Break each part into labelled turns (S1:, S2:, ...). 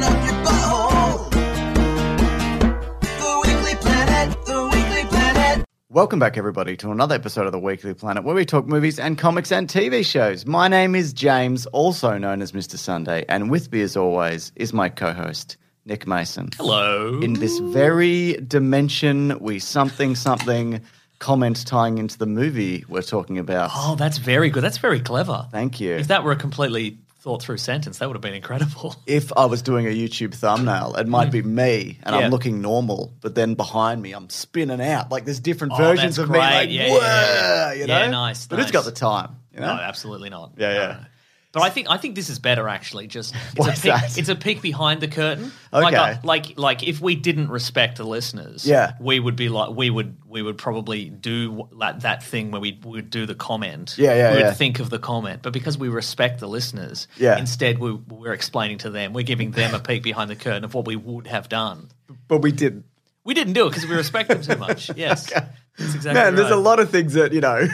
S1: up your butthole. The Weekly Planet, the Weekly Planet.
S2: Welcome back, everybody, to another episode of the Weekly Planet where we talk movies and comics and TV shows. My name is James, also known as Mr. Sunday, and with me, as always, is my co host, Nick Mason.
S3: Hello.
S2: In this very dimension, we something something comment tying into the movie we're talking about.
S3: Oh, that's very good. That's very clever.
S2: Thank you.
S3: If that were a completely thought through sentence, that would have been incredible.
S2: if I was doing a YouTube thumbnail, it might be me and
S3: Yeah.
S2: I'm looking normal, but then behind me I'm spinning out. Like there's different
S3: Oh,
S2: versions
S3: that's
S2: of me.
S3: great.
S2: Like,
S3: Yeah, yeah, yeah,
S2: "Whoa,"
S3: yeah.
S2: you know?
S3: Yeah, nice,
S2: But it's
S3: nice.
S2: got
S3: Oh,
S2: the time. You know?
S3: No, absolutely not.
S2: Yeah, yeah.
S3: No. But I think I think this is better actually. Just
S2: What's
S3: it's a, peek,
S2: that?
S3: it's a peek behind the curtain. Like,
S2: Okay.
S3: I- like like if we didn't respect the listeners,
S2: Yeah.
S3: we would be like we would we would probably do like that thing where we would do the comment.
S2: Yeah, yeah,
S3: We would
S2: yeah.
S3: think of the comment, but because we respect the listeners,
S2: Yeah.
S3: Instead, we, we're explaining to them, we're giving them a peek behind the curtain of what we would have done.
S2: But we didn't.
S3: We didn't do it because we respect them too much. Yes, that's exactly.
S2: Man, there's a
S3: right.
S2: lot of things that, you know,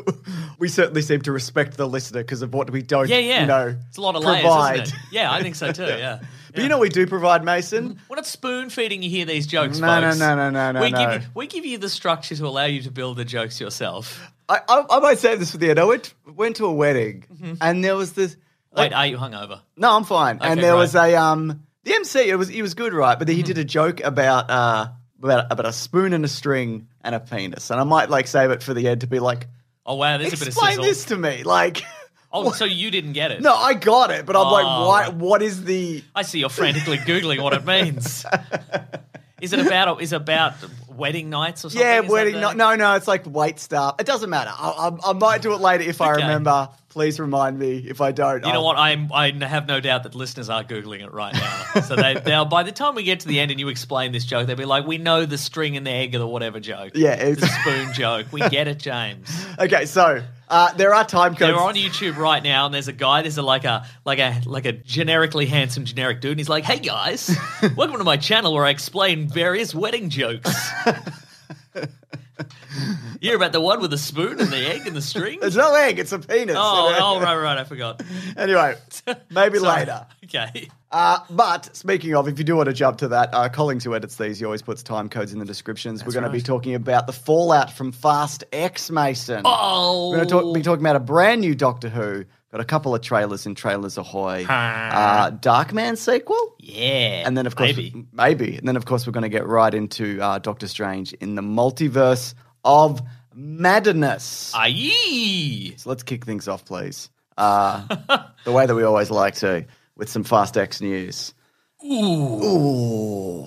S2: we certainly seem to respect the listener because of what we don't,
S3: Yeah, yeah.
S2: you know,
S3: it's a lot of
S2: provide.
S3: layers, isn't it? Yeah, I think so too. Yeah. Mm-hmm.
S2: But you know, we do provide, Mason.
S3: We're not spoon feeding you here these jokes,
S2: No, no,
S3: folks.
S2: no, no, no, no,
S3: We
S2: no.
S3: give you, we give you the structure to allow you to build the jokes yourself.
S2: I, I, I might say this for the end. I went, went to a wedding
S3: Mm-hmm.
S2: and there was this.
S3: Wait, are you hungover?
S2: No, I'm fine. and
S3: Okay,
S2: there
S3: right. Mm-hmm.
S2: was a um the MC. It was he was good, right? But then he did a joke about uh about about a spoon and a string and a penis. And I might like save it for the end to be like,
S3: Oh wow, there's a bit of
S2: explain
S3: sizzle.
S2: this to me. Like,
S3: oh, so you didn't get it?
S2: no, I got it, but I'm like,
S3: Oh,
S2: why?
S3: right.
S2: What is the?
S3: I see you're frantically googling what it means. Is it about is it about wedding nights or something?
S2: Yeah,
S3: Is that
S2: wedding.
S3: the-
S2: No, no, no, it's like wait stop. It doesn't matter. I, I, I might do it later if I
S3: Okay.
S2: remember. Please remind me if I don't.
S3: You know
S2: I'll-
S3: what? I am I have no doubt that listeners are googling it right now. So they they'll by the time we get to the end and you explain this joke, they'll be like, "We know the string and the egg or the whatever joke.
S2: Yeah,
S3: it's a
S2: it's-
S3: spoon joke. We get it, James."
S2: Okay, so uh, there are time codes.
S3: They're on YouTube right now, and there's a guy. There's a like a like a like a generically handsome generic dude, and he's like, "Hey guys, welcome to my channel where I explain various wedding jokes." You're about the one with the spoon and the egg and the string.
S2: It's no egg. It's a penis.
S3: Oh, oh, right, right, I forgot.
S2: Anyway, maybe
S3: Sorry.
S2: later.
S3: Okay.
S2: Uh, but speaking of, if you do want to jump to that, uh, Collings, who edits these, he always puts time codes in the descriptions. We're going to be talking about the fallout from Fast X, Mason.
S3: Oh,
S2: We're going to talk, be talking about a brand new Doctor Who. Got a couple of trailers in Trailers Ahoy. Uh, Darkman sequel?
S3: yeah.
S2: And then, of course,
S3: maybe.
S2: maybe. And then, of course, we're going to get right into uh, Doctor Strange in the multiverse of madness.
S3: Aye.
S2: So let's kick things off, please. Uh, the way that we always like to, with some Fast X news. Ooh.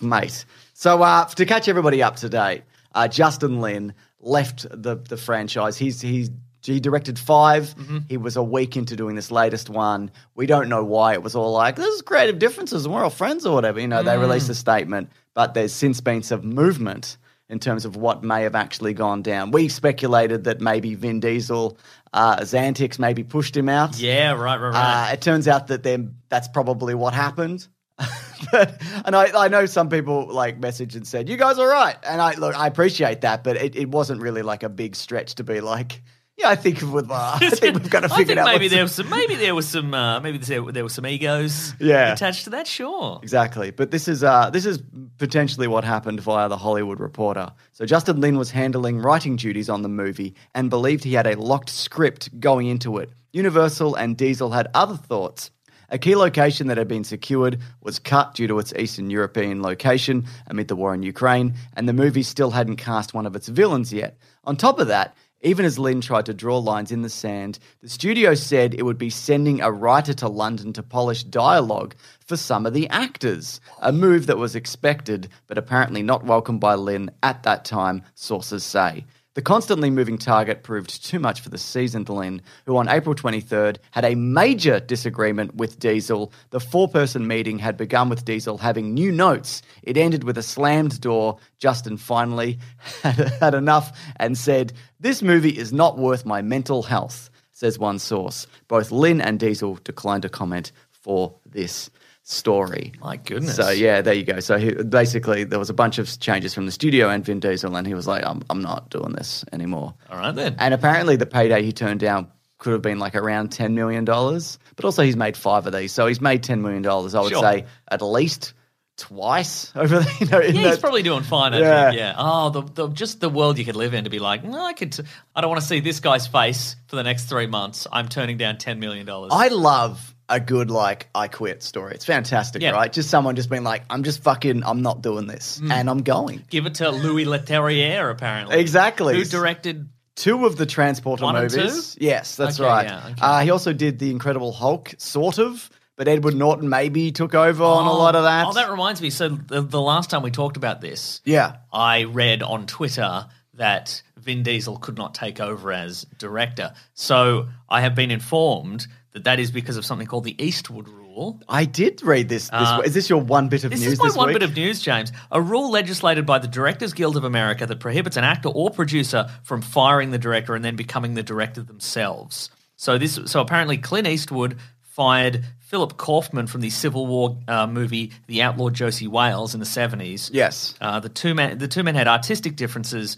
S2: Mate. So, uh, to catch everybody up to date, uh, Justin Lin left the, the franchise. He's, he's, he directed 5 He was a week into doing this latest one. We don't know why. It was all like, this is creative differences and we're all friends or whatever. You know, they released a statement, but there's since been some movement in terms of what may have actually gone down. We speculated that maybe Vin Diesel, uh, Xantix maybe pushed him out.
S3: Yeah, right, right, right.
S2: Uh, it turns out that then that's probably what happened. but, and I, I know some people like messaged and said, "You guys are right," and I look, I appreciate that, but it, it wasn't really like a big stretch to be like, Yeah, I think with uh, I think we've got to
S3: I
S2: figure
S3: think
S2: it out.
S3: maybe
S2: what's-
S3: there was some, maybe there was some, uh, maybe there, there were some egos
S2: Yeah.
S3: attached to that. Sure.
S2: Exactly. But this is uh, this is potentially what happened via the Hollywood Reporter. So Justin Lin was handling writing duties on the movie and believed he had a locked script going into it. Universal and Diesel had other thoughts. A key location that had been secured was cut due to its Eastern European location amid the war in Ukraine, and the movie still hadn't cast one of its villains yet. On top of that, even as Lynn tried to draw lines in the sand, the studio said it would be sending a writer to London to polish dialogue for some of the actors, a move that was expected but apparently not welcomed by Lynn at that time, sources say. The constantly moving target proved too much for the seasoned Lynn, who on April 23rd had a major disagreement with Diesel. The four person meeting had begun with Diesel having new notes. It ended with a slammed door. Justin finally had, had enough and said, This movie is not worth my mental health, says one source. Both Lynn and Diesel declined to comment for this story.
S3: My goodness.
S2: So yeah, there you go. So he, basically, there was a bunch of changes from the studio and Vin Diesel, and he was like, "I'm I'm not doing this anymore."
S3: All right then.
S2: And apparently, the payday he turned down could have been like around ten million dollars, but also he's made five of these, so he's made ten million dollars. I would
S3: Sure.
S2: say at least twice over the. You know, in
S3: yeah, he's
S2: that-
S3: probably doing fine. I
S2: Yeah.
S3: think. Yeah. Oh, the, the just the world you could live in to be like, no, I could. T- I don't want to see this guy's face for the next three months. I'm turning down ten million dollars.
S2: I love a good like I quit story. It's fantastic,
S3: Yeah. Hmm.
S2: right? Just someone just being like, "I'm just fucking, I'm not doing this, and I'm going."
S3: Give it to Louis Leterrier, apparently.
S2: Exactly.
S3: Who directed?
S2: Two of the Transporter
S3: One and
S2: movies.
S3: two?
S2: Yes, that's
S3: Okay,
S2: right.
S3: yeah, okay.
S2: uh, he also did The Incredible Hulk, sort of, but Edward Norton maybe took over on a lot of that.
S3: Oh, that reminds me. So the, the last time we talked about this,
S2: yeah.
S3: I read on Twitter that Vin Diesel could not take over as director. So I have been informed that that is because of something called the Eastwood Rule.
S2: I did read this. this w- is this your one bit of
S3: Uh, This
S2: news
S3: is my
S2: this
S3: one
S2: week?
S3: bit of news, James. A rule legislated by the Directors Guild of America that prohibits an actor or producer from firing the director and then becoming the director themselves. So this, so apparently, Clint Eastwood fired Philip Kaufman from the Civil War uh, movie The Outlaw Josie Wales in the seventies.
S2: Yes.
S3: Uh, the two men the two men had artistic differences.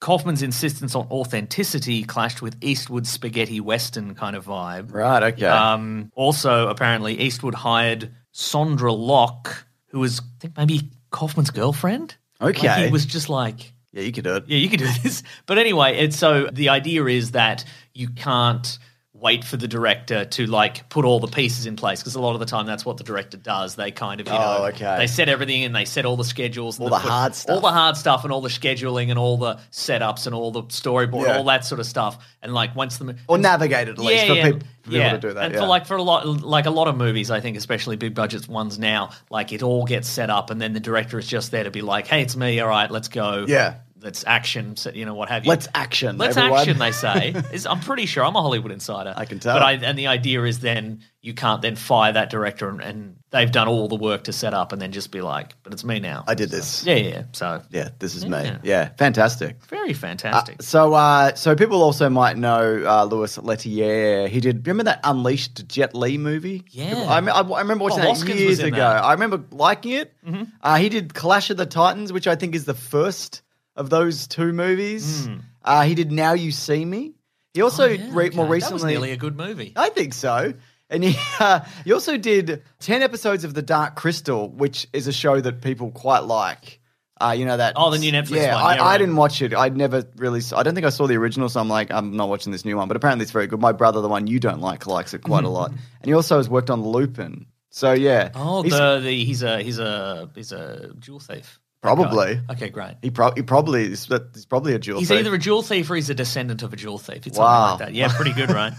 S3: Kaufman's insistence on authenticity clashed with Eastwood's spaghetti western kind of vibe.
S2: Right, okay.
S3: Um, also, apparently, Eastwood hired Sondra Locke, who was I think maybe Kaufman's girlfriend.
S2: Okay.
S3: Like, he was just like,
S2: yeah, you could do it.
S3: yeah, you can do this. But anyway, and so the idea is that you can't wait for the director to like put all the pieces in place because a lot of the time that's what the director does. They kind of you
S2: Oh,
S3: know
S2: okay.
S3: they set everything and they set all the schedules, and
S2: All
S3: they
S2: the hard stuff.
S3: all the hard stuff, and all the scheduling and all the setups and all the storyboard,
S2: Yeah.
S3: all that sort of stuff. And like once the
S2: Or navigate it at least for peop- for people
S3: yeah.
S2: to do that.
S3: And
S2: yeah.
S3: for like for a lot like a lot of movies, I think, especially big budget ones now, like it all gets set up and then the director is just there to be like, Hey, it's me, all right, let's go.
S2: Yeah.
S3: Let's action, so, you know, what have you.
S2: Let's action,
S3: Let's
S2: everyone.
S3: action, they say. Is I'm pretty sure I'm a Hollywood insider.
S2: I can tell.
S3: But I, and the idea is then you can't then fire that director and, and they've done all the work to set up and then just be like, But it's me now.
S2: I did this.
S3: Yeah, yeah. yeah. So
S2: Yeah, this is me.
S3: Yeah.
S2: Yeah, fantastic.
S3: very fantastic.
S2: So, uh, so people also might know uh, Louis Leterrier. He did remember that Unleashed Jet Li movie.
S3: Yeah.
S2: I, me- I, I remember watching
S3: Oh,
S2: that
S3: Hoskins was
S2: years
S3: in
S2: ago.
S3: that. Mm-hmm.
S2: I remember liking it. Uh, he did Clash of the Titans, which I think is the first of those two movies. Uh, he did Now You See Me. He also
S3: Hmm. Oh, Yeah,
S2: re- more
S3: okay.
S2: recently
S3: That was nearly a good movie.
S2: I think so. And he, uh, he also did 10 episodes of The Dark Crystal, which is a show that people quite like. Uh, you know that?
S3: Oh, the new Netflix
S2: yeah,
S3: one.
S2: I,
S3: Yeah,
S2: I
S3: right.
S2: didn't watch it. I'd never really. s- I don't think I saw the original, so I'm like, I'm not watching this new one. But apparently, it's very good. My brother, the one you don't like, likes it quite a lot. And he also has worked on Lupin. So yeah,
S3: Oh,
S2: He's-
S3: the, the he's a he's a he's a jewel thief. That
S2: Probably.
S3: guy. Okay, great.
S2: he, pro- he probably is. that- He's probably a dual.
S3: He's
S2: thief.
S3: either a jewel thief or he's a descendant of a jewel thief. It's
S2: Wow.
S3: something like that. Yeah, pretty good, right?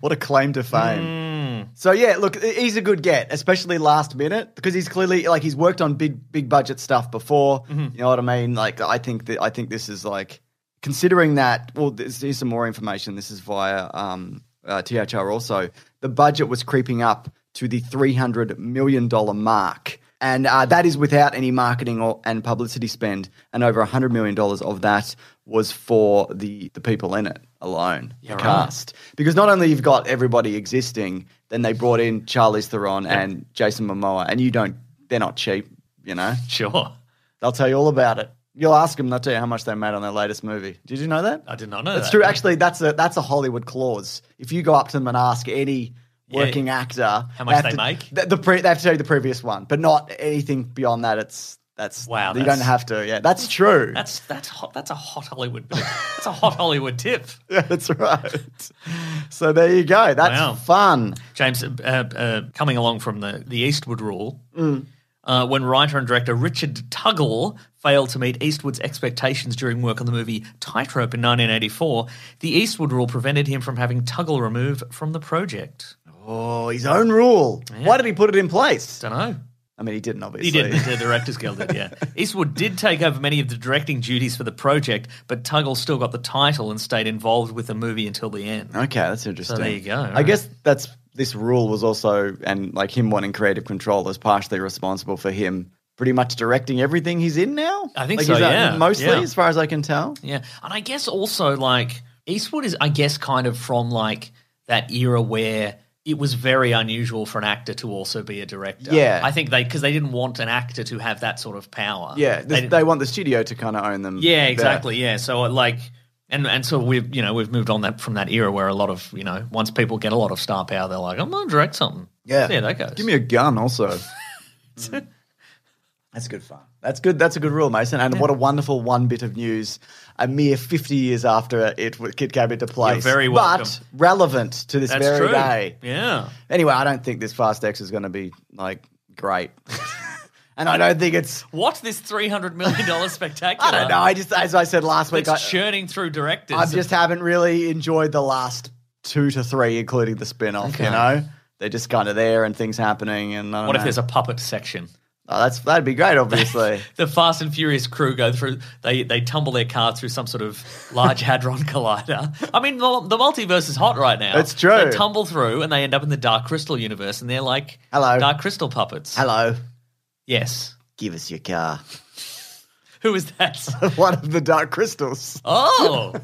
S2: What a claim to fame. So yeah, look, he's a good get, especially last minute because he's clearly like he's worked on big big budget stuff before. You know what I mean? Like I think that I think this is like considering that. Well, this, here's some more information. This is via um, uh, THR. Also, the budget was creeping up to the three hundred million dollar mark. And uh, that is without any marketing or, and publicity spend, and over hundred million dollars of that was for the the people in it alone, the cast. Because not only you've got everybody existing, then they brought in Charlize Theron and Jason Momoa, and you don't—they're not cheap, you know.
S3: sure.
S2: They'll tell you all about it. You'll ask them, they'll tell you how much they made on their latest movie. Did you know that?
S3: I did not know
S2: That's
S3: that.
S2: true. Actually, that's a that's a Hollywood clause. If you go up to them and ask any working actor how
S3: much
S2: have
S3: they
S2: to-
S3: make?
S2: the, the pre, they have to tell you the previous one, but not anything beyond that. It's that's
S3: Wow,
S2: You
S3: that's-
S2: don't have to. Yeah, that's true.
S3: That's that's hot. That's a hot Hollywood. bit. That's a hot Hollywood tip.
S2: yeah, that's right. so there you go. That's
S3: Wow.
S2: fun.
S3: James, uh, uh, coming along from the, the Eastwood rule,
S2: Mm.
S3: uh, when writer and director Richard Tuggle failed to meet Eastwood's expectations during work on the movie Tightrope in 1984, the Eastwood rule prevented him from having Tuggle removed from the project.
S2: Oh, his own rule. Why did he put it in place?
S3: Don't know.
S2: I mean, he didn't obviously.
S3: He did. The Directors Guild did, yeah. Eastwood did take over many of the directing duties for the project, but Tuggle still got the title and stayed involved with the movie until the end.
S2: Okay, that's interesting.
S3: there you go, all
S2: I
S3: right.
S2: guess that's this rule was also and like him wanting creative control is partially responsible for him pretty much directing everything he's in now.
S3: I think
S2: like
S3: so,
S2: he's, uh,
S3: yeah,
S2: mostly
S3: yeah.
S2: as far as I can tell.
S3: Yeah, and I guess also like Eastwood is, I guess, kind of from like that era where it was very unusual for an actor to also be a director.
S2: Yeah.
S3: I think they because they didn't want an actor to have that sort of power.
S2: Yeah,
S3: They
S2: this, they,
S3: didn't-
S2: want the studio to kind of own them.
S3: yeah,
S2: better.
S3: exactly. Yeah, so uh, like. And, and so we've you know we've moved on that from that era where a lot of you know once people get a lot of star power they're like I'm gonna direct something
S2: Yeah.
S3: there that goes
S2: Give me a gun, also. Mm. That's good fun. That's good. That's a good rule, Mason. And what a wonderful one bit of news, a mere fifty years after it w- it came into place.
S3: very welcome.
S2: but relevant to this
S3: that's
S2: very
S3: true
S2: day.
S3: yeah
S2: Anyway, I don't think this Fast X is going to be like great, and I don't think it's.
S3: what this three hundred million dollar spectacular
S2: I don't know. I just, as I said last week, I,
S3: that's churning through directors
S2: I just haven't really enjoyed the last two to three, including the spin-off. You know, they're just kind of there and things happening. And I don't
S3: what if
S2: know.
S3: there's a puppet section
S2: Oh, that's that'd be great, obviously.
S3: the Fast and Furious crew go through. They they tumble their car through some sort of large hadron collider. I mean, the, the multiverse is hot right now.
S2: It's true.
S3: They tumble through and they end up in the Dark Crystal universe, and they're like
S2: Hello.
S3: Dark Crystal puppets.
S2: Hello,
S3: Yes.
S2: give us your car.
S3: Who is that?
S2: One of the Dark Crystals.
S3: oh,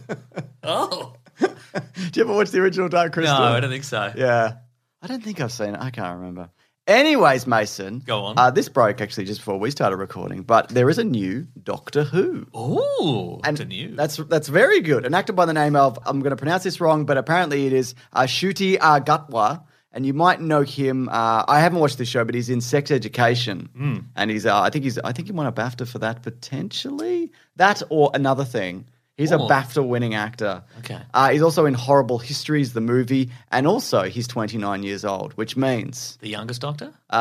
S3: oh.
S2: Did you ever watch the original Dark
S3: No,
S2: Crystal?
S3: I don't think so.
S2: Yeah. I don't think I've seen it. I can't remember. Anyways, Mason.
S3: Go on.
S2: Uh, this broke actually just before we started recording, but there is a new Doctor Who.
S3: Ooh,
S2: And
S3: and new.
S2: That's that's very good. An actor by the name of I'm going to pronounce this wrong, but apparently it is uh, Shuti Agatwa, and you might know him. Uh, I haven't watched this show, but he's in Sex Education,
S3: Hmm.
S2: and he's uh, I think he's I think he won a BAFTA for that potentially. That or another thing. He's a
S3: Ooh.
S2: BAFTA winning actor.
S3: Okay.
S2: Uh, he's also in Horrible Histories, the movie, and also he's 29 years old, which means
S3: the youngest Doctor.
S2: uh,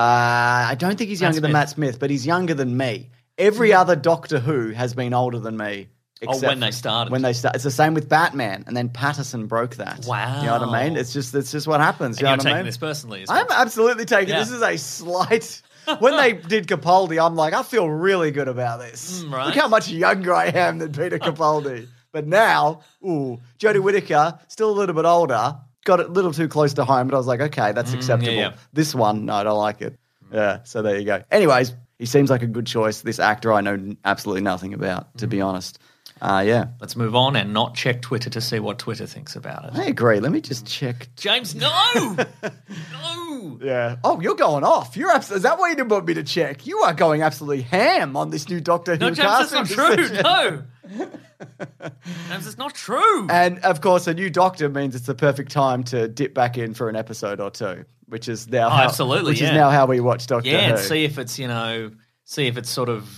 S2: I don't think he's younger than
S3: Smith.
S2: Matt Smith, but he's younger than me. Every other Doctor Who has been older than me.
S3: Oh,
S2: except
S3: when they
S2: for-
S3: started.
S2: When they start, it's the same with Batman, and then Patterson broke that.
S3: Wow.
S2: you know what I mean? It's just it's just what happens.
S3: And
S2: you know
S3: you're
S2: what
S3: taking
S2: I mean?
S3: this personally. As well.
S2: I'm absolutely taking
S3: Yeah.
S2: this is a slight. when they did Capaldi, I'm like, I feel really good about this.
S3: Mm, right.
S2: Look how much younger I am than Peter Capaldi. but now, ooh, Jodie Whittaker, still a little bit older, got a little too close to home, but I was like, okay, that's acceptable.
S3: Mm, yeah. Mm.
S2: This one, no, I don't like it. Yeah, so there you go. Anyways, he seems like a good choice. This actor I know n- absolutely nothing about, to be
S3: Mm.
S2: honest. Uh, yeah,
S3: Let's move on and not check Twitter to see what Twitter thinks about it.
S2: I agree. Let me just check.
S3: James, no, no.
S2: Yeah. Oh, you're going off. You're abs- Is that why you didn't want me to check? You are going absolutely ham on this new Doctor
S3: No,
S2: Who
S3: James, that's
S2: casting
S3: not true.
S2: decision.
S3: No. James, it's not true.
S2: And of course, a new Doctor means it's the perfect time to dip back in for an episode or two, which is now how,
S3: Oh, absolutely,
S2: which is
S3: yeah.
S2: now how we watch Doctor
S3: yeah, and
S2: Who.
S3: see if it's you know, see if it's sort of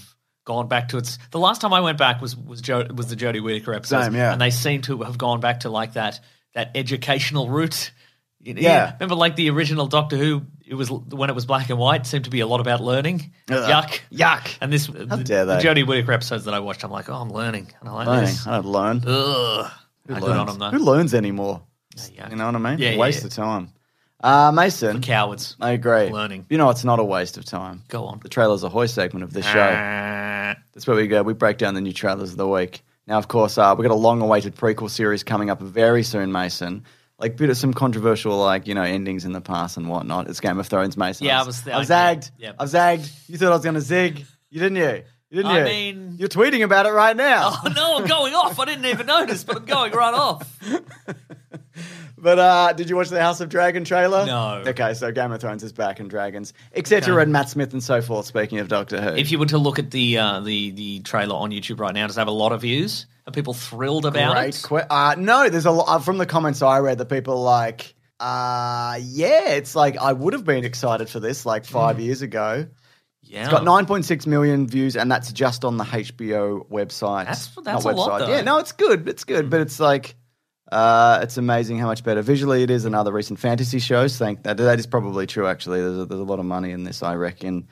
S3: gone back to its. The last time I went back was was jo- was the Jodie Whittaker episode,
S2: Same, yeah.
S3: and they seem to have gone back to like that that educational route. You know,
S2: Yeah.
S3: remember like the original Doctor Who. It was when it was black and white. Seemed to be a lot about learning. Yuck.
S2: Yuck.
S3: And this, the,
S2: Uh, dare
S3: the
S2: they.
S3: Jodie Whittaker episodes that I watched, I'm like, oh, I'm learning, and I like
S2: Learning.
S3: this.
S2: I don't learn.
S3: Ugh. Not good on them though.
S2: Who learns anymore?
S3: yuck.
S2: you know what I mean?
S3: Yeah, yeah,
S2: waste
S3: yeah.
S2: of time. Uh, Mason,
S3: Cowards.
S2: I agree.
S3: Learning.
S2: You know, it's not a waste of time.
S3: Go on.
S2: The trailer's a hoy segment of this show. That's where we go. We break down the new trailers of the week. Now, of course, uh, we've got a long-awaited prequel series coming up very soon, Mason. Like, bit of some controversial, like you know, endings in the past and whatnot. It's Game of Thrones, Mason.
S3: Yeah, I was-
S2: I
S3: I-
S2: was zagged.
S3: yeah.
S2: I was zagged. You thought I was going to zig. You didn't you? You didn't
S3: I
S2: you?
S3: mean-
S2: you're tweeting about it right now.
S3: Oh no, I'm going off. I didn't even notice, but I'm going right off.
S2: But uh, did you watch the House of Dragon trailer?
S3: No.
S2: Okay, so Game of Thrones is back and dragons, etc. And Matt Smith and so forth. Speaking of Doctor Who,
S3: If you were to look at the uh, the the trailer on YouTube right now, does it have a lot of views? Are people thrilled about
S2: Great
S3: it?
S2: que- uh, no, there's a lot uh, from the comments I read. The people are like, uh, yeah, it's like I would have been excited for this like five
S3: Hmm.
S2: years ago.
S3: yeah,
S2: It's got 9.6 million views, and that's just on the HBO website.
S3: That's-
S2: Not
S3: that's a lot, though. Mm.
S2: Yeah, no, it's good. It's good, but it's like. Uh, it's amazing how much better visually it is than other recent fantasy shows. Think that that is probably true. Actually, there's a, there's a lot of money in this, I reckon.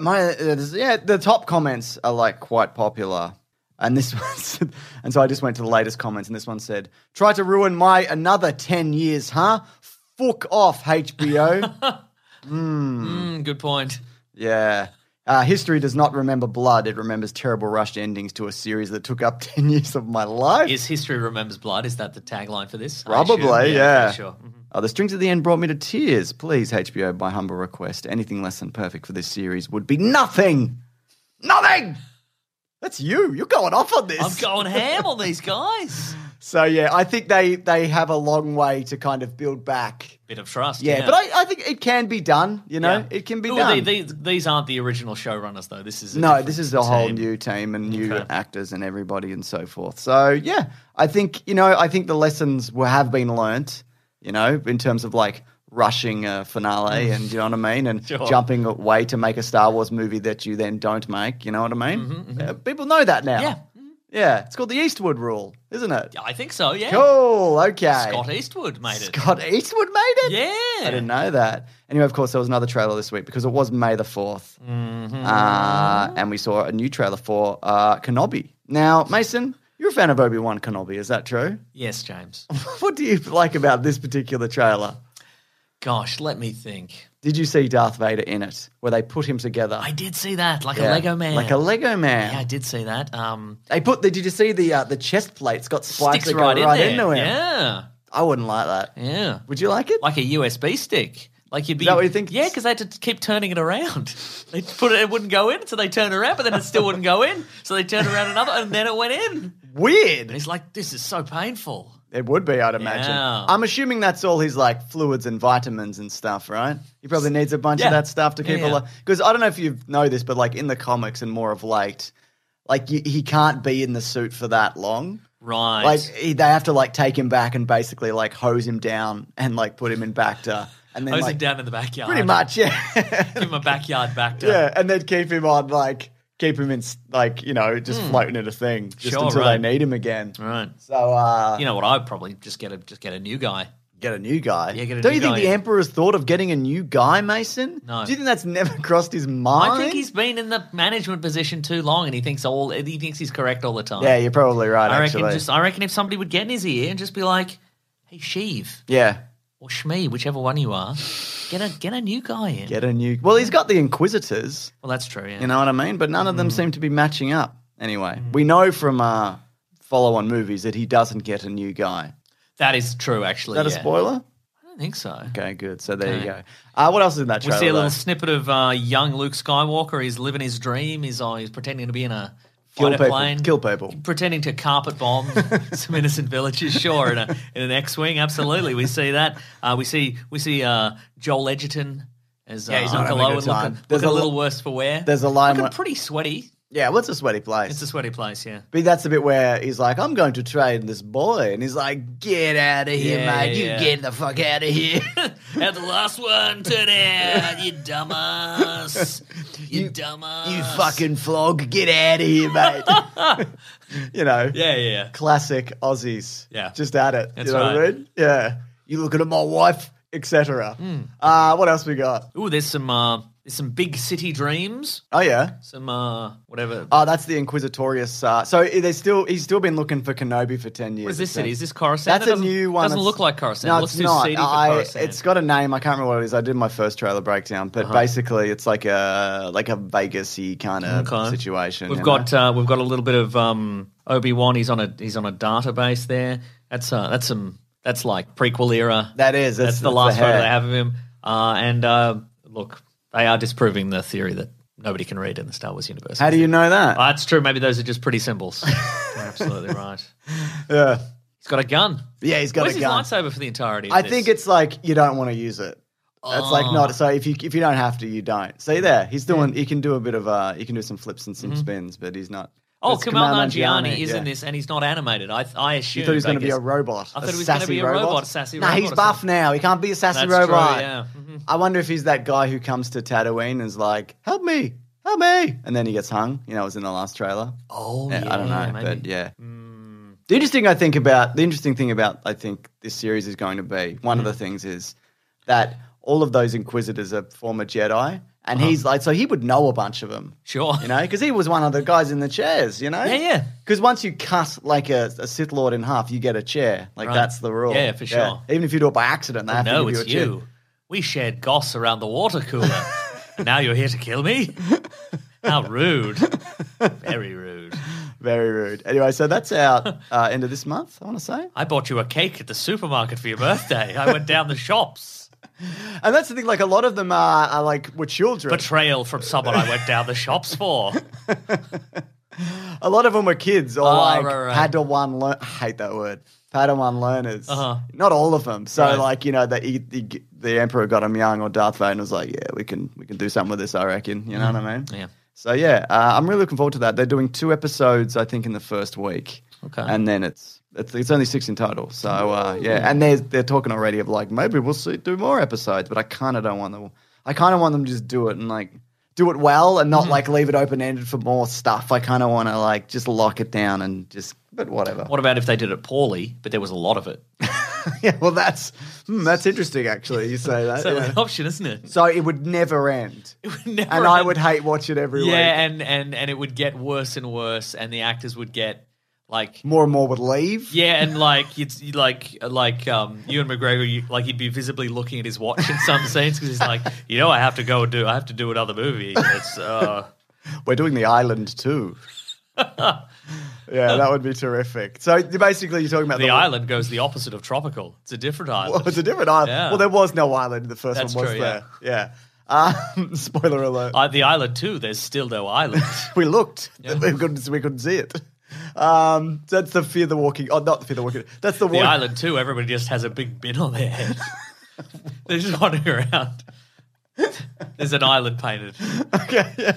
S2: My uh, there's- yeah, the top comments are like quite popular, and this one, said- and so I just went to the latest comments, and this one said, "Try to ruin my another ten years, huh? Fuck off, HBO."
S3: Mm, good point.
S2: Yeah. Uh, history does not remember blood. It remembers terrible rushed endings to a series that took up 10 years of my life.
S3: Is history remembers blood? Is that the tagline for this? I
S2: Probably,
S3: assume.
S2: yeah.
S3: okay, sure. Mhm.
S2: Oh, the strings at the end brought me to tears. Please, HBO, by humble request, anything less than perfect for this series would be nothing. Nothing! That's you. You're going off on this.
S3: I'm going ham on these guys.
S2: so, yeah, I think they, they have a long way to kind of build back.
S3: Bit of trust.
S2: Yeah,
S3: Yeah,
S2: but I, I think it can be done. You know,
S3: Yeah.
S2: it can be
S3: Well,
S2: done.
S3: the- these, these aren't the original showrunners, though. This is a
S2: No,
S3: different
S2: this is a whole
S3: team.
S2: new team and new
S3: Okay.
S2: actors and everybody and so forth. So yeah, I think you know, I think the lessons were, have been learnt. You know, in terms of like rushing a finale and you know what I mean, and
S3: Mm. Sure.
S2: jumping away to make a Star Wars movie that you then don't make. You know what I mean? Uh, people know that now.
S3: Mm-hmm, Yeah.
S2: yeah. It's called the Eastwood Rule, isn't it?
S3: I think so. Yeah.
S2: Cool. Okay.
S3: Scott Eastwood made it.
S2: Scott Eastwood made it.
S3: Yeah.
S2: I didn't know that. Anyway, of course, there was another trailer this week because it was May the 4th.
S3: Mm-hmm.
S2: Uh, and we saw a new trailer for uh, Kenobi. Now, Mason, you're a fan of Obi Wan Kenobi, is that true?
S3: Yes, James.
S2: what do you like about this particular trailer?
S3: Gosh, let me think.
S2: Did you see Darth Vader in it where they put him together?
S3: I did see that, like
S2: Yeah,
S3: a Lego man.
S2: Like a Lego man.
S3: Yeah, I did see that. Um,
S2: They put the, did you see the uh, the chest plates got spikes
S3: sticks
S2: that go
S3: right,
S2: right,
S3: in there.
S2: into him?
S3: Yeah,
S2: I wouldn't like that.
S3: yeah.
S2: Would you like it?
S3: Like a USB stick. Like you'd be.
S2: that what you think?
S3: Yeah, because they had to keep turning it around. They put it, it wouldn't go in, so they turned around, but then it still wouldn't go in. So they turned around another, and then it went in. And
S2: Weird.
S3: he's like, "This is so painful."
S2: It would be, I'd imagine.
S3: Yeah.
S2: I'm assuming that's all his like fluids and vitamins and stuff, right? He probably needs a bunch
S3: Yeah.
S2: of that stuff to
S3: Yeah,
S2: keep
S3: yeah.
S2: alive. Because I don't know if you know this, but like in the comics and more of late, like you, he can't be in the suit for that long.
S3: Right.
S2: Like he, they have to like take him back and basically like hose him down and like put him in Bacta, and then
S3: Hose
S2: like,
S3: him down in the backyard.
S2: pretty much, yeah.
S3: Give him a backyard back.
S2: Yeah, and then keep him on, like keep him in, s- like you know, just floating in a thing, just
S3: Hmm. Sure,
S2: until
S3: right.
S2: they need him again.
S3: Right.
S2: So, uh,
S3: You know what? I'd probably just get a just get a new guy.
S2: get a new guy.
S3: Yeah, get a
S2: Don't
S3: new
S2: you think
S3: guy,
S2: the
S3: yeah.
S2: emperor's thought of getting a new guy, Mason?
S3: No.
S2: Do you think that's never crossed his mind?
S3: I think he's been in the management position too long, and he thinks all he thinks he's correct all the time.
S2: Yeah, you're probably right.
S3: I reckon
S2: actually,
S3: just I reckon if somebody would get in his ear and just be like, "Hey, Sheev
S2: yeah,
S3: or Shmee, whichever one you are, get a get a new guy in."
S2: get a new. Well, he's got the inquisitors.
S3: Well, that's true. Yeah.
S2: You know what I mean? But none of
S3: Mm.
S2: them seem to be matching up. Anyway, we know from uh, follow-on movies that he doesn't get a new guy.
S3: that is true.
S2: Is
S3: Actually,
S2: that a
S3: yeah.
S2: spoiler?
S3: I don't think so.
S2: Okay, good. So there
S3: Okay.
S2: you go. Uh, what else is in that
S3: We
S2: trailer?
S3: see a little
S2: though?
S3: snippet of uh, young Luke Skywalker. He's living his dream. He's uh, he's pretending to be in a
S2: kill
S3: fighter
S2: people.
S3: plane.
S2: Kill people.
S3: pretending to carpet bomb some innocent villages. Sure, in, a, in an X-wing, absolutely, we see that. Uh, we see we see uh, Joel Edgerton as uh,
S2: Yeah, he's not
S3: Uncle
S2: having a
S3: Owen
S2: good time.
S3: looking,
S2: There's
S3: looking a
S2: a
S3: little
S2: lo-
S3: worse for wear.
S2: There's a line
S3: looking
S2: where-
S3: pretty sweaty.
S2: Yeah, what's a sweaty place?
S3: It's a sweaty place, yeah.
S2: But that's the bit where he's like, I'm going to train this boy. And he's like, get out of here,
S3: Yeah,
S2: mate. You
S3: yeah.
S2: get the fuck out of here.
S3: At the last one, turn out, you dumbass, you, dumbass,
S2: you fucking flog. Get out of here, mate. you know,
S3: yeah, yeah, yeah.
S2: classic Aussies.
S3: Yeah.
S2: Just at it.
S3: That's
S2: you know what I
S3: right.
S2: mean? Yeah. You looking at my wife, etc.
S3: Hmm.
S2: Uh, what else we got?
S3: Ooh, there's some uh, there's some big city dreams,
S2: Oh, yeah.
S3: some uh, whatever.
S2: Oh, that's the Inquisitorius. Uh, so there's still he's still been looking for Kenobi for ten years.
S3: what is this
S2: it
S3: city?
S2: seems.
S3: Is this Coruscant?
S2: That's
S3: It
S2: a
S3: doesn't-
S2: new one.
S3: Doesn't
S2: It's-
S3: look like Coruscant.
S2: No,
S3: it
S2: it's
S3: looks too
S2: not.
S3: seedy for
S2: I-
S3: Coruscant.
S2: It's got a name. I can't remember what it is. I did my first trailer breakdown,
S3: Uh-huh.
S2: but basically, it's like a like a Vegas-y kind of
S3: Okay.
S2: situation.
S3: We've
S2: you
S3: got
S2: know?
S3: uh, we've got a little bit of um, Obi Wan. He's on a he's on a database there. That's uh, that's some that's like prequel era.
S2: that is
S3: that's,
S2: it's-
S3: the
S2: it's
S3: last photo
S2: hair.
S3: they have of him. Uh, and uh, look, they are disproving the theory that nobody can read in the Star Wars universe.
S2: How do you know that?
S3: Uh, it's true. Maybe those are just pretty symbols. You're absolutely right.
S2: yeah.
S3: He's got a gun.
S2: Yeah, he's got
S3: Where's
S2: a
S3: his
S2: gun.
S3: lightsaber for the entirety? Of
S2: I
S3: this? Oh.
S2: think it's like you don't want to use it. That's like not so if you if you don't have to, you don't.
S3: Hmm.
S2: See there, he's doing. He can do a bit of uh, he can do some flips and some spins, but he's not.
S3: Mm-hmm. Oh,
S2: it's
S3: Kamal
S2: Kumail
S3: Nanjiani is
S2: yeah.
S3: in this, and he's not animated. I I assume
S2: You thought he was going to be a
S3: robot.
S2: robot.
S3: I
S2: a
S3: thought he was gonna
S2: sassy
S3: be a robot, sassy
S2: nah,
S3: robot
S2: he's
S3: or
S2: buff
S3: something.
S2: now. He can't be a sassy
S3: That's true,
S2: robot.
S3: yeah.
S2: I wonder if he's that guy who comes to Tatooine and is like, "Help me, help me," and then he gets hung. You know, it was in the last trailer.
S3: Oh,
S2: Yeah, I don't know,
S3: maybe. Hmm.
S2: but yeah. The interesting I think about the interesting thing about I think this series is going to be one of
S3: Hmm.
S2: the things is that all of those inquisitors are former Jedi, and
S3: Uh-huh.
S2: he's like, so he would know a bunch of them.
S3: Sure.
S2: You know, because he was one of the guys in the chairs. You know.
S3: Yeah, yeah.
S2: Because once you cut like a, a Sith Lord in half, you get a chair. Like
S3: Right.
S2: that's the rule.
S3: Yeah, for sure. Oh,
S2: Even if you do it by accident, they have
S3: No,
S2: to give
S3: it's
S2: you a chair.
S3: you. We shared goss around the water cooler. and now you're here to kill me? How rude. Very rude.
S2: Very rude. Anyway, so that's out uh, end of this month. I want to say.
S3: I bought you a cake at the supermarket for your birthday. I went down the shops.
S2: And that's the thing. Like a lot of them are, are like were children.
S3: Betrayal from someone I went down the shops for.
S2: A lot of them were kids or
S3: Oh,
S2: like
S3: right, right.
S2: Padawan. Lear- I hate that word. Padawan learners.
S3: Uh-huh.
S2: Not all of them. So
S3: Right.
S2: like you know that he, he, the emperor got him young or Darth Vader was like, yeah, we can we can do something with this. I reckon. You know what I mean?
S3: Mm. Yeah.
S2: So yeah, uh, I'm really looking forward to that. They're doing two episodes, I think, in the first week.
S3: Okay.
S2: And then it's it's, it's only six in total. So uh, yeah, and they're they're talking already of like maybe we'll see, do more episodes, but I kind of don't want them. I kind of want them to just do it and like do it well and not
S3: Mm-hmm.
S2: like leave it open ended for more stuff. I kind of want to like just lock it down and just but whatever.
S3: What about if they did it poorly, but there was a lot of it?
S2: Uh, yeah, well that's hmm, that's interesting actually. You say that.
S3: So
S2: yeah.
S3: an option, isn't it?
S2: so it would never end.
S3: Never
S2: and I
S3: end.
S2: would hate watching every week.
S3: Yeah, and, and, and it would get worse and worse, and the actors would get like
S2: More and more would leave.
S3: Yeah, and like it's you like like um Ewan McGregor, you, like he'd be visibly looking at his watch in some scenes because he's like, you know, I have to go do, I have to do another movie. It's uh,
S2: We're doing the island too. yeah, that would be terrific. So you- basically, you're talking about
S3: the island goes the opposite of tropical. It's a different
S2: Well,
S3: island.
S2: it's a different island.
S3: Yeah.
S2: Well, there was no island in the first
S3: That's
S2: one, was
S3: true, yeah.
S2: there? Yeah. Um, spoiler alert.
S3: Uh, the island too. There's still no island.
S2: we looked. We, couldn't, we couldn't see it. Um, that's the fear the walking. Oh, not the fear the walking. That's the,
S3: the
S2: walking.
S3: island too. Everybody just has a big bin on their head. They're just wandering around. There's an island painted.
S2: Okay. yeah.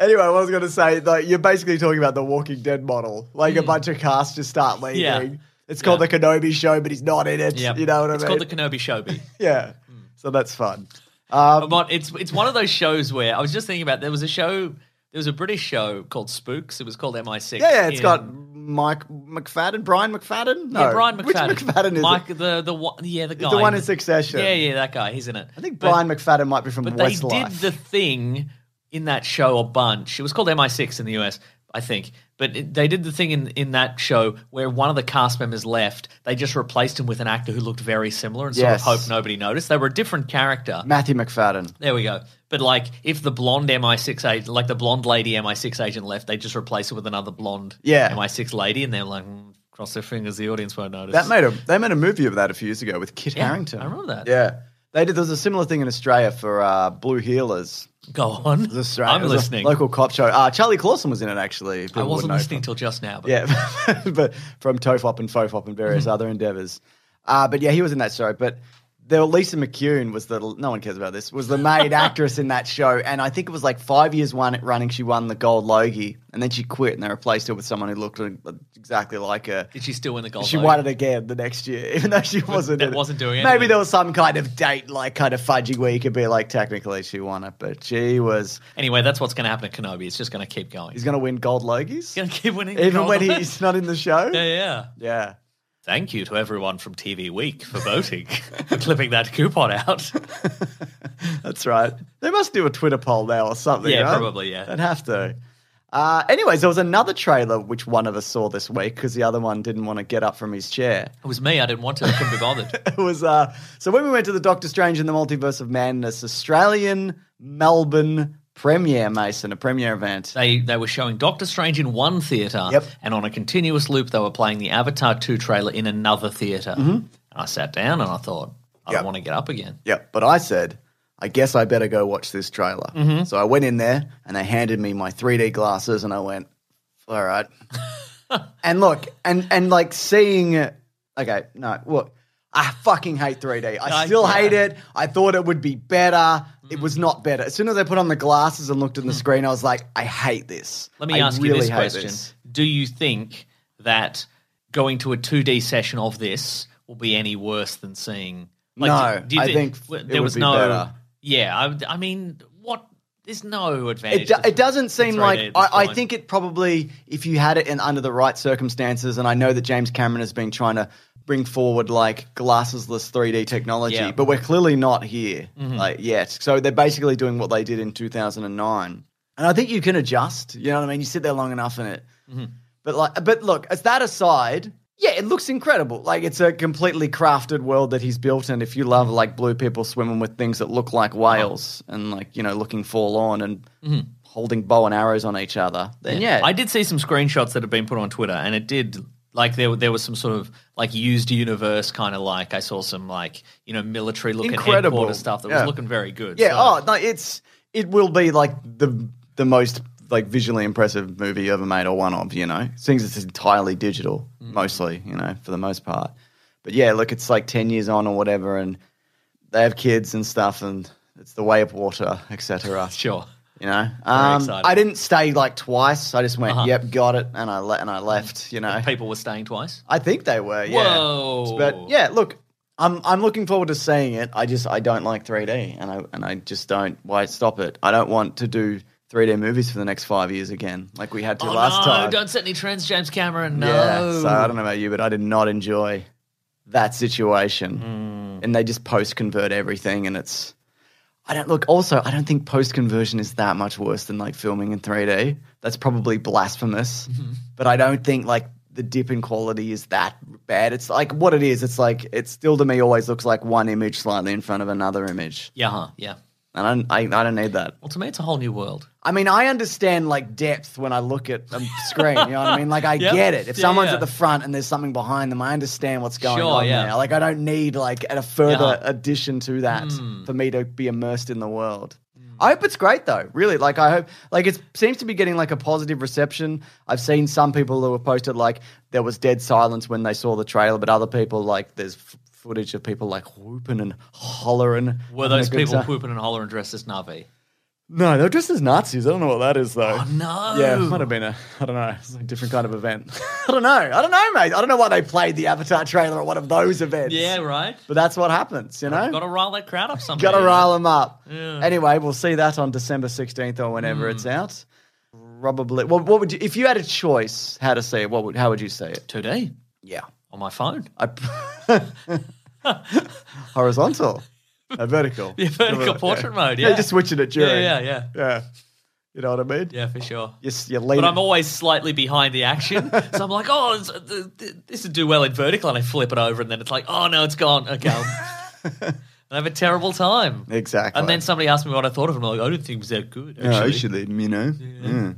S2: Anyway, what I was going to say, like, you're basically talking about the Walking Dead model. Like a bunch of casts just start leaving.
S3: Hmm. Yeah.
S2: It's called
S3: Yeah.
S2: the Kenobi Show, but he's not in it.
S3: Yeah,
S2: You know what
S3: it's
S2: I mean?
S3: called the Hmm. Kenobi Shobi.
S2: yeah. So that's fun. Um,
S3: but it's it's one of those shows where I was just thinking about there was a show there was a British show called Spooks. It was called MI6.
S2: Yeah, yeah, it's
S3: in-
S2: got Mike McFadden, Brian McFadden. No,
S3: yeah, Brian McFadden.
S2: Which McFadden is
S3: Mike,
S2: it?
S3: the the one, yeah, the guy,
S2: one in Succession.
S3: Yeah, yeah, that guy. He's in it.
S2: I think
S3: But-
S2: Brian McFadden might be from
S3: But they did
S2: Westlife.
S3: the thing in that show a bunch. It was called MI6 in the US, I think. But it, they did the thing in, in that show where one of the cast members left. They just replaced him with an actor who looked very similar and sort
S2: Yes.
S3: of hoped nobody noticed. They were a different character.
S2: Matthew McFadden.
S3: There we go. But like, if the blonde MI6 agent, like the blonde lady MI6 agent left, they just replace it with another blonde
S2: Yeah.
S3: MI6 lady, and they're like, mm, cross their fingers, the audience won't notice.
S2: That made a they made a movie of that a few years ago with Kit
S3: Yeah,
S2: Harrington.
S3: I remember that.
S2: Yeah, they did. There was a similar thing in Australia for uh, Blue Healers.
S3: go on.
S2: It was Australia.
S3: I'm
S2: it was a
S3: listening.
S2: local cop show. Uh, Charlie Clausen was in it actually.
S3: I wasn't listening
S2: to.
S3: till just now. But
S2: Yeah, but from Tofop and Fofop and various
S3: Mm-hmm.
S2: other endeavors. Uh, but yeah, he was in that show. But there, Lisa McCune was the no one cares about this was the main actress in that show, and I think it was like five years one running. She won the Gold Logie, and then she quit, and they replaced her with someone who looked exactly like her.
S3: did she still win the gold?
S2: She
S3: Logie?
S2: won it again the next year, even though she wasn't.
S3: that
S2: in it.
S3: wasn't doing
S2: Maybe
S3: anything.
S2: there was some kind of date, like kind of fudging, where you could be like, technically she won it, but she was.
S3: Anyway, that's what's going to happen to Kenobi. It's just going to keep going.
S2: He's
S3: He's
S2: going to win Gold Logies,
S3: going to keep winning, the
S2: even
S3: gold
S2: when
S3: Logie.
S2: he's not in the show.
S3: yeah, yeah.
S2: yeah.
S3: Thank you to everyone from TV Week for voting for clipping that coupon out.
S2: That's right. They must do a Twitter poll now or something.
S3: Yeah,
S2: right?
S3: probably, yeah.
S2: They'd have to. Uh, anyways, there was another trailer which one of us saw this week because the other one didn't want to get up from his chair.
S3: It was me. I didn't want to. I couldn't be bothered.
S2: It was uh, so when we went to the Doctor Strange in the Multiverse of Madness Australian Melbourne premiere, Mason, a premiere event.
S3: They they were showing Doctor Strange in one theater,
S2: Yep.
S3: and on a continuous loop, they were playing the Avatar two trailer in another theater. And I sat down and I thought, I
S2: Mm-hmm. Yep.
S3: don't want to get up again.
S2: Yeah, but I said, I guess I better go watch this trailer.
S3: Mm-hmm.
S2: So I went in there and they handed me my 3D glasses and I went, all right, and look, and and like seeing. Okay, no, look, I fucking hate 3D. I
S3: I-
S2: still
S3: yeah. Mm.
S2: hate it. I thought it would be better. It was not better. As soon as I put on the glasses and looked at the screen, I was like, I hate this.
S3: Let me
S2: I
S3: ask you
S2: really
S3: this
S2: hate
S3: question:
S2: this.
S3: Do you think that going to a 2D session of this will be any worse than seeing?
S2: No,
S3: do- do you
S2: I
S3: thi-
S2: think
S3: w-
S2: it
S3: there
S2: would
S3: was
S2: be
S3: no.
S2: better.
S3: Yeah, I, would- I mean, what? There's no advantage.
S2: It, do,
S3: to-
S2: it doesn't
S3: to
S2: seem
S3: 3D
S2: like
S3: at this
S2: I, I
S3: point.
S2: think it probably if you had it in under the right circumstances and I know that James Cameron has been trying to bring forward like glassesless 3D technology
S3: Yeah. Mm-hmm.
S2: but we're clearly not here like yet so they're basically doing what they did in 2009 and I think you can adjust you know what I mean you sit there long enough and it but like but look as that aside yeah it looks incredible like it's a completely crafted world that he's built and if you love like blue people swimming with things that look like whales and like you know looking forlorn and holding bow and arrows on each other, then yeah,
S3: I did see some screenshots that have been put on Twitter, and it did like there there was some sort of like used universe kind of like I saw some like you know military looking
S2: Incredible.
S3: headquarter stuff that
S2: Yeah.
S3: was looking very good.
S2: yeah.
S3: So-
S2: Oh no, it's it will be like the the most like visually impressive movie ever made or one of you know. Since it's entirely digital,
S3: Mm.
S2: mostly you know for the most part. But yeah, look, it's like ten years on or whatever, and they have kids and stuff, and it's the way of water, etc.
S3: sure.
S2: You know, um,
S3: exciting. Uh-huh.
S2: I didn't stay like twice. I just went, "Yep, got it," and I le- and I left. You know,
S3: People were staying twice.
S2: I think they were. Yeah.
S3: Whoa.
S2: But yeah, look, I'm I'm looking forward to seeing it. I just I don't like 3D, and I and I just don't. Why stop it? I don't want to do 3D movies for the next five years again, like we had to
S3: Oh,
S2: last
S3: no,
S2: time.
S3: don't set any trends, James Cameron. No.
S2: Yeah. So I don't know about you, but I did not enjoy that situation. And they just post convert everything, and it's. I don't look. Also, I don't think post conversion is that much worse than like filming in 3D. That's probably blasphemous, but I don't think like the dip in quality is that bad. It's like what it is. It's like it still to me always looks like one image slightly in front of another image,
S3: Yeah, huh, yeah.
S2: and I don't, I, I don't need that.
S3: Well, to me, it's a whole new world.
S2: I mean, I understand like depth when I look at a screen. You know what I mean? Like I
S3: Yep.
S2: get it. If
S3: Yeah,
S2: someone's
S3: yeah.
S2: at the front and there's something behind them, I understand what's going
S3: Sure,
S2: on
S3: yeah.
S2: there. Like I don't need like a further
S3: Yeah. Hmm.
S2: addition to that for me to be immersed in the world. I hope it's great though. Really, like I hope like it seems to be getting like a positive reception. I've seen some people who have posted like there was dead silence when they saw the trailer, but other people like there's f- footage of people like whooping and hollering. having
S3: Were
S2: a
S3: those
S2: good
S3: people
S2: time.
S3: whooping and hollering dressed as Navi?
S2: No, they're just as Nazis. I don't know what that is though.
S3: Oh, no.
S2: Yeah, it might have been a, I don't know, it's a different kind of event. I don't know. I don't know, mate. I don't know why they played the Avatar trailer at one of those events.
S3: Yeah, right.
S2: But that's what happens, you know?
S3: Got to rile that crowd up somehow.
S2: Gotta rile them up. Anyway, we'll see that on December 16th or whenever
S3: Hmm.
S2: it's out. Probably. Well, what would you, if you had a choice how to say it, what would, how would you say it?
S3: 2D
S2: Yeah.
S3: on my phone.
S2: I, horizontal. No, vertical.
S3: Yeah, vertical portrait mode,
S2: you
S3: yeah.
S2: just switching it
S3: Yeah,
S2: during.
S3: yeah, yeah.
S2: Yeah. You know what I mean?
S3: Yeah, for sure.
S2: You're, s- you're
S3: But
S2: leaning-
S3: I'm always slightly behind the action. so I'm like, oh, it's- th- th- this would do well in vertical. And I flip it over, and then it's like, oh, no, it's gone. Okay. I'll- and I have a terrible time.
S2: Exactly.
S3: And then somebody asked me what I thought of him. I'm like, I didn't think it was that good, actually.
S2: Yeah, actually, you know.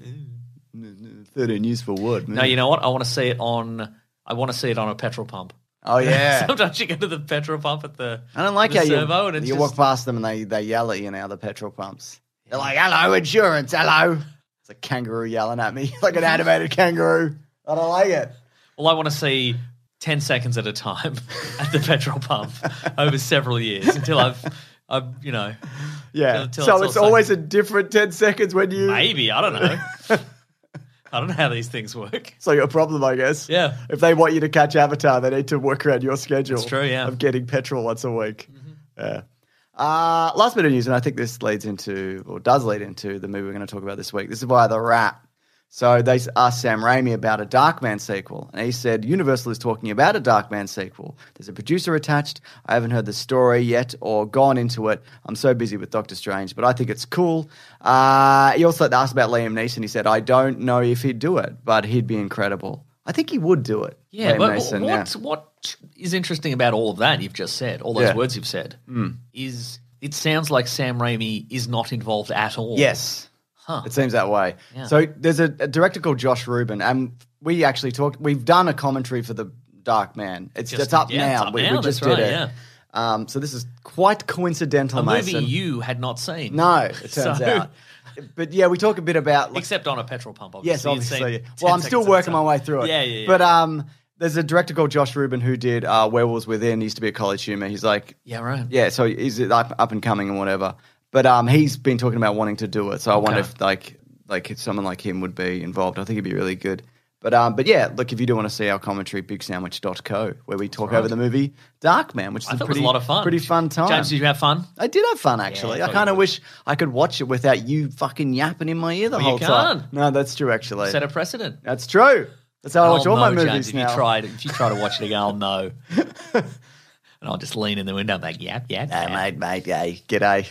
S2: Yeah. Thirteen years for what?
S3: No, you know what? I want to see it on. I want to see it on a petrol pump.
S2: Oh yeah.
S3: Sometimes you go to the petrol pump at the.
S2: I don't like
S3: the
S2: how you,
S3: servo and it's
S2: you
S3: just,
S2: walk past them and they, they yell at you now. The petrol pumps. They're like, "Hello, insurance. Hello." It's a kangaroo yelling at me like an animated kangaroo. I don't like it.
S3: Well, I want to see ten seconds at a time at the petrol pump over several years until I've, I've you know,
S2: Yeah.
S3: Till- till
S2: so
S3: it's
S2: it's
S3: all
S2: always a different ten seconds when you.
S3: maybe I don't know. I don't know how these things work.
S2: So your problem, I guess.
S3: Yeah.
S2: If they want you to catch Avatar, they need to work around your schedule.
S3: That's true, yeah.
S2: Of getting petrol once a week. Yeah. Uh, last bit of news, and I think this leads into, or does lead into, the movie we're going to talk about this week. This is via The Rat. So they s- asked Sam Raimi about a Darkman sequel, and he said Universal is talking about a Darkman sequel. There's a producer attached. I haven't heard the story yet or gone into it. I'm so busy with Doctor Strange, but I think it's cool. Uh, he also asked about Liam Neeson. He said I don't know if he'd do it, but he'd be incredible. I think he would do it.
S3: Yeah,
S2: Liam
S3: but
S2: Neeson, yeah.
S3: what what is interesting about all of that you've just said, all those
S2: Yeah. Hmm.
S3: words you've said, is it sounds like Sam Raimi is not involved at all.
S2: Yes. It seems that way. So there's a, a director called Josh Rubin, and we actually talked. We've done a commentary for the Dark Man. It's
S3: Just-
S2: it's up
S3: yeah,
S2: now.
S3: it's up
S2: we, we
S3: now,
S2: just
S3: that's
S2: did it.
S3: right, yeah.
S2: Um, so this is quite coincidental,
S3: a movie
S2: Mason.
S3: you had not seen.
S2: no, it turns
S3: So-
S2: out. but yeah, we talk a bit about like,
S3: Except on a petrol pump, obviously.
S2: Yes,
S3: You've seen
S2: obviously. yeah.
S3: 10
S2: Well, I'm still
S3: seconds at a
S2: working my
S3: time.
S2: way through it.
S3: Yeah, yeah, yeah.
S2: But um, there's a director called Josh Rubin who did uh, Werewolves Within. He used to be at college humor. He's like,
S3: yeah, right.
S2: yeah, so he's up, up and coming and whatever. But um, he's been talking about wanting to do it. So I wonder
S3: Okay.
S2: if like like if someone like him would be involved. I think he'd be really good. But um, but yeah, look, if you do want to see our commentary, bigsandwich.co, where we talk over the movie Darkman, which is
S3: I
S2: a
S3: thought
S2: pretty,
S3: it was a lot of fun.
S2: pretty fun time.
S3: James, did you have fun?
S2: I did have fun actually. I
S3: thought
S2: kind
S3: you
S2: of wish I could watch it without you fucking yapping in my ear the
S3: Well, you
S2: whole time.
S3: can't.
S2: No, that's true actually.
S3: Set a precedent.
S2: That's true. That's how I watch
S3: I'll
S2: all my
S3: know,
S2: movies
S3: James, if
S2: now.
S3: You tried, if you try to watch it again, I'll know. and I'll just lean in the window and be like, yap, yap,
S2: Hey,
S3: yap.
S2: mate, mate, hey, g'day.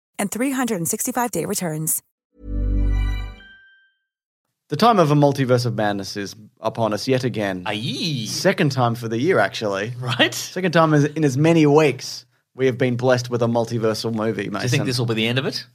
S4: and 365-day returns.
S2: The time of a multiverse of madness is upon us yet again.
S3: Aye.
S2: Second time for the year, actually.
S3: Right?
S2: Second time is- in as many weeks we have been blessed with a multiversal movie, Mason.
S3: Do you think this will be the end of it?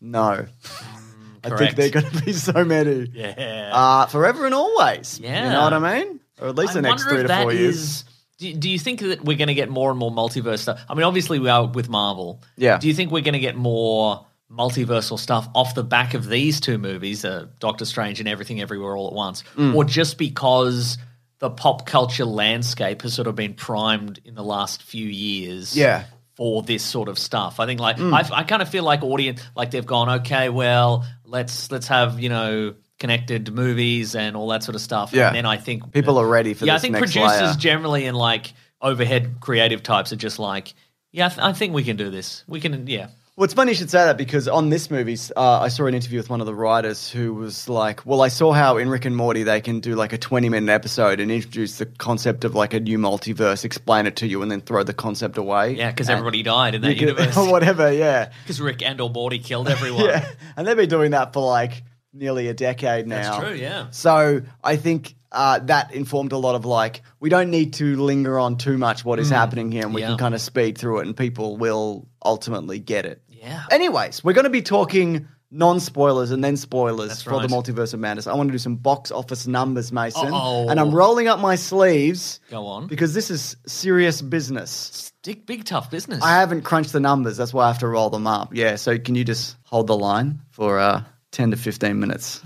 S2: No. I think
S3: correct.
S2: there are going to be so many.
S3: Yeah.
S2: Uh, forever and always. You
S3: Yeah.
S2: know what I mean? Or at least the
S3: I
S2: next
S3: wonder
S2: three
S3: if
S2: to
S3: that
S2: four years.
S3: is- Do, do you think that we're going to get more and more multiverse stuff? I mean, obviously we are with Marvel.
S2: Yeah.
S3: Do you think we're going to get more multiversal stuff off the back of these two movies, uh, Doctor Strange and Everything Everywhere All at Once,
S2: Mm.
S3: or just because the pop culture landscape has sort of been primed in the last few years?
S2: Yeah. Mm.
S3: For this sort of stuff, I think like I, I kind of feel like audience like they've gone okay, well let's let's have you know connected movies and all that sort of stuff,
S2: Yeah.
S3: and then I think
S2: People are ready for
S3: yeah,
S2: this
S3: I think
S2: next
S3: producers
S2: layer.
S3: generally and like overhead creative types are just like, yeah, I, th- I think we can do this. We can, yeah.
S2: Well, it's funny you should say that because on this movie, uh, I saw an interview with one of the writers who was like, "Well, I saw how in Rick and Morty they can do like a twenty-minute episode and introduce the concept of like a new multiverse, explain it to you, and then throw the concept away."
S3: Yeah, because
S2: And
S3: everybody died in
S2: you
S3: that
S2: could-
S3: universe.
S2: or whatever. Yeah,
S3: Because Rick and or Morty killed everyone.
S2: yeah, and they've been doing that for like nearly a decade now.
S3: true, yeah.
S2: So I think uh, that informed a lot of like, we don't need to linger on too much what is happening here, and we
S3: Mm. yeah.
S2: can kind of speed through it, and people will ultimately get it.
S3: Yeah.
S2: Anyways, we're going to be talking non spoilers and then spoilers
S3: That's
S2: for
S3: right.
S2: the Multiverse of Madness. I want to do some box office numbers, Mason.
S3: Uh-oh.
S2: And I'm rolling up my sleeves
S3: Go on.
S2: because this is serious business.
S3: Big, big tough business.
S2: I haven't crunched the numbers. That's why I have to roll them up. Yeah. So can you just hold the line for uh, 10 to 15 minutes?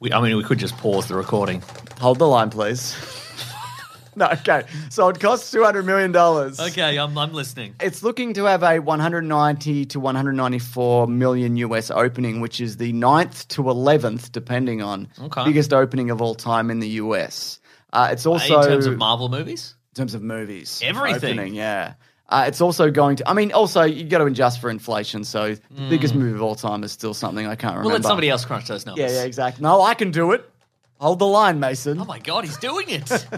S3: we, I mean, we could just pause the recording.
S2: Hold the line, please. no, okay. So it costs $200 million.
S3: Okay, I'm, I'm listening.
S2: It's looking to have a 190 to 194 million US opening, which is the 9th to 11th, depending on
S3: Okay.
S2: biggest opening of all time in the US. Uh, it's also
S3: in terms of Marvel movies,
S2: in terms of movies,
S3: Everything.
S2: opening, yeah. Uh, it's also going to. I mean, also you got to adjust for inflation. So the biggest movie of all time is still something I can't remember.
S3: Mm. we'll let somebody else crunch those numbers.
S2: Yeah, yeah, exactly. No, I can do it. Hold the line, Mason.
S3: Oh my god, he's doing it.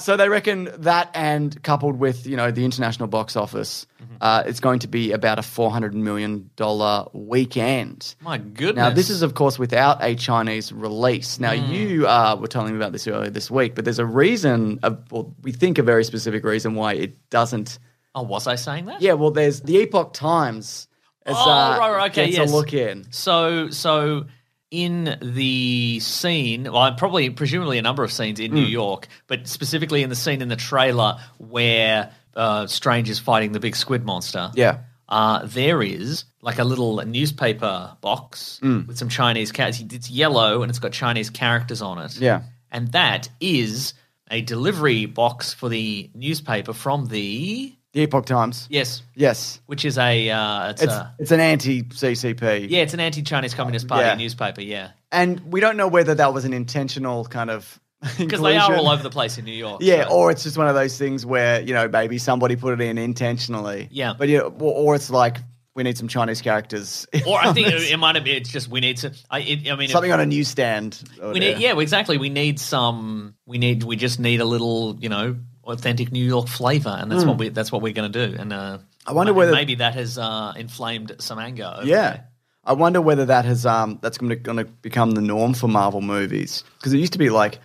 S2: So they reckon that, and coupled with you know the international box office,
S3: Mm-hmm.
S2: uh, it's going to be about a four hundred million dollar weekend.
S3: my goodness. Mm.
S2: Now, this is, of course, without a Chinese release. Now, you uh, were telling me about this earlier this week, but there's a reason, a, well, we think a very specific reason why it doesn't.
S3: Oh, was I saying that?
S2: Yeah, well, there's the Epoch Times. As,
S3: Oh, right, right, okay,
S2: gets
S3: yes.
S2: a look in.
S3: So, so in the scene, well, probably presumably a number of scenes in New
S2: Hmm.
S3: York, but specifically in the scene in the trailer where uh, Strange is fighting the big squid monster.
S2: Yeah.
S3: Uh, there is like a little newspaper box
S2: Hmm.
S3: with some Chinese cats. It's yellow and it's got Chinese characters on it.
S2: Yeah.
S3: And that is a delivery box for the newspaper from the.
S2: The Epoch Times.
S3: Yes.
S2: Yes.
S3: Which is a. Uh, it's,
S2: It's,
S3: a
S2: it's an anti CCP.
S3: yeah, it's an anti Chinese Communist Party
S2: Yeah.
S3: newspaper, yeah.
S2: And we don't know whether that was an intentional kind of.
S3: Because they are all over the place in New York.
S2: Yeah,
S3: so-
S2: or it's just one of those things where you know maybe somebody put it in intentionally.
S3: Yeah.
S2: but yeah, or, or it's like we need some Chinese characters,
S3: or I think it, it might have been it's just we need to. I, it, I mean,
S2: something
S3: if,
S2: on a newsstand. or
S3: We
S2: whatever.
S3: need, yeah, well, exactly. We need some. We need. We just need a little, you know, authentic New York flavor, and that's what we. That's what we're going to do. And uh,
S2: Mm. I wonder
S3: and
S2: whether-
S3: maybe that has uh, inflamed some anger. over
S2: yeah.
S3: there.
S2: I wonder whether that has um that's going to going to become the norm for Marvel movies because it used to be like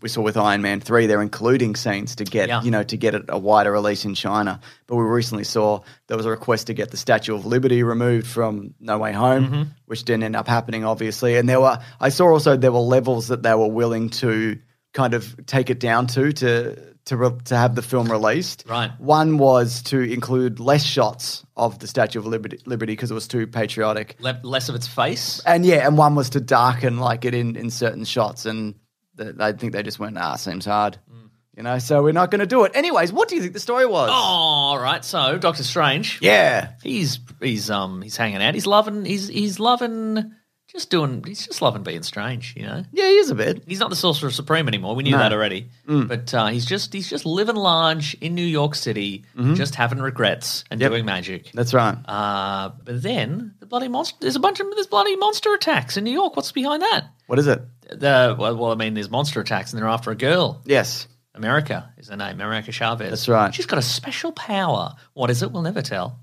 S2: we saw with Iron Man three, they're including scenes to get
S3: Yeah.
S2: you know to get it a wider release in China. But we recently saw there was a request to get the Statue of Liberty removed from No Way Home, which didn't end up happening, obviously. And there were I saw also there were levels that they were willing to kind of take it down to to to re- to have the film released.
S3: Right.
S2: One was to include less shots of the Statue of Liberty because it was too patriotic.
S3: Le- less of its face.
S2: And yeah, and one was to darken like it in in certain shots, and th- I think they just went, ah, seems hard,
S3: Mm.
S2: you know. So we're not going to do it. Anyways, what do you think the story was?
S3: Oh. All right, so Doctor Strange.
S2: yeah,
S3: He's he's um he's hanging out. He's loving. He's he's loving. Just doing. He's just loving being strange. You know.
S2: yeah, he is a bit.
S3: he's not the sorcerer supreme anymore. We knew
S2: No. Mm.
S3: that already. But uh, he's just he's just living large in New York City,
S2: Mm-hmm.
S3: just having regrets and doing magic.
S2: That's right.
S3: Uh, but then the bloody monster. There's a bunch of there's bloody monster attacks in New York. What's behind that?
S2: what is it?
S3: The well, well, I mean, there's monster attacks, and they're after a girl.
S2: Yes,
S3: America is her name, America Chavez.
S2: That's right.
S3: She's got a special power. What is it? We'll never tell.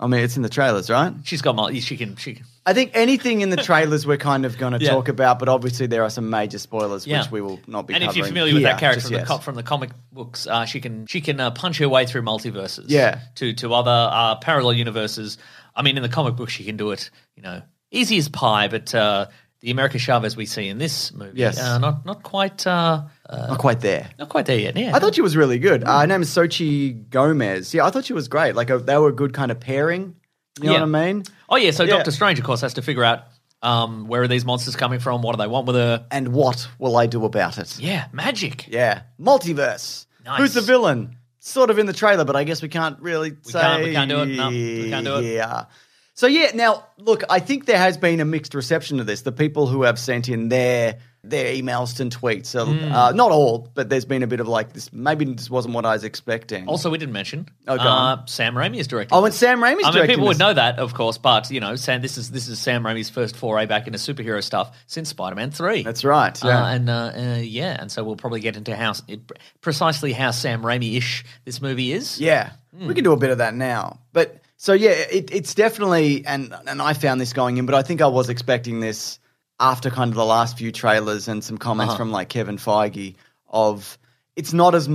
S2: I mean it's in the trailers, right?
S3: She's got my. She can. She. Can,
S2: I think anything in the trailers we're kind of going to
S3: Yeah.
S2: talk about, but obviously there are some major spoilers
S3: Yeah.
S2: which we will not be.
S3: and if you're
S2: covering
S3: familiar with
S2: here
S3: that character
S2: just
S3: from the,
S2: yet.
S3: co- from the comic books, uh, she can she can uh, punch her way through multiverses.
S2: Yeah.
S3: To to other uh, parallel universes. I mean, in the comic book, she can do it. You know, easy as pie. But uh, the America Chavez we see in this movie,
S2: Yes.
S3: uh, not not quite uh, uh,
S2: not quite there.
S3: not quite there yet. Yeah.
S2: I thought she was really good. Uh, her
S3: Mm.
S2: name is Sochi Gomez. Yeah, I thought she was great. Like a, they were a good kind of pairing. You know
S3: Yeah.
S2: what I mean?
S3: Oh yeah. So
S2: Yeah.
S3: Doctor Strange, of course, has to figure out um, where are these monsters coming from? What do they want with her?
S2: And what will I do about it?
S3: Yeah, magic.
S2: Yeah. Multiverse.
S3: Nice.
S2: Who's the villain? Sort of in the trailer, but I guess we can't really say.
S3: can't- we can't do it. No, we can't do it.
S2: Yeah. So, yeah, now, look, I think there has been a mixed reception to this. The people who have sent in their their emails and tweets, uh,
S3: Mm.
S2: uh, not all, but there's been a bit of like this, maybe this wasn't what I was expecting.
S3: Also, we didn't mention
S2: Oh, go
S3: uh, Sam Raimi is directing.
S2: oh, and
S3: this.
S2: Sam Raimi's
S3: I mean,
S2: directing
S3: people would
S2: this.
S3: know that, of course, but you know, Sam, this is this is Sam Raimi's first foray back into superhero stuff since Spider-Man Three.
S2: That's right. Yeah.
S3: uh, and uh, uh, yeah, and so we'll probably get into how precisely how Sam Raimi-ish this movie is.
S2: Yeah, we can do a bit of that now. But so yeah, it, it's definitely and and I found this going in, but I think I was expecting this after kind of the last few trailers and some comments
S3: Uh-huh.
S2: from like Kevin Feige of it's not as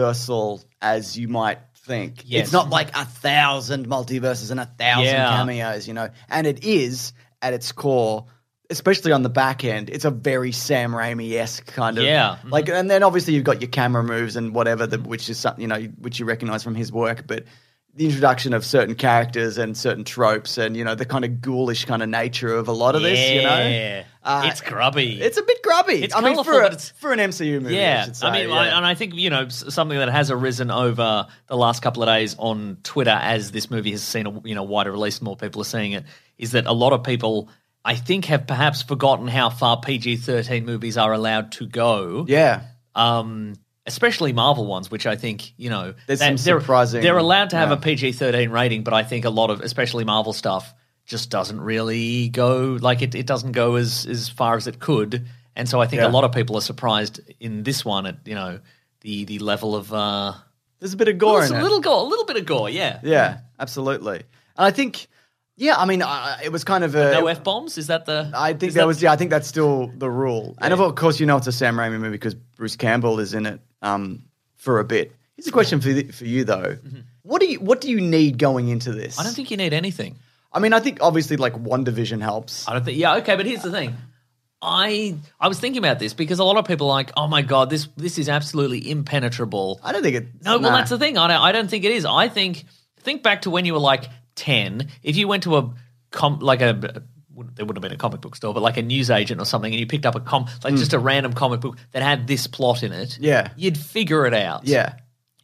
S2: multiversal as you might think.
S3: Yes.
S2: It's not like a thousand multiverses and a thousand
S3: Yeah.
S2: cameos, you know, and it is. at its core, especially on the back end, it's a very Sam Raimi esque kind of
S3: Yeah. mm-hmm.
S2: Like, and then obviously you've got your camera moves and whatever, that which is something you know which you recognize from his work, but. The introduction of certain characters and certain tropes, and you know the kind of ghoulish kind of nature of a lot of this, you know, Uh,
S3: Yeah. It's grubby.
S2: It's a bit grubby.
S3: It's
S2: I mean,
S3: colourful,
S2: for,
S3: but
S2: a,
S3: it's-
S2: for an MCU movie, I
S3: Yeah,
S2: should say.
S3: I mean,
S2: yeah.
S3: I, and I think you know s- something that has arisen over the last couple of days on Twitter as this movie has seen a you know wider release, and more people are seeing it, is that a lot of people I think have perhaps forgotten how far PG thirteen movies are allowed to go.
S2: yeah.
S3: Um, especially Marvel ones, which I think you know
S2: There's
S3: that-
S2: some
S3: they're,
S2: surprising-
S3: They're allowed to have
S2: yeah.
S3: a PG thirteen rating, but I think a lot of especially Marvel stuff just doesn't really go like it. It doesn't go as as far as it could, and so I think
S2: Yeah.
S3: a lot of people are surprised in this one at you know the the level of uh,
S2: There's a bit of gore
S3: it's
S2: in
S3: a
S2: it.
S3: little gore, a little bit of gore, yeah.
S2: Yeah, absolutely. And I think, yeah, I mean, uh, it was kind of a.
S3: No f bombs? Is that the?
S2: I think that, was yeah. I think that's still the rule. And of course, you know it's a Sam Raimi movie because Bruce Campbell is in it um, for a bit. Here's a question for th- for you though. What do you what do you need going into this?
S3: Mm-hmm. I don't think you need anything.
S2: I mean, I think obviously like One Division helps.
S3: I don't think. Yeah, okay, but here's the thing. I I was thinking about this because a lot of people are like, oh my god, this this is absolutely impenetrable.
S2: I don't think it.
S3: no,
S2: nah.
S3: well that's the thing. I don't, I don't think it is. I think think back to when you were like ten. If you went to a com like a wouldn't- there wouldn't have been a comic book store, but like a newsagent or something, and you picked up a com like just a random comic book that had this plot in it.
S2: Hmm. Yeah.
S3: you'd figure it out
S2: Yeah,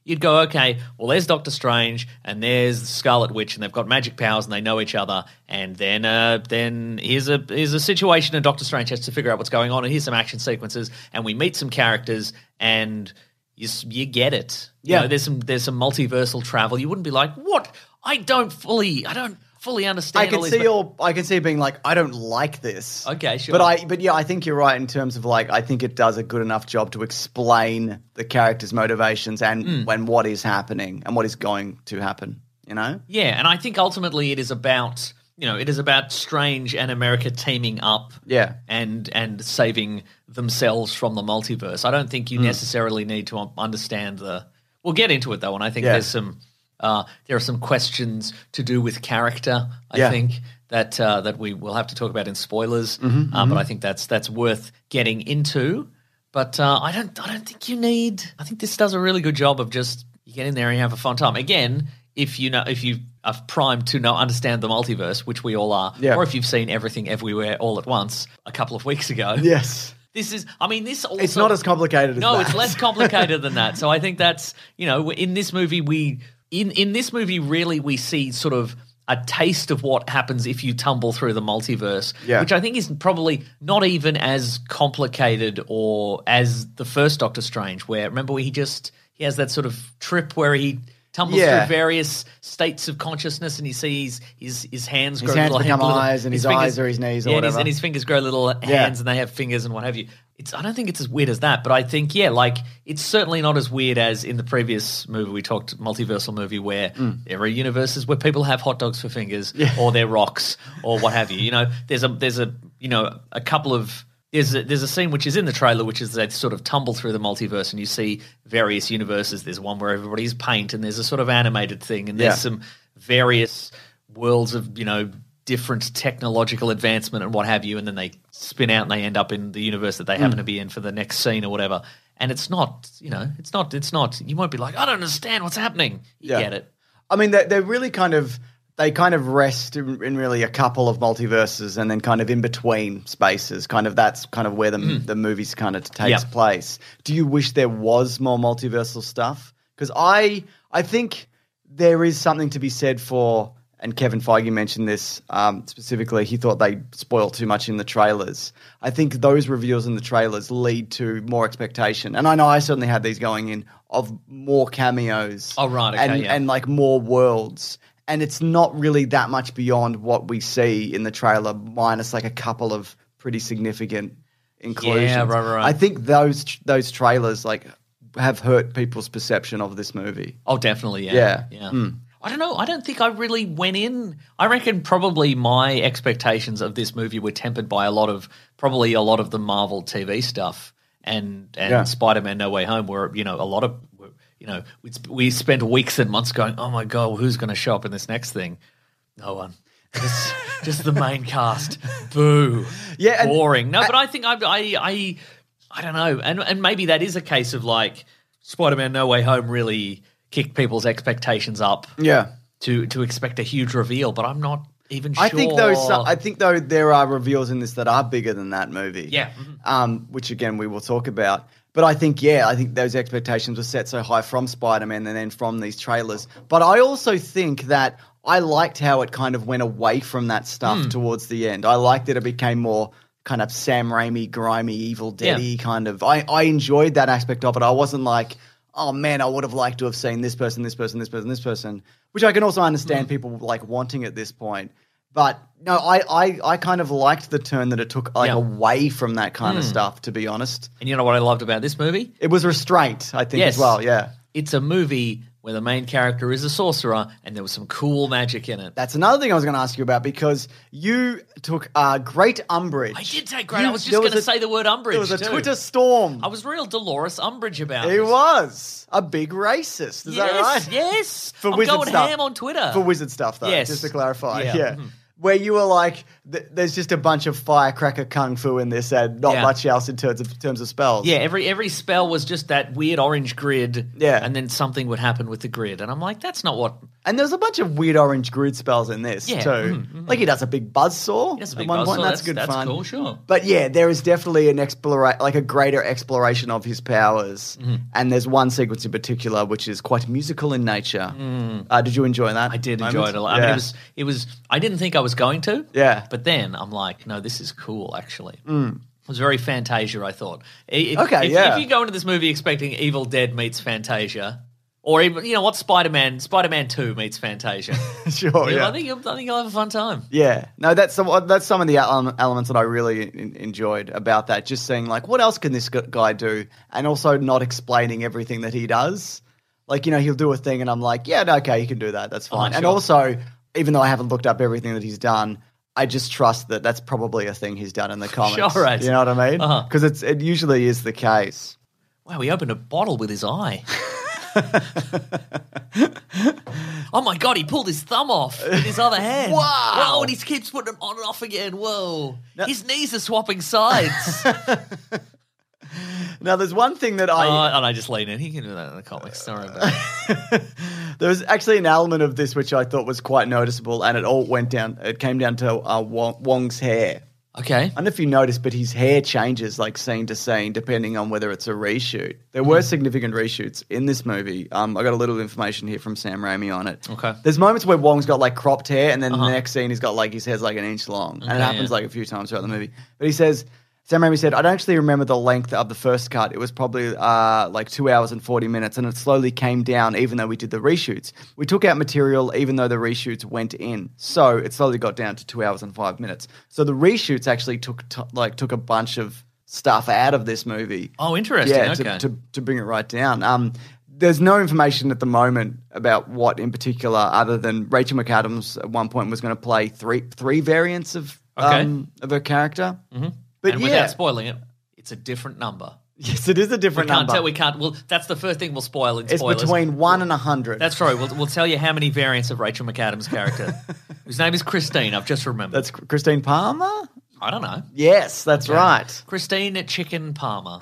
S3: you'd go, okay, well, there's Doctor Strange and there's Scarlet Witch, and they've got magic powers and they know each other. And then, uh, then here's a here's a situation, and Doctor Strange has to figure out what's going on, and here's some action sequences, and we meet some characters, and you s- you get it. You
S2: Yeah.
S3: know, there's some there's some multiversal travel. You wouldn't be like, what? I don't fully, I don't fully understand.
S2: I can
S3: all these,
S2: see
S3: but-
S2: all. I can see it being like, I don't like this.
S3: Okay, sure.
S2: But I, but yeah, I think you're right in terms of like, I think it does a good enough job to explain the character's motivations and
S3: Mm.
S2: when what is happening and what is going to happen. You know?
S3: Yeah, and I think ultimately it is about you know it is about Strange and America teaming up.
S2: Yeah.
S3: and and saving themselves from the multiverse. I don't
S2: Hmm.
S3: think you necessarily need to un- understand the. We'll get into it though, and I think
S2: Yeah.
S3: there's some uh, there are some questions to do with character. I
S2: Yeah.
S3: think that uh, that we will have to talk about in spoilers,
S2: Mm-hmm,
S3: uh, but I think that's that's worth getting into. But uh, I don't I don't think you need. I think this does a really good job of just you get in there and you have a fun time. Again, if you know if you are primed to know understand the multiverse, which we all are,
S2: Yeah.
S3: or if you've seen everything everywhere all at once a couple of weeks ago,
S2: Yes.
S3: this is. I mean, this also
S2: It's not as complicated as
S3: no,
S2: that.
S3: it's less complicated than that. So I think that's you know in this movie we in in this movie really we see sort of a taste of what happens if you tumble through the multiverse,
S2: Yeah.
S3: which I think is probably not even as complicated or as the first Doctor Strange, where remember he just he has that sort of trip where he tumbles
S2: Yeah.
S3: through various states of consciousness and he sees his his hands
S2: His
S3: grow
S2: hands
S3: little
S2: become
S3: little-
S2: eyes and his eyes are his knees or
S3: yeah, and his-
S2: whatever.
S3: and his fingers grow little hands and they have fingers and what have you. It's I don't think it's as weird as that, but I think yeah, like it's certainly not as weird as in the previous movie we talked multiversal movie where there are universes where people have hot dogs for fingers or they're rocks or what have you. You know, there's a there's a you know a couple of there's a, there's a scene which is in the trailer, which is they sort of tumble through the multiverse and you see various universes. There's one where everybody's paint, and there's a sort of animated thing, and there's
S2: Yeah.
S3: some various worlds of you know different technological advancement and what have you, and then they spin out and they end up in the universe that they happen to be in for the next scene or whatever. And it's not, you know, it's not, it's not. You won't be like, I don't understand what's happening. You
S2: Yeah.
S3: get it.
S2: I mean, they're, they're really kind of they kind of rest in, in really a couple of multiverses and then kind of in between spaces. Kind of that's kind of where the the movies kind of takes
S3: Mm. Yeah.
S2: place. Do you wish there was more multiversal stuff? Because I I think there is something to be said for. And Kevin Feige mentioned this um, specifically. He thought they spoiled too much in the trailers. I think those reveals in the trailers lead to more expectation. And I know I certainly had these going in of more cameos.
S3: Oh, right, okay,
S2: and,
S3: yeah.
S2: and like more worlds. And it's not really that much beyond what we see in the trailer, minus like a couple of pretty significant inclusions.
S3: Yeah, right, right, right.
S2: I think those those trailers like have hurt people's perception of this movie.
S3: Oh, definitely. Yeah.
S2: Yeah. Hmm.
S3: Yeah. I don't know. I don't think I really went in. I reckon probably my expectations of this movie were tempered by a lot of probably a lot of the Marvel TV stuff and and
S2: Yeah.
S3: Spider-Man No Way Home where you know a lot of you know we sp- we spent weeks and months going, "Oh my god, who's going to show up in this next thing?" No one. Just, Just the main cast. Boo.
S2: Yeah, and-
S3: Boring. No, but I think I, I, I, I don't know. And, and maybe that is a case of like Spider Man No Way Home really kicked people's expectations up
S2: Yeah.
S3: to, to expect a huge reveal, but I'm not even sure.
S2: I think though, so, I think though there are reveals in this that are bigger than that movie.
S3: Yeah. Mhm.
S2: Um, which again we will talk about. But I think yeah, I think those expectations were set so high from Spider Man and then from these trailers. But I also think that I liked how it kind of went away from that stuff
S3: Hmm.
S2: towards the end. I liked that it became more kind of Sam Raimi, grimy, evil deady
S3: Yeah.
S2: kind of. I, I enjoyed that aspect of it. I wasn't like, oh man, I would have liked to have seen this person, this person, this person, this person, which I can also
S3: Mm.
S2: understand people like wanting at this point. But no, I, I, I kind of liked the turn that it took like
S3: Yeah. Mm.
S2: away from that kind of stuff, to be honest.
S3: And you know what I loved about this movie?
S2: It was restraint, I think,
S3: Yes.
S2: as well. Yeah.
S3: It's a movie where the main character is a sorcerer and there was some cool magic in it.
S2: That's another thing I was going to ask you about because you took uh, great umbrage.
S3: I did take great.
S2: You-
S3: I was just
S2: there
S3: going to
S2: a-
S3: say the word umbrage.
S2: There was a
S3: too.
S2: Twitter storm.
S3: I was real Dolores Umbridge about
S2: He
S3: it.
S2: was a big racist. Is
S3: yes,
S2: that right?
S3: Yes.
S2: For
S3: I'm
S2: wizard
S3: going
S2: stuff.
S3: ham on Twitter.
S2: For wizard stuff, though.
S3: Yes.
S2: Just to clarify.
S3: Yeah.
S2: Yeah.
S3: Mhm.
S2: Where you were like, th- there's just a bunch of firecracker kung fu in this, and not
S3: Yeah.
S2: much else in terms of terms of spells.
S3: Yeah, every every spell was just that weird orange grid.
S2: Yeah.
S3: And then something would happen with the grid. And I'm like, that's not what
S2: And there's a bunch of weird orange grid spells in this
S3: Yeah.
S2: too.
S3: Mhm,
S2: Like he does a big buzzsaw.
S3: that's a
S2: at
S3: big
S2: one
S3: buzz.
S2: point.
S3: So
S2: That's, good
S3: that's
S2: fun.
S3: cool, sure.
S2: But yeah, there is definitely an explora like a greater exploration of his powers.
S3: Mm-hmm.
S2: And there's one sequence in particular which is quite musical in nature. Uh, did you enjoy that?
S3: Mm. I did enjoy
S2: moment?
S3: it a lot. I mean,
S2: Yeah.
S3: it was it was. I didn't think I was going to.
S2: Yeah. Hmm.
S3: But then I'm like, no, this is cool. Actually, it was very Fantasia. I thought. If,
S2: Okay,
S3: If,
S2: yeah.
S3: if you go into this movie expecting Evil Dead meets Fantasia, or even you know what Spider Man Spider Man Two meets Fantasia,
S2: sure.
S3: you know,
S2: Oh, yeah.
S3: I think you'll, I think you'll have a fun time.
S2: Yeah, no, that's some that's some of the ele- elements that I really in, enjoyed about that. Just seeing like, what else can this gu- guy do, and also not explaining everything that he does. Like, you know, he'll do a thing, and I'm like, yeah, no, okay, he can do that. That's fine. And
S3: Oh, sure.
S2: also, even though I haven't looked up everything that he's done, I just trust that that's probably a thing he's done in the comics.
S3: Sure, right.
S2: You know what I mean?
S3: Uh-huh.
S2: Because it's it usually is the case.
S3: Wow, he opened a bottle with his eye. oh my god, he pulled his thumb off with his other hand.
S2: Wow.
S3: Wow, and he keeps putting it on and off again. Whoa. His knees are swapping sides. uh,
S2: Now, there's one thing that I
S3: Uh, and I just lean in. He can do that in the comics. Sorry about it.
S2: There was actually an element of this which I thought was quite noticeable, and it all went down. It came down to uh, Wong, Wong's hair.
S3: Okay.
S2: I don't know if you noticed, but his hair changes like scene to scene depending on whether it's a reshoot. There were
S3: Hmm.
S2: significant reshoots in this movie. Um, I got a little information here from Sam Raimi on it.
S3: Okay.
S2: There's moments where Wong's got like cropped hair, and then the next scene he's got like his hair's like an inch long, and
S3: Uh-huh. Okay,
S2: it happens
S3: yeah.
S2: like a few times throughout the movie. But he says. Sam Raimi said, I don't actually remember the length of the first cut. It was probably uh, like two hours and 40 minutes, and it slowly came down even though we did the reshoots. We took out material even though the reshoots went in. So it slowly got down to two hours and five minutes. So the reshoots actually took t- like took a bunch of stuff out of this movie.
S3: Oh, interesting.
S2: Yeah,
S3: okay.
S2: to, to, to bring it right down. Um, there's no information at the moment about what in particular, other than Rachel McAdams at one point was going to play three three variants of
S3: Okay.
S2: um, of her character. Mm-hmm. But
S3: and
S2: yeah,
S3: without spoiling it, it's a different number.
S2: yes, it is a
S3: We
S2: different
S3: can't
S2: number.
S3: tell. We can't. Well, that's the first thing we'll spoil in
S2: it's
S3: spoilers.
S2: between one and a hundred.
S3: That's right. We'll, we'll tell you how many variants of Rachel McAdams' character, whose name is Christine. I've just remembered.
S2: that's Christine Palmer.
S3: I don't know.
S2: Yes, that's right.
S3: Christine Chicken Palmer.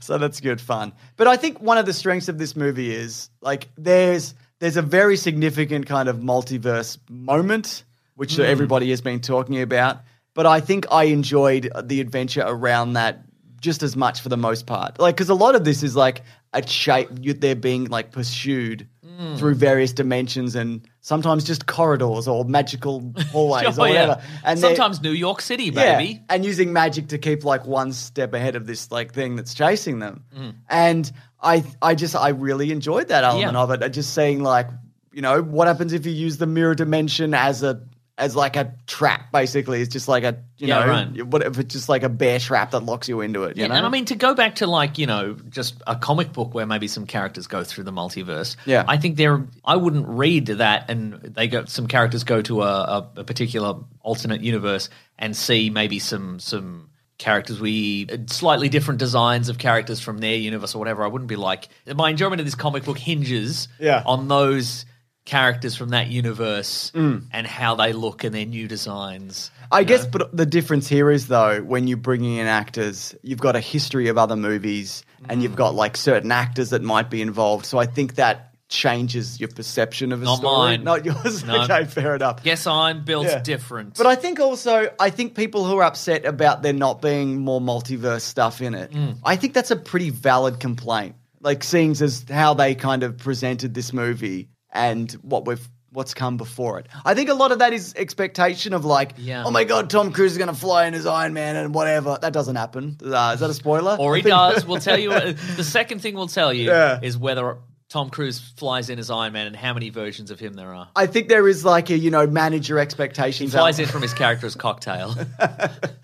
S2: So that's good fun. But I think one of the strengths of this movie is like there's there's a very significant kind of multiverse moment which
S3: Hmm.
S2: everybody has been talking about, but I think I enjoyed the adventure around that just as much for the most part. Like cuz a lot of this is like a shape you- they're being like pursued
S3: Hmm.
S2: through various dimensions and sometimes just corridors or magical hallways
S3: Sure,
S2: or
S3: Oh, yeah.
S2: whatever. And they're-
S3: sometimes New York City, baby.
S2: and using magic to keep like one step ahead of this like thing that's chasing them. And I I just I really enjoyed that element
S3: Mm. Yeah.
S2: of it. Uh, Just seeing like, you know, what happens if you use the mirror dimension as a as like a trap, basically. It's just like a you
S3: Yeah,
S2: know
S3: right.
S2: what if it's just like a bear trap that locks you into it. You
S3: Yeah,
S2: know?
S3: and I mean to go back to like you know just a comic book where maybe some characters go through the multiverse.
S2: Yeah.
S3: I think there. I wouldn't read that, and they go some characters go to a, a, a particular alternate universe and see maybe some some characters we slightly different designs of characters from their universe or whatever. I wouldn't be like my enjoyment of this comic book hinges
S2: Yeah.
S3: on those characters from that universe
S2: Mm.
S3: and how they look and their new designs.
S2: I guess, but the difference here is though, when you're bringing in actors, you've got a history of other movies, and you've got like certain actors that might be involved. So I think that changes your perception of a
S3: Not
S2: story.
S3: mine.
S2: Not yours.
S3: No.
S2: Okay, fair enough.
S3: Guess I'm built
S2: Yeah.
S3: different.
S2: But I think also, I think people who are upset about there not being more multiverse stuff in it,
S3: Mm.
S2: I think that's a pretty valid complaint. Like seeing as how they kind of presented this movie and what we've what's come before it. I think a lot of that is expectation of like,
S3: Yeah.
S2: oh my god, Tom Cruise is going to fly in his Iron Man and whatever. That doesn't happen. Uh, is that a spoiler?
S3: or he
S2: I think-
S3: does. We'll tell you. uh, The second thing we'll tell you is whether Tom Cruise flies in as Iron Man and how many versions of him there are.
S2: I think there is like a you know manager
S3: He
S2: expectations.
S3: flies
S2: out-
S3: in from his character as Cocktail.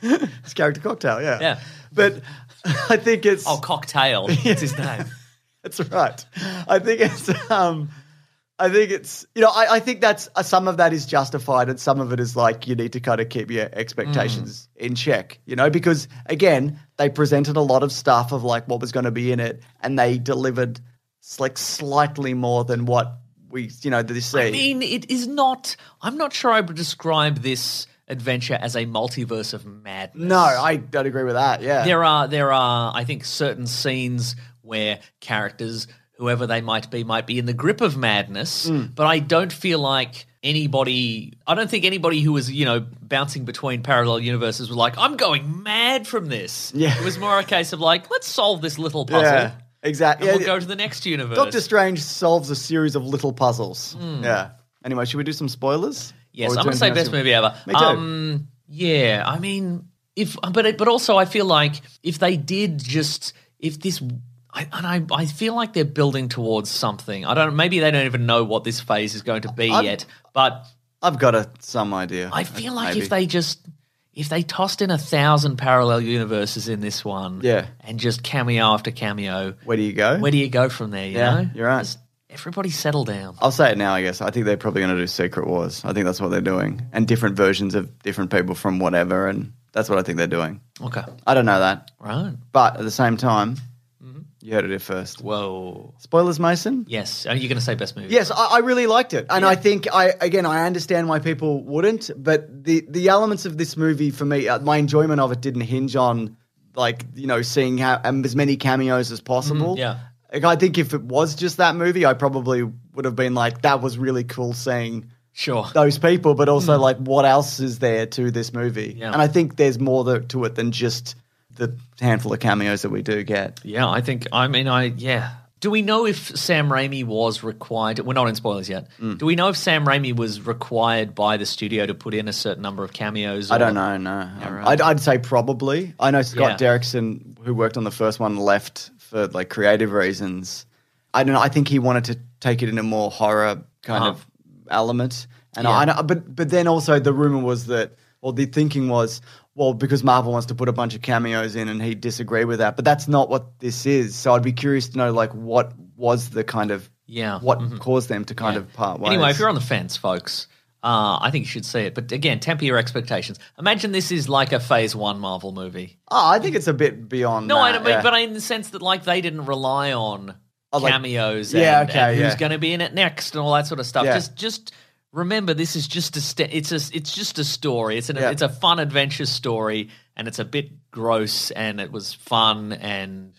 S2: It's character cocktail. Yeah,
S3: Yeah.
S2: But I think it's
S3: Oh, Cocktail. That's his name.
S2: That's right. I think it's. Um, I think it's. You know, I, I think that's uh, some of that is justified, and some of it is like you need to kind of keep your expectations
S3: Mm.
S2: in check. You know, because again, they presented a lot of stuff of like what was going to be in it, and they delivered s- like slightly more than what we, you know, this see.
S3: I mean, it is not. I'm not sure I would describe this adventure as a multiverse of madness.
S2: no, I don't agree with that. Yeah.
S3: There are there are I think certain scenes where characters, whoever they might be, might be in the grip of madness.
S2: Mm.
S3: But I don't feel like anybody. I don't think anybody who was you know bouncing between parallel universes was like, "I'm going mad from this."
S2: Yeah.
S3: It was more a case of like, "Let's solve this little puzzle."
S2: yeah.
S3: And
S2: Exactly.
S3: we'll go to the next universe.
S2: Doctor Strange solves a series of little puzzles. Yeah. Anyway, should we do some spoilers?
S3: Hmm. Yes,
S2: Or
S3: I'm
S2: do
S3: going to say
S2: anything else
S3: best
S2: you-
S3: movie ever.
S2: Me too.
S3: Um, yeah, I mean, if but it, but also I feel like if they did just if this. I, and I, I feel like they're building towards something. I don't. Maybe they don't even know what this phase is going to be
S2: I'm-
S3: yet. But
S2: I've got a, some idea.
S3: I feel like
S2: Maybe.
S3: if they just if they tossed in a thousand parallel universes in this one,
S2: Yeah.
S3: and just cameo after cameo,
S2: Where do you go?
S3: where do you go from there? You
S2: Yeah,
S3: know,
S2: you're right.
S3: Just everybody settle down.
S2: I'll say it now, I guess. I think they're probably going to do Secret Wars. I think that's what they're doing. And different versions of different people from whatever. And that's what I think they're doing.
S3: Okay,
S2: I don't know that.
S3: right.
S2: But at the same time,
S3: Mm-hmm.
S2: you heard it here first.
S3: Whoa.
S2: Spoilers, Mason?
S3: Yes. Are you going to say best movie?
S2: Yes, I, I really liked it, and I think I again I understand why people wouldn't, but the the elements of this movie for me, uh, my enjoyment of it didn't hinge on like you know seeing how um, as many cameos as possible.
S3: Mm-hmm, yeah.
S2: like, I think if it was just that movie, I probably would have been like, that was really cool seeing
S3: Sure.
S2: those people, but also like what else is there to this movie?
S3: Mm. Yeah.
S2: And I think there's more tha- to it than just the handful of cameos that we do get.
S3: Yeah, I think. I mean, I yeah. Do we know if Sam Raimi was required? We're not in spoilers yet.
S2: Hmm.
S3: Do we know if Sam Raimi was required by the studio to put in a certain number of cameos?
S2: I
S3: or-
S2: don't know. No, Um, I'd, I'd say probably. I know Scott
S3: Yeah.
S2: Derrickson, who worked on the first one, left for like creative reasons. I don't know. I think he wanted to take it in a more horror
S3: Uh-huh.
S2: kind of element, and I, know but but then also the rumor was that, or the thinking was, well, because Marvel wants to put a bunch of cameos in, and he disagreed with that. But that's not what this is. So I'd be curious to know, like, what was the kind of
S3: Yeah. mm-hmm.
S2: what caused them to kind of part ways.
S3: Anyway, if you're on the fence, folks, uh, I think you should see it. But again, temper your expectations. Imagine this is like a Phase One Marvel movie.
S2: oh, I think it's a bit beyond.
S3: No,
S2: that,
S3: I don't mean,
S2: yeah. Oh,
S3: but I, in the sense that like they didn't rely on
S2: like-
S3: cameos.
S2: Yeah,
S3: and,
S2: okay,
S3: and who's
S2: yeah.
S3: going to be in it next and all that sort of stuff.
S2: Yeah.
S3: Just, just remember, this is just a st- it's a it's just a story. It's an
S2: Yeah.
S3: it's a fun adventure story, and it's a bit gross, and it was fun, and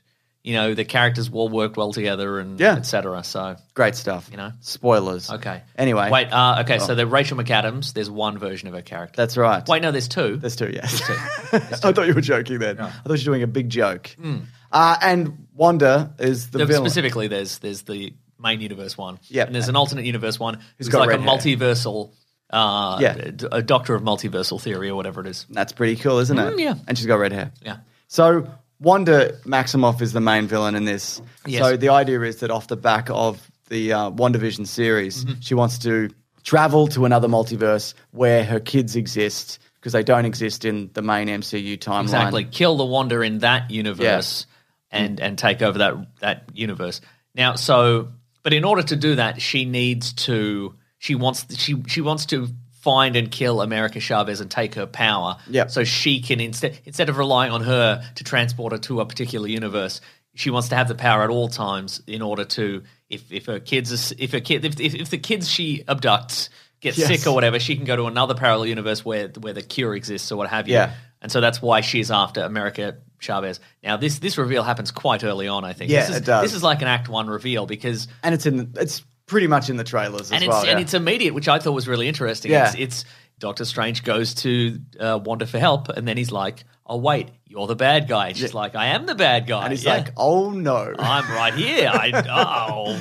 S3: you know the characters all worked well together, and
S2: Yeah.
S3: etc. So
S2: Great stuff. You
S3: know?
S2: spoilers.
S3: okay,
S2: Anyway, Oh.
S3: wait, uh, okay, so the Rachel McAdams. There's one version of her character.
S2: That's right.
S3: wait, no, there's two.
S2: There's two. Yes. I thought you were joking then. I thought you were doing a big joke.
S3: Hmm.
S2: Uh, and Wanda is the
S3: No,
S2: villain.
S3: specifically, there's there's the main universe one.
S2: Yep.
S3: and there's an alternate universe one who's
S2: got
S3: like a
S2: red hair.
S3: multiversal, uh,
S2: Yeah.
S3: d- a doctor of multiversal theory or whatever it is.
S2: That's pretty cool, isn't it?
S3: Mm, yeah.
S2: And she's got red hair.
S3: Yeah,
S2: So Wanda Maximoff is the main villain in this.
S3: Yes.
S2: So the idea is that off the back of the uh, WandaVision series,
S3: Mm-hmm.
S2: she wants to travel to another multiverse where her kids exist because they don't exist in the main MCU timeline.
S3: exactly. Kill the Wander in that universe and and take over that that universe. Now, so but in order to do that, she needs to. She wants she she wants to find and kill America Chavez and take her power.
S2: Yep.
S3: So she can instead instead of relying on her to transport her to a particular universe, she wants to have the power at all times in order to if if her kids is- if her kid if, if, if the kids she abducts get
S2: Yes.
S3: sick or whatever, she can go to another parallel universe where where the cure exists or what have you.
S2: Yeah.
S3: And so that's why she's after America Chavez. Now this this reveal happens quite early on, I think.
S2: Yeah,
S3: this is,
S2: it does.
S3: This is like an Act One reveal because
S2: and it's in the, it's pretty much in the trailers
S3: and
S2: as
S3: it's
S2: well.
S3: and
S2: yeah.
S3: it's immediate, which I thought was really interesting.
S2: Yeah.
S3: It's, it's Doctor Strange goes to uh, Wanda for help, and then he's like, "Oh wait, you're the bad guy." And she's like, "I am the bad guy,"
S2: and he's
S3: Yeah.
S2: like, oh no.
S3: "I'm right here." I,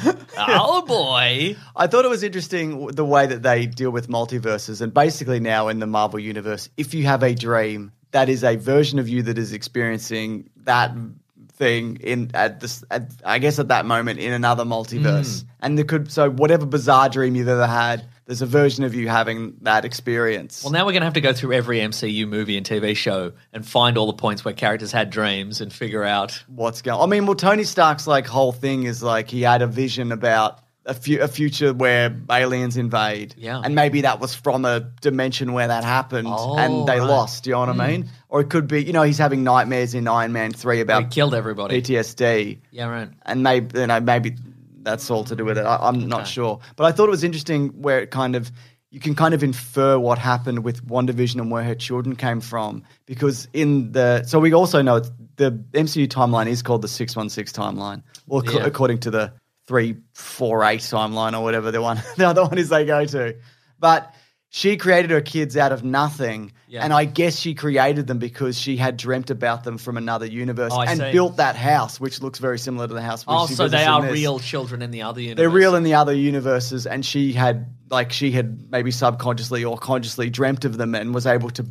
S3: oh, oh boy.
S2: I thought it was interesting w- the way that they deal with multiverses. And basically, now in the Marvel Universe, if you have a dream, that is a version of you that is experiencing that thing in at this at, I guess at that moment in another multiverse.
S3: Mm.
S2: And there could so whatever bizarre dream you've ever had, there's a version of you having that experience.
S3: Well, now we're going to have to go through every MCU movie and TV show and find all the points where characters had dreams and figure out.
S2: what's going I mean, well, Tony Stark's like whole thing is like he had a vision about a, fu- a future where aliens invade.
S3: Yeah.
S2: And maybe that was from a dimension where that happened
S3: Oh,
S2: and they
S3: right. Hmm.
S2: lost. Do you know what I mean? Or it could be, you know, he's having nightmares in Iron Man 3
S3: We
S2: about
S3: killed everybody.
S2: PTSD.
S3: Yeah, right.
S2: And maybe, you know, maybe that's all to do with it. I, I'm not sure. But I thought it was interesting where it kind of, you can kind of infer what happened with WandaVision and where her children came from. Because in the, so we also know it's, the MCU timeline is called the 616 timeline, or ac-
S3: Yeah.
S2: according to the 348 timeline or whatever the one, the other one is they go to. But she created her kids out of nothing.
S3: Yeah.
S2: And I guess she created them because she had dreamt about them from another universe
S3: Oh, I
S2: and
S3: see.
S2: built that house, which looks very similar to the house. which
S3: Oh,
S2: she
S3: so they
S2: visits in
S3: are
S2: this.
S3: real children in the other universe.
S2: They're real in the other universes, and she had like she had maybe subconsciously or consciously dreamt of them and was able to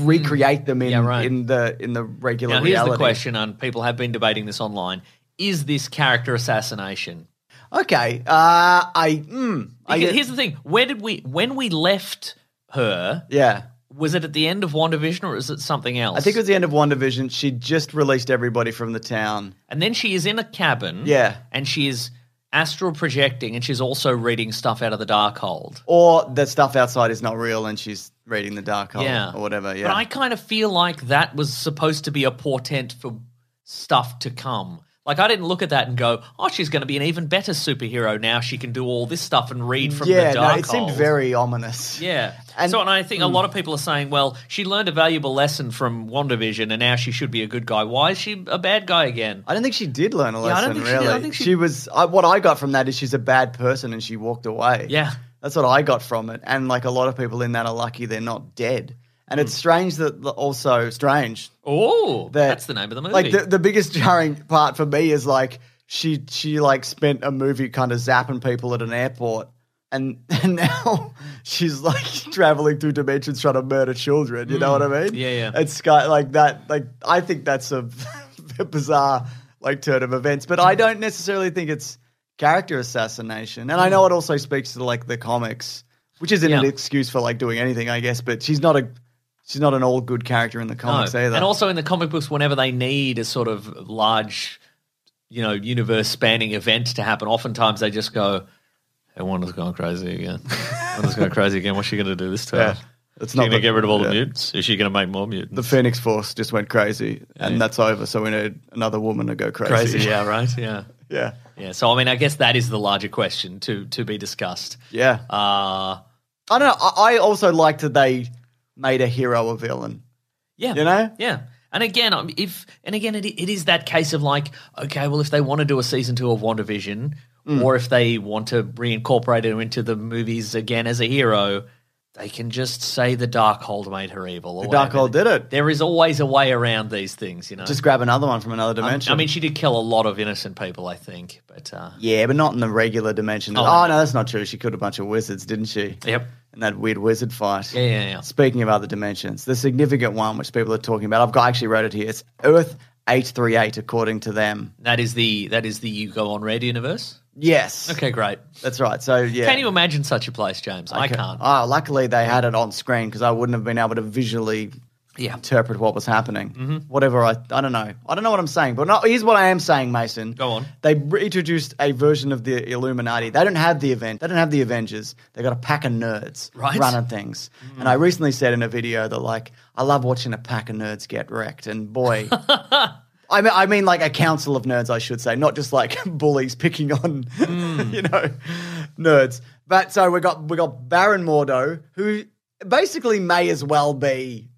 S2: recreate them in
S3: Hmm. Yeah, right.
S2: in the in the regular
S3: Now, here's
S2: reality.
S3: the question, and people have been debating this online: Is this character assassination?
S2: Okay, uh, I mm, I
S3: Because
S2: get-
S3: here's the thing: Where did we when we left her?
S2: yeah.
S3: Was it at the end of WandaVision, or is it something else?
S2: I think it was the end of One Division. She just released everybody from the town.
S3: And then she is in a cabin.
S2: Yeah.
S3: And she is astral projecting, and she's also reading stuff out of the dark hold.
S2: Or the stuff outside is not real and she's reading the dark hole
S3: yeah.
S2: or whatever. Yeah.
S3: But I kind of feel like that was supposed to be a portent for stuff to come. Like I didn't look at that and go, "Oh, she's going to be an even better superhero now. She can do all this stuff and read from
S2: yeah,
S3: the dark."
S2: no, it seemed very ominous.
S3: Yeah.
S2: And- mm.
S3: so, and I think a lot of people are saying, well, she learned a valuable lesson from WandaVision and now she should be a good guy. Why is she a bad guy again?
S2: I don't think she did learn a
S3: I
S2: lesson,
S3: don't think she did. I
S2: really.
S3: think she-
S2: was, I, what I got from that is she's a bad person and she walked away.
S3: Yeah.
S2: That's what I got from it. And like a lot of people in that are lucky they're not dead. And
S3: Hmm.
S2: it's strange that also, strange
S3: Oh,
S2: that-
S3: that's the name of the movie.
S2: Like the, the biggest jarring part for me is like she she like spent a movie kind of zapping people at an airport, and and now she's like traveling through dimensions trying to murder children. You know what I mean?
S3: Hmm. Yeah, yeah.
S2: It's got like that. Like I think that's a, bizarre like turn of events, but I don't necessarily think it's character assassination. And I know it also speaks to like the comics, which isn't an
S3: Hmm. Yeah.
S2: excuse for like doing anything, I guess. But she's not a she's not an all good character in the comics either.
S3: And also in the comic books, whenever they need a sort of large, you know, universe spanning event to happen, oftentimes they just go, Hey, Wanda's gone crazy again. Wanda's gone crazy again. What's she going to do this time?
S2: Yeah.
S3: Is
S2: It's
S3: she
S2: not
S3: going to
S2: the-
S3: get rid of all the
S2: yeah.
S3: mutants? Is she going to make more mutants?
S2: the Phoenix Force just went crazy, and that's over. So we need another woman to go crazy.
S3: crazy, yeah, right? Yeah.
S2: yeah,
S3: Yeah, so I mean, I guess that is the larger question to to be discussed.
S2: yeah.
S3: Uh
S2: I don't know. I, I also liked that they made a hero a villain.
S3: yeah,
S2: You know?
S3: yeah. And again, um, if and again, it, it is that case of like, okay, well, if they want to do a season two of WandaVision,
S2: Mm.
S3: or if they want to reincorporate her into the movies again as a hero, they can just say the Darkhold made her evil. Or
S2: The Darkhold did it.
S3: There is always a way around these things, you know.
S2: Just grab another one from another
S3: Um, I,
S2: dimension.
S3: I mean, she did kill a lot of innocent people, I think, but uh,
S2: yeah, but not in the regular dimension.
S3: Oh,
S2: Oh,
S3: no.
S2: no, that's not true. She killed a bunch of wizards, didn't she?
S3: yep,
S2: In that weird wizard fight.
S3: yeah, yeah, yeah.
S2: Speaking of other dimensions, the significant one which people are talking about, I've got, I actually wrote it here. It's Earth eight three eight, according to them.
S3: That is the that is the you go on red universe.
S2: Yes.
S3: Okay, great.
S2: That's right. So yeah.
S3: Can you imagine such a place, James? I can't.
S2: Oh, luckily they had it on screen because I wouldn't have been able to visually
S3: Yeah. Mm-hmm.
S2: interpret what was happening. Whatever I, I don't know. I don't know what I'm saying, but no, here's what I am saying, Mason.
S3: Go on.
S2: They introduced a version of the Illuminati. They don't have the event. They don't have the Avengers. They got a pack of nerds
S3: Right. Mm.
S2: running things. And I recently said in a video that like I love watching a pack of nerds get wrecked, and boy. I mean, I mean, like a council of nerds, I should say, not just like bullies picking on,
S3: Mm.
S2: you know, nerds. But so we got we got Baron Mordo, who basically may as well be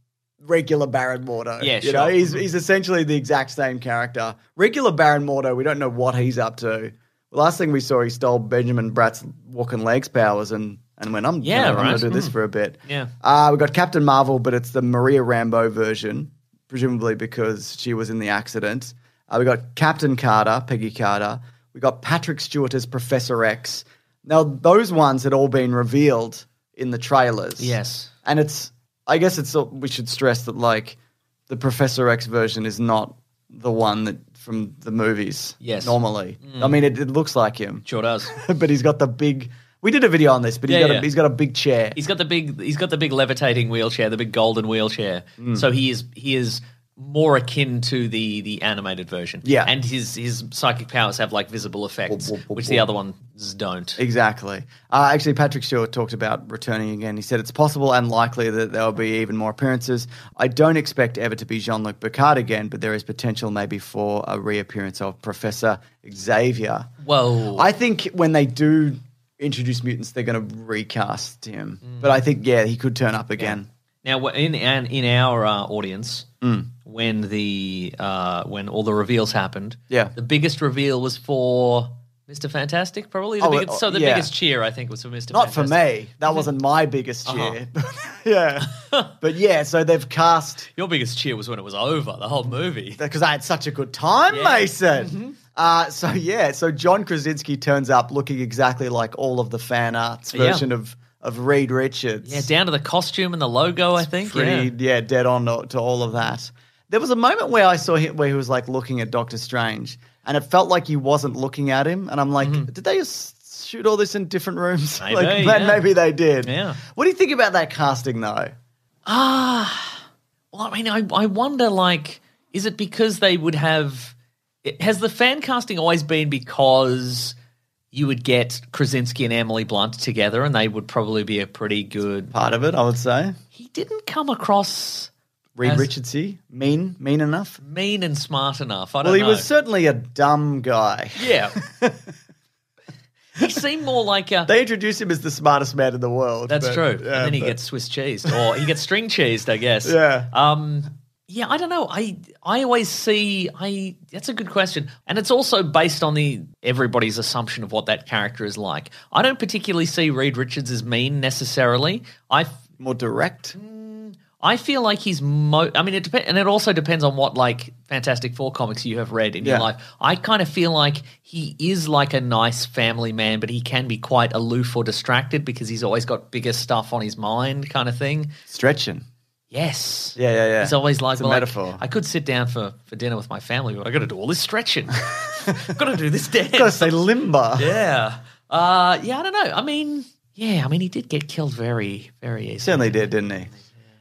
S2: regular Baron Mordo.
S3: Yeah,
S2: you know,
S3: sure.
S2: he's he's essentially the exact same character. Regular Baron Mordo, we don't know what he's up to. The last thing we saw, he stole Benjamin Bratt's walking legs powers and and went, I'm
S3: Yeah,
S2: I'm gonna
S3: right.
S2: do this
S3: Mm.
S2: for a bit.
S3: Yeah.
S2: Uh, we got Captain Marvel, but it's the Maria Rambo version, presumably because she was in the accident. Uh, we got Captain Carter, Peggy Carter. We got Patrick Stewart as Professor X. Now, those ones had all been revealed in the trailers.
S3: Yes.
S2: And it's, I guess it's, uh, we should stress that, like, the Professor X version is not the one that from the movies
S3: Yes. Mm.
S2: normally. I mean, it, it looks like him,
S3: Sure does.
S2: but he's got the big, we did a video on this, but he's
S3: Yeah,
S2: got,
S3: yeah.
S2: A, he's got a big chair.
S3: He's got the big he's got the big levitating wheelchair, the big golden wheelchair.
S2: Mm.
S3: So he is he is more akin to the the animated version.
S2: Yeah.
S3: And his his psychic powers have like visible effects,
S2: Boop, boop, boop,
S3: which
S2: boop.
S3: the other ones don't.
S2: Exactly. Uh, actually, Patrick Stewart talked about returning again. He said it's possible and likely that there will be even more appearances. I don't expect ever to be Jean Luc Picard again, but there is potential maybe for a reappearance of Professor Xavier.
S3: Whoa.
S2: I think when they do introduce mutants, they're going to recast him.
S3: Mm.
S2: But I think, yeah, he could turn up again.
S3: Now, wh- in in, in our uh, audience,
S2: Mm.
S3: when the uh, when all the reveals happened,
S2: Yeah.
S3: the biggest reveal was for Mister Fantastic, probably. The
S2: Oh,
S3: biggest,
S2: uh,
S3: so the
S2: yeah.
S3: biggest cheer, I think, was for Mister.
S2: Not for me. That wasn't my biggest
S3: Uh-huh.
S2: cheer. yeah. But yeah, so they've cast.
S3: Your biggest cheer was when it was over, the whole movie.
S2: because I had such a good time, Mason.
S3: Mm-hmm.
S2: Uh, so yeah, so John Krasinski turns up looking exactly like all of the fan arts
S3: Yeah.
S2: version of of Reed Richards.
S3: Yeah, down to the costume and the logo, I think.
S2: pretty
S3: yeah.
S2: yeah. dead on to, to all of that. There was a moment where I saw him where he was like looking at Doctor Strange, and it felt like he wasn't looking at him. And I'm like, did they just shoot all this in different rooms?
S3: Mm-hmm. Maybe,
S2: like, ma-
S3: yeah.
S2: maybe they did.
S3: Yeah.
S2: What do you think about that casting though?
S3: Well, I mean, I, I wonder, like, is it because they would have. it- Has the fan casting always been because you would get Krasinski and Emily Blunt together and they would probably be a pretty good.
S2: Part of it, I would say.
S3: He didn't come across
S2: Reed
S3: As-
S2: Richardsy, mean, mean enough.
S3: mean and smart enough. I don't
S2: Well, he
S3: know.
S2: was certainly a dumb guy.
S3: Yeah. he seemed more like a.
S2: They introduce him as the smartest man in the world.
S3: That's
S2: but-
S3: true.
S2: yeah,
S3: and then he
S2: but-
S3: gets Swiss cheesed, or he gets string cheesed, I guess.
S2: Yeah.
S3: Um. Yeah, I don't know. I I always see. I that's a good question, and it's also based on the everybody's assumption of what that character is like. I don't particularly see Reed Richards as mean necessarily. I f-
S2: more direct.
S3: I feel like he's mo. I mean, it depends, and it also depends on what like Fantastic Four comics you have read in
S2: Yeah.
S3: your life. I kind of feel like he is like a nice family man, but he can be quite aloof or distracted because he's always got bigger stuff on his mind, kind of thing.
S2: Stretching.
S3: Yes.
S2: Yeah, yeah, yeah.
S3: He's always like,
S2: It's a
S3: well, like,
S2: metaphor.
S3: I could sit down for, for dinner with my family, but I got to do all this stretching. got to do this
S2: Gotta
S3: dance.
S2: say limber.
S3: yeah. Uh, yeah. I don't know. I mean, yeah. I mean, he did get killed very, very easily.
S2: Certainly did, didn't he?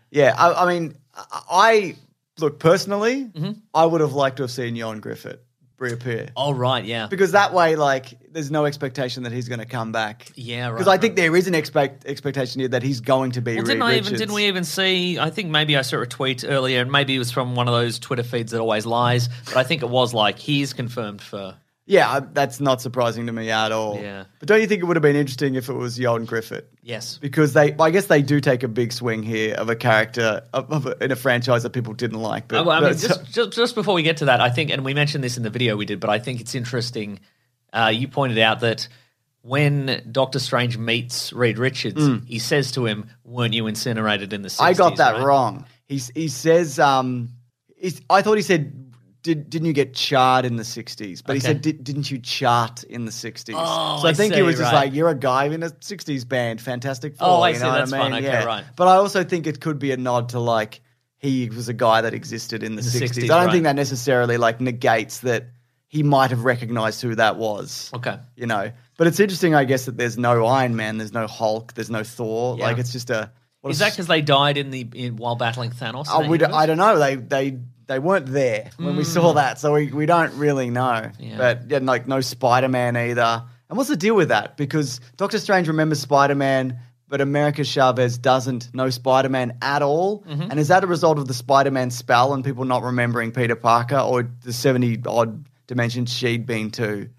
S2: Yeah, I, I mean, I look personally,
S3: Mm-hmm.
S2: I would have liked to have seen Jon Griffith reappear
S3: Oh right. Yeah.
S2: because that way, like, there's no expectation that he's going to come back.
S3: Yeah, right,
S2: Because I think there is an expect expectation here that he's going to be.
S3: Well,
S2: Reed
S3: didn't I even
S2: Richards.
S3: didn't we even see? I think maybe I saw a tweet earlier, and maybe it was from one of those Twitter feeds that always lies. But I think it was like he's confirmed for.
S2: Yeah, I, that's not surprising to me at all.
S3: Yeah.
S2: But don't you think it would have been interesting if it was Jon Griffith?
S3: Yes.
S2: because they I guess they do take a big swing here of a character of, of a, in a franchise that people didn't like. But,
S3: Uh, well, I mean,
S2: but-
S3: just, just just before we get to that, I think, and we mentioned this in the video we did, but I think it's interesting. Uh, you pointed out that when Doctor Strange meets Reed Richards, he says to him, "Weren't you incinerated in the 60s?
S2: Hmm. I got that
S3: right?
S2: wrong. He s- he says um, he's, I thought he said. Did, didn't you get charred in the 60s? But he
S3: Okay.
S2: said, Did, didn't you chart in the 60s?
S3: Oh,
S2: so I,
S3: I
S2: think he
S3: see,
S2: was just
S3: right.
S2: like, you're a guy in a 60s band, Fantastic Four.
S3: Oh, I
S2: you
S3: see,
S2: know what
S3: that's
S2: I mean?
S3: fun, okay,
S2: yeah.
S3: right.
S2: But I also think it could be a nod to like, he was a guy that existed in the, 60s.
S3: 60s,
S2: I don't
S3: right.
S2: think that necessarily like negates that he might have recognized who that was.
S3: Okay.
S2: you know. But it's interesting, I guess, that there's no Iron Man, there's no Hulk, there's no Thor.
S3: Yeah.
S2: Like it's just a. What
S3: Is
S2: a
S3: that because they died in the in, while battling Thanos?
S2: I,
S3: in that
S2: Oh, we, don't-
S3: universe?
S2: I don't know. They they they weren't there when we saw that, so we, we don't really know.
S3: Hmm. Yeah.
S2: But yeah, like no Spider Man either. And what's the deal with that? Because Doctor Strange remembers Spider Man, but America Chavez doesn't know Spider Man at all.
S3: Mm-hmm.
S2: And is that a result of the Spider Man spell and people not remembering Peter Parker or the 70 odd dimensions she'd been to?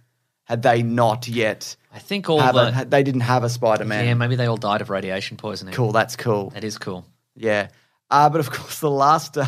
S2: Had they not yet?
S3: I think all
S2: have a-
S3: the-
S2: had- they didn't have a Spider Man.
S3: Yeah, maybe they all died of radiation poisoning.
S2: Cool, that's cool.
S3: That is cool.
S2: Yeah. Uh, but of course, the last. Uh,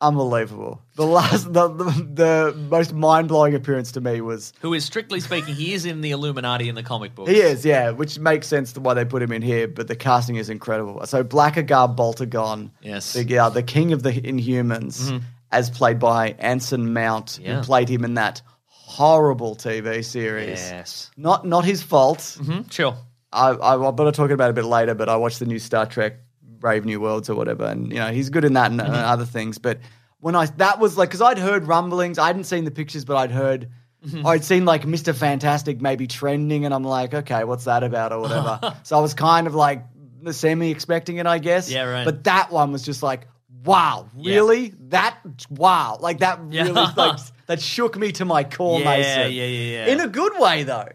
S2: unbelievable. The last. The, the, the most mind blowing appearance to me was.
S3: Who is strictly speaking, he is in the Illuminati in the comic book.
S2: He is, yeah, which makes sense to why they put him in here, but the casting is incredible. So Blackagar Boltagon,
S3: Yes. Mm-hmm.
S2: the, yeah, the king of the Inhumans, as played by Anson Mount,
S3: Yeah.
S2: who played him in that horrible TV series.
S3: Yes.
S2: Not not his fault.
S3: Hmm? Chill.
S2: I, I, I'm going to talk about it a bit later, but I watched the new Star Trek Brave New Worlds or whatever, and you know he's good in that and, and
S3: Mm-hmm.
S2: other things. But when I that was like because I'd heard rumblings, I hadn't seen the pictures, but I'd heard.
S3: Mm-hmm.
S2: I'd seen like Mr. Fantastic maybe trending, and I'm like, okay, what's that about or whatever. so I was kind of like semi expecting it, I guess.
S3: Yeah, right.
S2: But that one was just like, wow, really? That wow, like that
S3: Yeah.
S2: really like that shook me to my core,
S3: Yeah,
S2: Mason.
S3: yeah, yeah, yeah.
S2: In a good way though.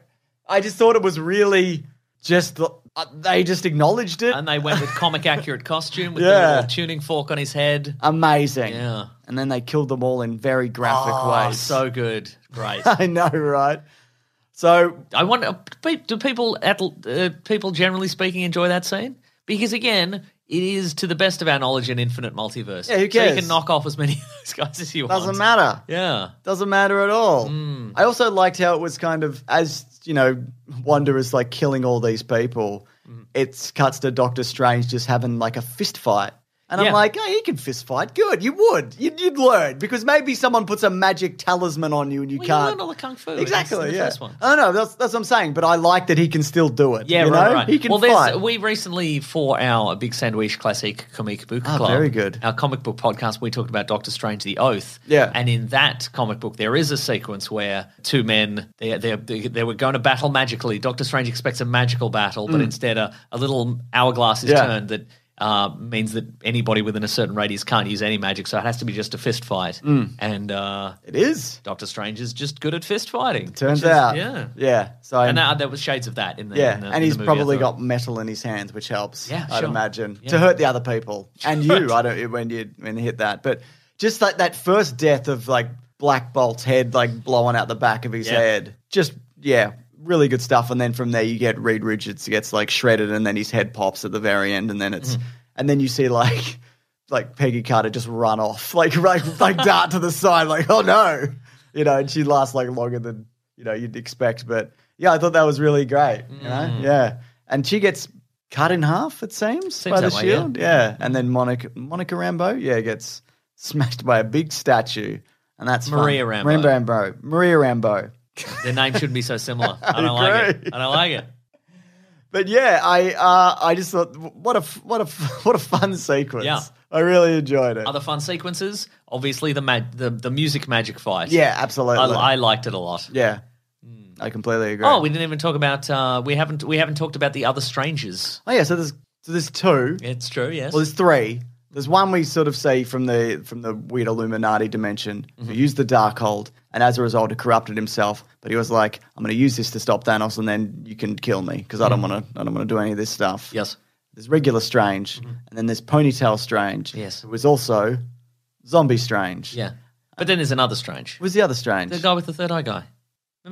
S2: I just thought it was really just the, uh, they just acknowledged it.
S3: And they went with comic accurate costume with the
S2: Yeah.
S3: little tuning fork on his head.
S2: Amazing.
S3: Yeah.
S2: And then they killed them all in very graphic
S3: Oh,
S2: ways.
S3: so good. Great.
S2: I know, right? So
S3: I wonder, pe- do people at uh, people generally speaking enjoy that scene? Because again, it is to the best of our knowledge an infinite multiverse.
S2: Yeah, who
S3: So you
S2: cares?
S3: can knock off as many of those guys as you
S2: doesn't
S3: want.
S2: matter.
S3: Yeah. Hmm.
S2: Doesn't matter at all. I also liked how it was kind of as you know, Wonder is like killing all these people.
S3: Hmm.
S2: It's cuts to Doctor Strange just having like a fist fight. And
S3: Yeah.
S2: I'm like, oh, he can fist fight. Good, you would. You'd, you'd learn because maybe someone puts a magic talisman on you and you
S3: Well, you
S2: can't.
S3: learned all the kung fu in-
S2: Exactly.
S3: in the
S2: yeah.
S3: first one.
S2: I know. That's that's what I'm saying. But I like that he can still do it.
S3: Yeah,
S2: you
S3: right,
S2: know?
S3: right.
S2: He can
S3: well, there's-
S2: fight.
S3: we recently, for our Big Sandwich Classic Comic Book
S2: Ah,
S3: Club,
S2: very good.
S3: our comic book podcast, we talked about Doctor Strange The Oath.
S2: Yeah.
S3: And in that comic book, there is a sequence where two men, they, they, they, they were going to battle magically. Doctor Strange expects a magical battle, but instead a, a little hourglass is
S2: Mm. Yeah.
S3: turned that uh, means that anybody within a certain radius can't use any magic, so it has to be just a fist fight.
S2: Mm.
S3: And uh,
S2: it is.
S3: Doctor Strange is just good at fist fighting.
S2: Turns
S3: which is-
S2: out.
S3: Yeah.
S2: Yeah. So
S3: And uh, there was shades of that in the
S2: Yeah,
S3: in the- in
S2: and he's
S3: the movie, I
S2: probably
S3: thought.
S2: got metal in his hands, which helps.
S3: Yeah,
S2: I'd
S3: sure.
S2: imagine
S3: Yeah.
S2: to hurt the other people and you. I don't when you when you hit that, but just like that first death of like Black Bolt's head, like blowing out the back of his
S3: Yeah.
S2: head. Just yeah, really good stuff. And then from there, you get Reed Richards gets like shredded, and then his head pops at the very end, and then it's and then you see like like Peggy Carter just run off, like like like dart to the side, like oh no, you know, and she lasts like longer than you know you'd expect. But yeah, I thought that was really great. You know, yeah, and she gets cut in half. It seems,
S3: Seems
S2: by the
S3: that way, yeah.
S2: shield, yeah. and then Monica Monica Rambo, yeah, gets smashed by a big statue, and that's fun.
S3: Maria Rambo.
S2: Rambo, Maria Rambo.
S3: Their name shouldn't be so similar. I don't like it.
S2: agree.
S3: I don't like it.
S2: But yeah, I uh, I just thought what a f- what a f- what a fun sequence.
S3: Yeah.
S2: I really enjoyed it.
S3: Other fun sequences, obviously the mag- the, the music magic fight.
S2: yeah, absolutely.
S3: I, I liked it a lot.
S2: Yeah, I completely agree.
S3: Oh, we didn't even talk about uh, we haven't we haven't talked about the other strangers.
S2: Oh, yeah. So there's so there's two.
S3: It's true, yes.
S2: Well, there's three. There's one we sort of see from the from the weird Illuminati dimension
S3: Mm-hmm.
S2: who used the Darkhold, and as a result, it corrupted himself. But he was like, "I'm going to use this to stop Thanos, and then you can kill me because I don't want to. I don't want to do any of this stuff."
S3: Mm-hmm. yes. Mm-hmm.
S2: There's regular Strange, and then there's Ponytail Strange.
S3: Yes.
S2: Who was also Zombie Strange.
S3: Yeah. But then there's another strange.
S2: Who was the other Strange?
S3: The guy with the third eye guy.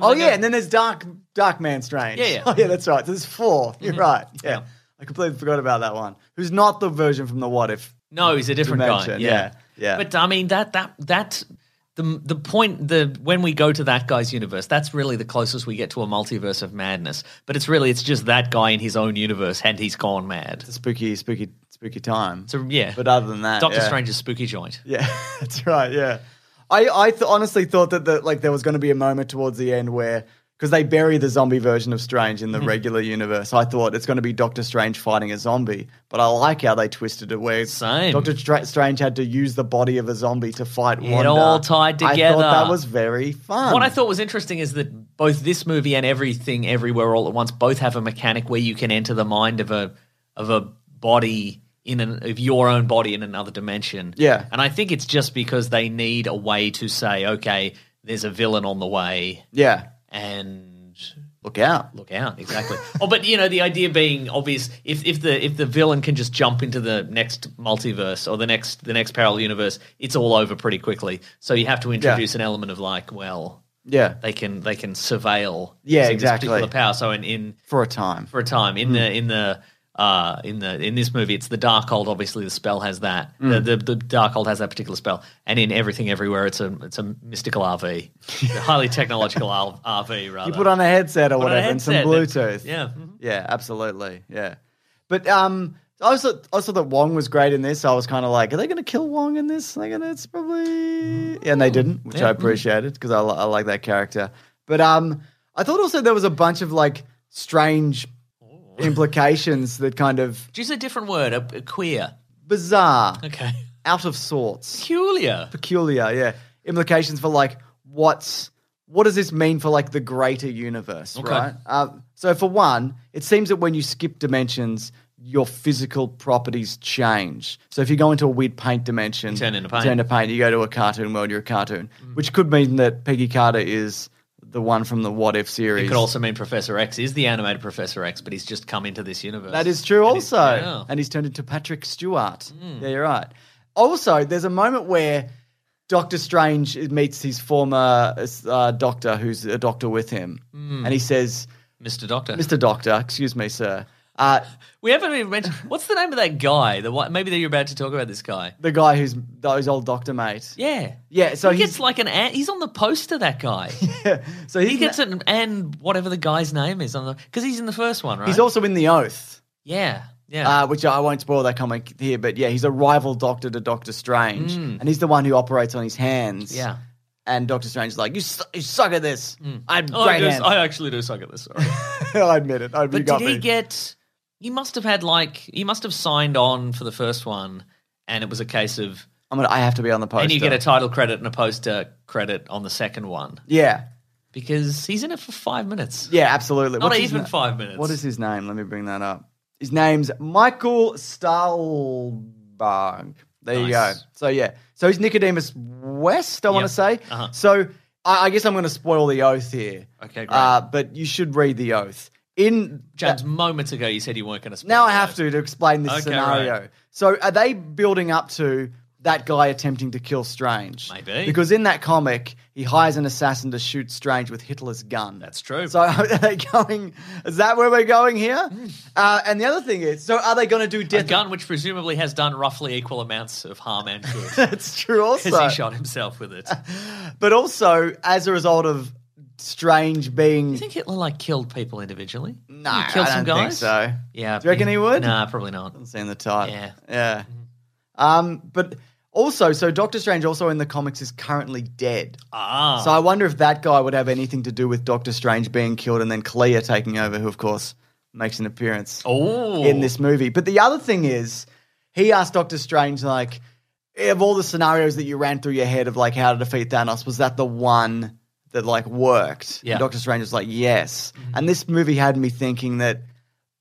S2: Oh
S3: that
S2: yeah,
S3: guy?
S2: and then there's Dark Dark Man Strange.
S3: Yeah, yeah.
S2: Oh yeah, that's right. There's 4 you You're right. Yeah.
S3: Yeah.
S2: I completely forgot about that one. Who's not the version from the What If?
S3: No, he's a different guy.
S2: Dimension,
S3: Yeah.
S2: yeah, yeah.
S3: But I mean that that that the the point the when we go to that guy's universe, that's really the closest we get to a multiverse of madness. But it's really it's just that guy in his own universe and he's gone mad.
S2: It's a spooky, spooky, spooky time.
S3: So yeah.
S2: But other than that,
S3: Doctor
S2: yeah.
S3: Strange's spooky joint.
S2: Yeah, that's right. Yeah, I I th- honestly thought that the, like there was going to be a moment towards the end where because they bury the zombie version of Strange in the
S3: Hmm.
S2: regular universe, I thought it's going to be Doctor Strange fighting a zombie. But I like how they twisted it where
S3: Same.
S2: Doctor Stra- Strange had to use the body of a zombie to fight.
S3: It
S2: Wanda.
S3: all tied together.
S2: I thought that was very fun.
S3: What I thought was interesting is that both this movie and everything everywhere all at once both have a mechanic where you can enter the mind of a of a body in an of your own body in another dimension.
S2: Yeah.
S3: And I think it's just because they need a way to say, okay, there's a villain on the way
S2: yeah.
S3: and
S2: Look out.
S3: Look out, exactly. oh, but you know, the idea being obvious, if, if the if the villain can just jump into the next multiverse or the next the next parallel universe, it's all over pretty quickly. So you have to introduce an element of like, well,
S2: Yeah.
S3: they can they can surveil
S2: Yeah,
S3: using
S2: exactly. Hmm.
S3: this particular power. So in, in
S2: For a time.
S3: for a time in the in the uh, in the in this movie, it's the Darkhold. Obviously, the spell has that.
S2: Hmm.
S3: The, the the Darkhold has that particular spell, and in everything, everywhere, it's a it's a mystical RV, a highly technological R- RV. Rather,
S2: You put on a headset or
S3: Put on a
S2: whatever and some
S3: headset
S2: Bluetooth.
S3: and- yeah. mhm.
S2: Yeah, absolutely. Yeah. But um I also I also thought Wong was great in this. I was kind of like, are they going to kill Wong in this? Like, it's probably yeah, and they didn't, which I appreciated because I, li- I like that character. But um, I thought also there was a bunch of like strange implications that kind of
S3: Just a different word, a, a queer.
S2: bizarre,
S3: Okay.
S2: out of sorts,
S3: Peculiar.
S2: peculiar. Yeah, implications for like what's what does this mean for like the greater universe,
S3: Okay.
S2: right? Uh, so for one, it seems that when you skip dimensions, your physical properties change. So if you go into a weird paint dimension, you
S3: turn into paint. Mm.
S2: turn to paint. You go to a cartoon world, you're a cartoon, which could mean that Peggy Carter is the one from the What If series.
S3: It could also mean Professor X is the animated Professor X, but he's just come into this universe.
S2: That is true,
S3: And he's-
S2: also.
S3: yeah. Mm.
S2: And he's turned into Patrick Stewart. Yeah, you're right. Also, there's a moment where Doctor Strange meets his former uh, doctor, who's a doctor with him,
S3: Mm.
S2: and he says,
S3: Mr. Doctor.
S2: "Mr. Doctor, excuse me, sir." Uh,
S3: We haven't even mentioned what's the name of that guy? The one, maybe that you're about to talk about this guy.
S2: the guy who's his old doctor mate.
S3: Yeah.
S2: Yeah, so
S3: he
S2: he's-
S3: gets like an ad, he's on the poster that guy.
S2: So he's,
S3: he gets an and whatever the guy's name is on the because he's in the first one, right?
S2: he's also in the Oath.
S3: yeah, yeah.
S2: Uh, which I won't spoil that comic here, but yeah, he's a rival doctor to Doctor Strange, and he's the one who operates on his hands.
S3: Mm. Yeah.
S2: and Doctor Strange is like, "You, su- you suck at this. I'm
S3: Oh,
S2: great
S3: I, do-
S2: hands."
S3: I actually do suck at this. Sorry.
S2: I admit it. I,
S3: But did he get? He must have had like he must have signed on for the first one, and it was a case of
S2: I'm gonna. I have to be on the poster.
S3: and you get a title credit and a poster credit on the second one
S2: yeah,
S3: because he's in it for five minutes.
S2: yeah, absolutely.
S3: Not
S2: What's his
S3: even
S2: na-
S3: five minutes.
S2: What is his name? Let me bring that up. His name's Michael Stahlberg. There you go.
S3: Nice.
S2: So yeah, so he's Nicodemus West. I want
S3: Yep.
S2: to say.
S3: Uh-huh.
S2: So I, I guess I'm going to spoil the oath here.
S3: Okay, great.
S2: Uh, but you should read the oath. In
S3: James, moments ago you said you weren't going to. spoil
S2: Now I
S3: it.
S2: have to to explain this
S3: Okay,
S2: scenario.
S3: right.
S2: So are they building up to that guy attempting to kill Strange?
S3: Maybe.
S2: Because in that comic, he hires an assassin to shoot Strange with Hitler's gun.
S3: That's true. Hmm.
S2: So are they going? Is that where we're going here? Uh, and the other thing is, so are they going to do
S3: A
S2: death?
S3: gun which presumably has done roughly equal amounts of harm and good
S2: That's true.
S3: because
S2: Also,
S3: he shot himself with it.
S2: but also as a result of Strange being
S3: Do you think Hitler like killed people individually?
S2: no,
S3: he killed
S2: I
S3: some
S2: don't
S3: guys.
S2: think so.
S3: Yeah,
S2: Do you reckon he would?
S3: Nah, probably not.
S2: Haven't seen the type.
S3: Yeah. Mm-hmm.
S2: Yeah. Um, but also, so Doctor Strange also in the comics is currently dead.
S3: Ah,
S2: So I wonder if that guy would have anything to do with Doctor Strange being killed and then Clea taking over, who of course makes an appearance
S3: oh,
S2: in this movie. But the other thing is, he asked Doctor Strange, like, of all the scenarios that you ran through your head of like how to defeat Thanos, was that the one that like worked?
S3: Yeah. Mm-hmm.
S2: And Doctor Strange was like, yes. And this movie had me thinking that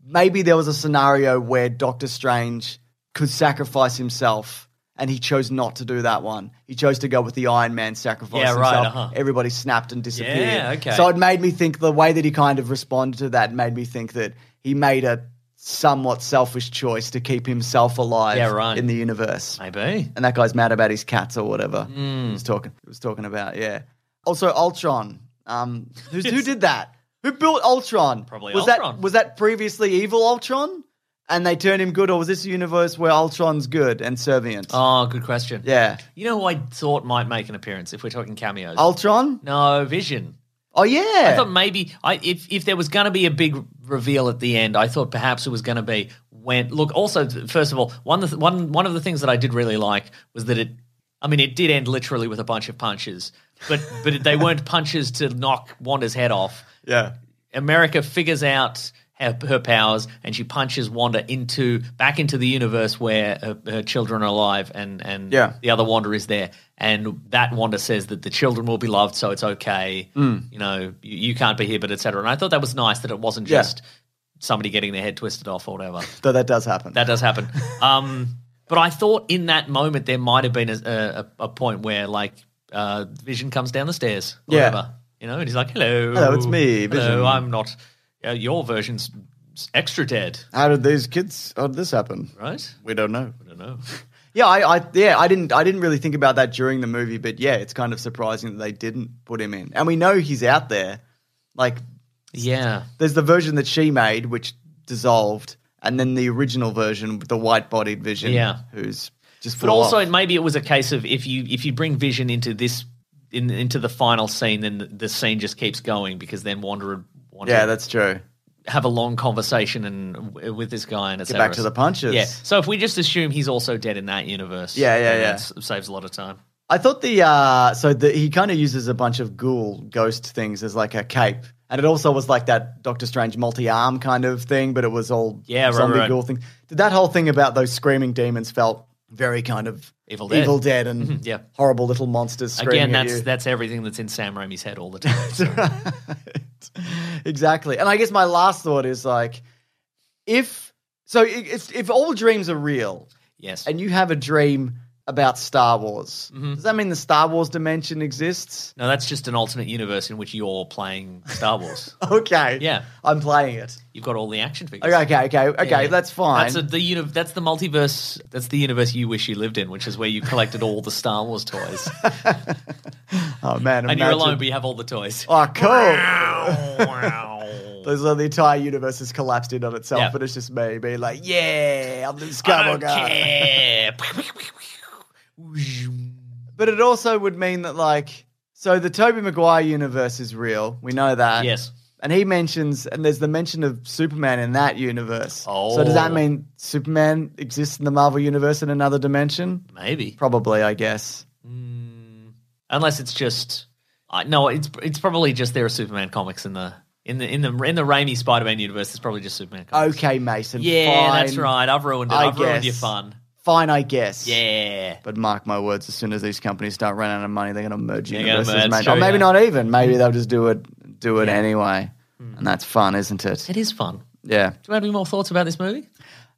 S2: maybe there was a scenario where Doctor Strange could sacrifice himself. And he chose not to do that one. He chose to go with the Iron Man sacrifice.
S3: Yeah, right,
S2: himself.
S3: uh-huh.
S2: Everybody snapped and disappeared.
S3: Yeah, okay.
S2: So it made me think the way that he kind of responded to that made me think that he made a somewhat selfish choice to keep himself alive
S3: Yeah, right.
S2: in the universe.
S3: maybe.
S2: And that guy's mad about his cats or whatever.
S3: Hmm.
S2: He was talking he was talking about, yeah. Also Ultron. Um who's, who did that? Who built Ultron?
S3: Probably
S2: was
S3: Ultron.
S2: That, was that previously evil Ultron? And they turned him good, or was this a universe where Ultron's good and servient?
S3: Oh, good question.
S2: Yeah.
S3: You know who I thought might make an appearance if we're talking cameos?
S2: Ultron?
S3: no, Vision.
S2: Oh yeah.
S3: I thought maybe I, if if there was going to be a big reveal at the end, I thought perhaps it was going to be when. Look, also first of all, one of the, one one of the things that I did really like was that it. I mean, it did end literally with a bunch of punches, but but they weren't punches to knock Wanda's head off.
S2: yeah.
S3: America figures out her, her powers and she punches Wanda into back into the universe where her, her children are alive and and
S2: Yeah.
S3: the other Wanda is there and that Wanda says that the children will be loved so it's okay
S2: Mm.
S3: you know you, you can't be here but etc and I thought that was nice that it wasn't
S2: Yeah.
S3: just somebody getting their head twisted off or whatever
S2: Though that does happen.
S3: that does happen um but I thought in that moment there might have been a, a, a point where like uh, Vision comes down the stairs or
S2: Yeah.
S3: whatever You know, and he's like, "Hello,
S2: Hello, it's me, Vision."
S3: Hello, I'm not. Uh, your version's extra dead,
S2: How did these kids? How did this happen?
S3: right?
S2: We don't know.
S3: I don't know.
S2: Yeah, I, I yeah, I didn't I didn't really think about that during the movie, but yeah, it's kind of surprising that they didn't put him in. And we know he's out there. Like
S3: Yeah,
S2: there's the version that she made which dissolved, and then the original version with the white bodied vision
S3: Yeah.
S2: who's just
S3: but
S2: full
S3: also
S2: off.
S3: maybe it was a case of if you if you bring Vision into this in into the final scene, then the, the scene just keeps going because then Wanderer. Wanderer
S2: Yeah, that's true.
S3: have a long conversation and w- with this guy and it's
S2: Get back
S3: over.
S2: to the punches.
S3: Yeah. So if we just assume he's also dead in that universe,
S2: Yeah, yeah,
S3: then
S2: yeah.
S3: that s- saves a lot of time.
S2: I thought the uh so the, he kind of uses a bunch of ghoul ghost things as like a cape. And it also was like that Doctor Strange multi arm kind of thing, but it was all
S3: Yeah, right,
S2: zombie
S3: right.
S2: ghoul thing. Did that whole thing about those screaming demons felt very kind of
S3: Evil Dead.
S2: Dead and
S3: yeah.
S2: horrible little monsters screaming
S3: Again,
S2: at
S3: that's
S2: you.
S3: that's everything that's in Sam Raimi's head all the time.
S2: exactly. And I guess my last thought is like, if so, i- it's, if all dreams are real,
S3: yes.
S2: and you have a dream about Star Wars,
S3: Mm-hmm.
S2: does that mean the Star Wars dimension exists?
S3: no, that's just an alternate universe in which you're playing Star Wars.
S2: Okay.
S3: Yeah.
S2: I'm playing it.
S3: You've got all the action figures.
S2: Okay, okay, okay, okay.
S3: Yeah, yeah.
S2: That's fine.
S3: That's a, the uni- That's the multiverse. That's the universe you wish you lived in, which is where you collected all the Star Wars toys,
S2: oh man,
S3: and you're
S2: imagine.
S3: alone, but you have all the toys.
S2: Oh, cool.
S3: wow.
S2: Those are the entire universe has collapsed in on itself,
S3: Yeah.
S2: but it's just me being like, "Yeah, I'm the
S3: I don't
S2: Skywalker."
S3: care.
S2: But it also would mean that, like, so the Toby Maguire universe is real. We know that.
S3: Yes.
S2: And he mentions, and there's the mention of Superman in that universe. So does that
S3: Oh.
S2: mean Superman exists in the Marvel universe in another dimension?
S3: Maybe.
S2: Probably, I guess.
S3: Unless it's just I no, it's it's probably just there are Superman comics in the in the in the in the Raimi Spider-Man universe. It's probably just Superman comics.
S2: Okay, Mason.
S3: Yeah,
S2: fine.
S3: that's right. I've ruined it.
S2: I
S3: have ruined your
S2: guess.
S3: fun.
S2: Fine, I guess.
S3: Yeah.
S2: But mark my words, as soon as these companies start running out of money, they're going to merge
S3: They're gonna
S2: universes,
S3: merge,
S2: mate.
S3: sure,
S2: or maybe
S3: yeah.
S2: not even. Maybe they'll just do it, do it anyway. And that's fun, isn't it?
S3: Hmm. It is fun. Do
S2: Yeah.
S3: you have any more thoughts about this movie?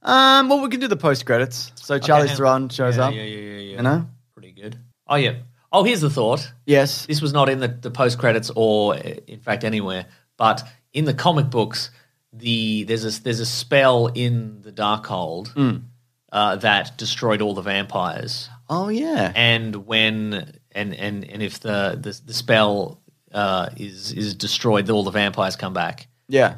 S2: Um, well, we can do the post credits. So Charlie's
S3: hang
S2: Theron shows
S3: yeah,
S2: up.
S3: yeah, yeah, yeah, yeah.
S2: You know?
S3: Pretty good. Oh yeah. Oh, here's the thought.
S2: Yes.
S3: This was not in the, the post credits or uh, in fact anywhere, but in the comic books, the there's a there's a spell in the Darkhold
S2: Hmm.
S3: uh, that destroyed all the vampires.
S2: Oh yeah.
S3: and when and and and if the the, the spell uh, is is destroyed, all the vampires come back.
S2: yeah.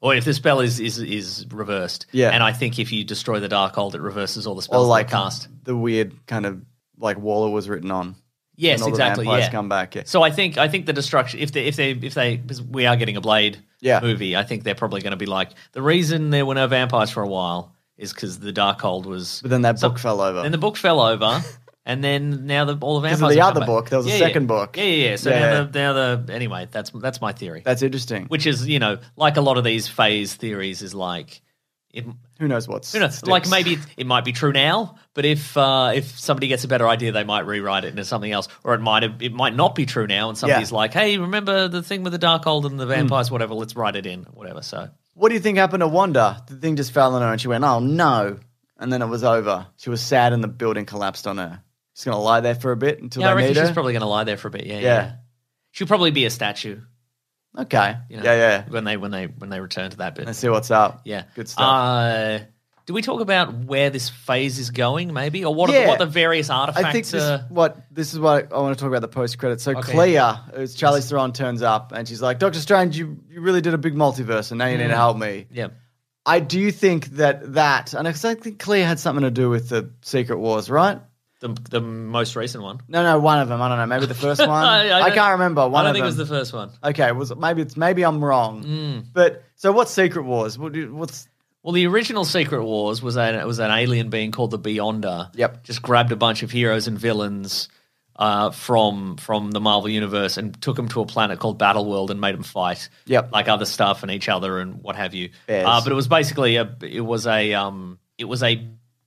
S3: Or if the spell is is is reversed,
S2: Yeah.
S3: And I think if you destroy the Darkhold, it reverses all the
S2: Or
S3: spells that
S2: like
S3: are cast.
S2: the weird kind of like Waller was written on.
S3: Yes,
S2: and all
S3: exactly.
S2: The vampires
S3: yeah.
S2: come back. Yeah.
S3: So I think I think the destruction if they if they if they because we are getting a Blade
S2: Yeah.
S3: movie, I think they're probably going to be like the reason there were no vampires for a while is because the Darkhold was.
S2: But then that
S3: So-
S2: book fell over.
S3: Then the book fell over, and then now the, all the
S2: of
S3: vampires.
S2: the
S3: have come
S2: other
S3: back.
S2: book, there was a
S3: Yeah,
S2: second
S3: yeah.
S2: book.
S3: Yeah, yeah. yeah. So
S2: Yeah.
S3: Now, the, now the anyway, that's that's my theory.
S2: That's interesting.
S3: Which is you know like a lot of these phase theories is like. It,
S2: Who knows what's
S3: you know, like maybe it, it might be true now, but if uh, if somebody gets a better idea, they might rewrite it into something else, or it might have, it might not be true now, and somebody's like, "Hey, remember the thing with the Darkhold and the
S2: Hmm.
S3: vampires, whatever? Let's write it in, whatever." So
S2: What do you think happened to Wanda? The thing just fell on her, and she went, "Oh no!" And then it was over. She was sad, and the building collapsed on her. She's gonna lie there for a bit until
S3: yeah, I
S2: they
S3: reckon
S2: need her.
S3: she's probably going to lie there for a bit. Yeah, yeah.
S2: Yeah.
S3: She'll probably be a statue.
S2: okay.
S3: you know,
S2: yeah, yeah.
S3: When they when they when they return to that bit,
S2: Let's see what's up.
S3: yeah,
S2: Good stuff.
S3: Uh, do we talk about where this phase is going, maybe, or what are the-
S2: Yeah.
S3: what the various artifacts? uh,
S2: I think this,
S3: are,
S2: what this is what I, I want to talk about the post credit. So
S3: Okay.
S2: Clea, it's Charlie Theron turns up and she's like, "Doctor Strange, you, you really did a big multiverse, and now you need to help me."
S3: Mm. yeah,
S2: I do think that that, and I think Clea had something to do with the Secret Wars, right?
S3: the the most recent one.
S2: No, no, one of them. I don't know. Maybe the first one.
S3: I- I
S2: I,
S3: don't-
S2: can't remember. One
S3: I don't
S2: of
S3: think
S2: them.
S3: it was the Mm. first one.
S2: Okay, was it- maybe it's maybe I'm wrong. But so what's Secret Wars? What, do you- what's
S3: Well, the original Secret Wars was an was an alien being called the Beyonder.
S2: Yep.
S3: just grabbed a bunch of heroes and villains. Uh, from from the Marvel universe and took them to a planet called Battleworld and made them fight,
S2: Yep.
S3: like other stuff and each other and what have you.
S2: Bears.
S3: Uh, but it was basically a it was a um it was a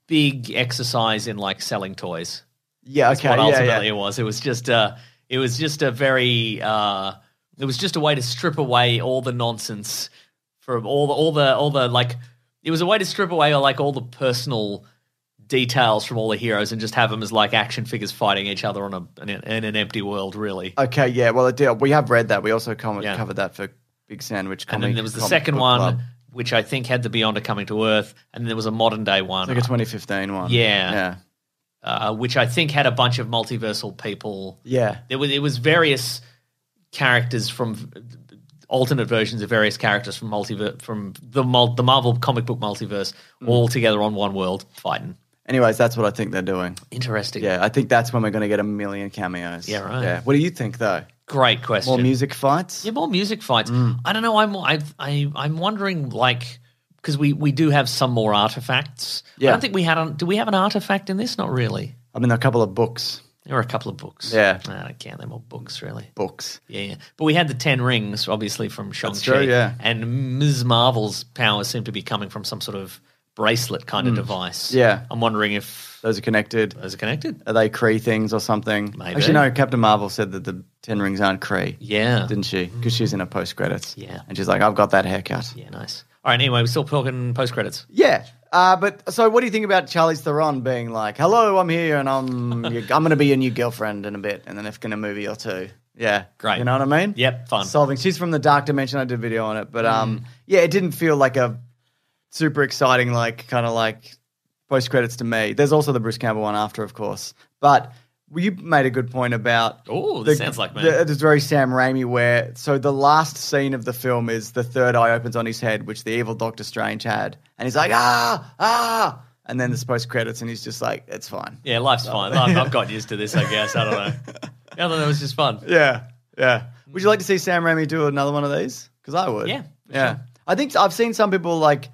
S3: big exercise in like selling toys.
S2: yeah? Okay,
S3: what
S2: yeah,
S3: ultimately
S2: yeah.
S3: it was. It was just a, it was just a very, uh, it was just a way to strip away all the nonsense from all the, all the, all the like. It was a way to strip away like all the personal details from all the heroes and just have them as like action figures fighting each other on a in, in an empty world, really.
S2: Okay, yeah. Well, it did. We have read that. We also com-
S3: Yeah.
S2: covered that for Big Sandwich.
S3: And
S2: Comic,
S3: then there was the
S2: Comic
S3: second
S2: Book
S3: one,
S2: Club.
S3: which I think had the Beyonder coming to Earth, and then there was a modern day
S2: It's
S3: one,
S2: like a 2015 one.
S3: Yeah.
S2: yeah,
S3: uh, which I think had a bunch of multiversal people.
S2: yeah.
S3: There was it was various characters from alternate versions of various characters from multiver- from the mul- the Marvel comic book multiverse
S2: Mm.
S3: all together on one world fighting.
S2: Anyways, that's what I think they're doing.
S3: Interesting.
S2: Yeah, I think that's when we're going to get a million cameos.
S3: Yeah, right.
S2: Yeah. What do you think though?
S3: Great question.
S2: More music Mm. fights?
S3: Yeah, more music fights. I don't know. I'm I, I I'm wondering like because we we do have some more artifacts. I
S2: Yeah.
S3: don't think we had. An, do we have an artifact in this? Not really.
S2: I mean, a couple of books.
S3: There were a couple of books.
S2: Yeah.
S3: I don't care. They're more books, really.
S2: Books.
S3: Yeah, yeah. But we had the Ten Rings, obviously, from Shang-Chi.
S2: true, yeah.
S3: And Ms. Marvel's powers seem to be coming from some sort of bracelet kind of device.
S2: Mm. Yeah.
S3: I'm wondering if
S2: Those are connected.
S3: those are connected.
S2: Are they Cree things or something?
S3: Maybe.
S2: Actually, no. Captain Marvel said that the Ten Rings aren't Cree.
S3: Yeah.
S2: Didn't she? Because she's in a post credits.
S3: Yeah.
S2: And she's like, I've got that haircut.
S3: Yeah, nice. All right, anyway, we're still talking post-credits.
S2: Yeah. Uh, but so, what do you think about Charlize Theron being like, "Hello, I'm here, and I'm your, I'm going to be your new girlfriend in a bit, and then if in a movie or two, yeah,
S3: Great.
S2: You know what I mean?
S3: Yep, fun. Mm.
S2: Solving. She's from the Dark Dimension. I did a video on it, but um, yeah, it didn't feel like a super exciting, like kind of like post credits to me. There's also the Bruce Campbell one after, of course, but. You made a good point about.
S3: Ooh, this sounds like me.
S2: the- It is very Sam Raimi, where so the last scene of the film is the third eye opens on his head, which the evil Doctor Strange had, and he's like ah ah, and then there's post credits, and he's just like it's fine.
S3: Yeah, life's fine.
S2: Oh.
S3: I've, I've got used to this, I guess. I don't know. I don't know. It was just fun.
S2: Yeah, yeah. Would you like to see Sam Raimi do another one of these? Because I would.
S3: Yeah, for
S2: yeah. I think I've seen some people like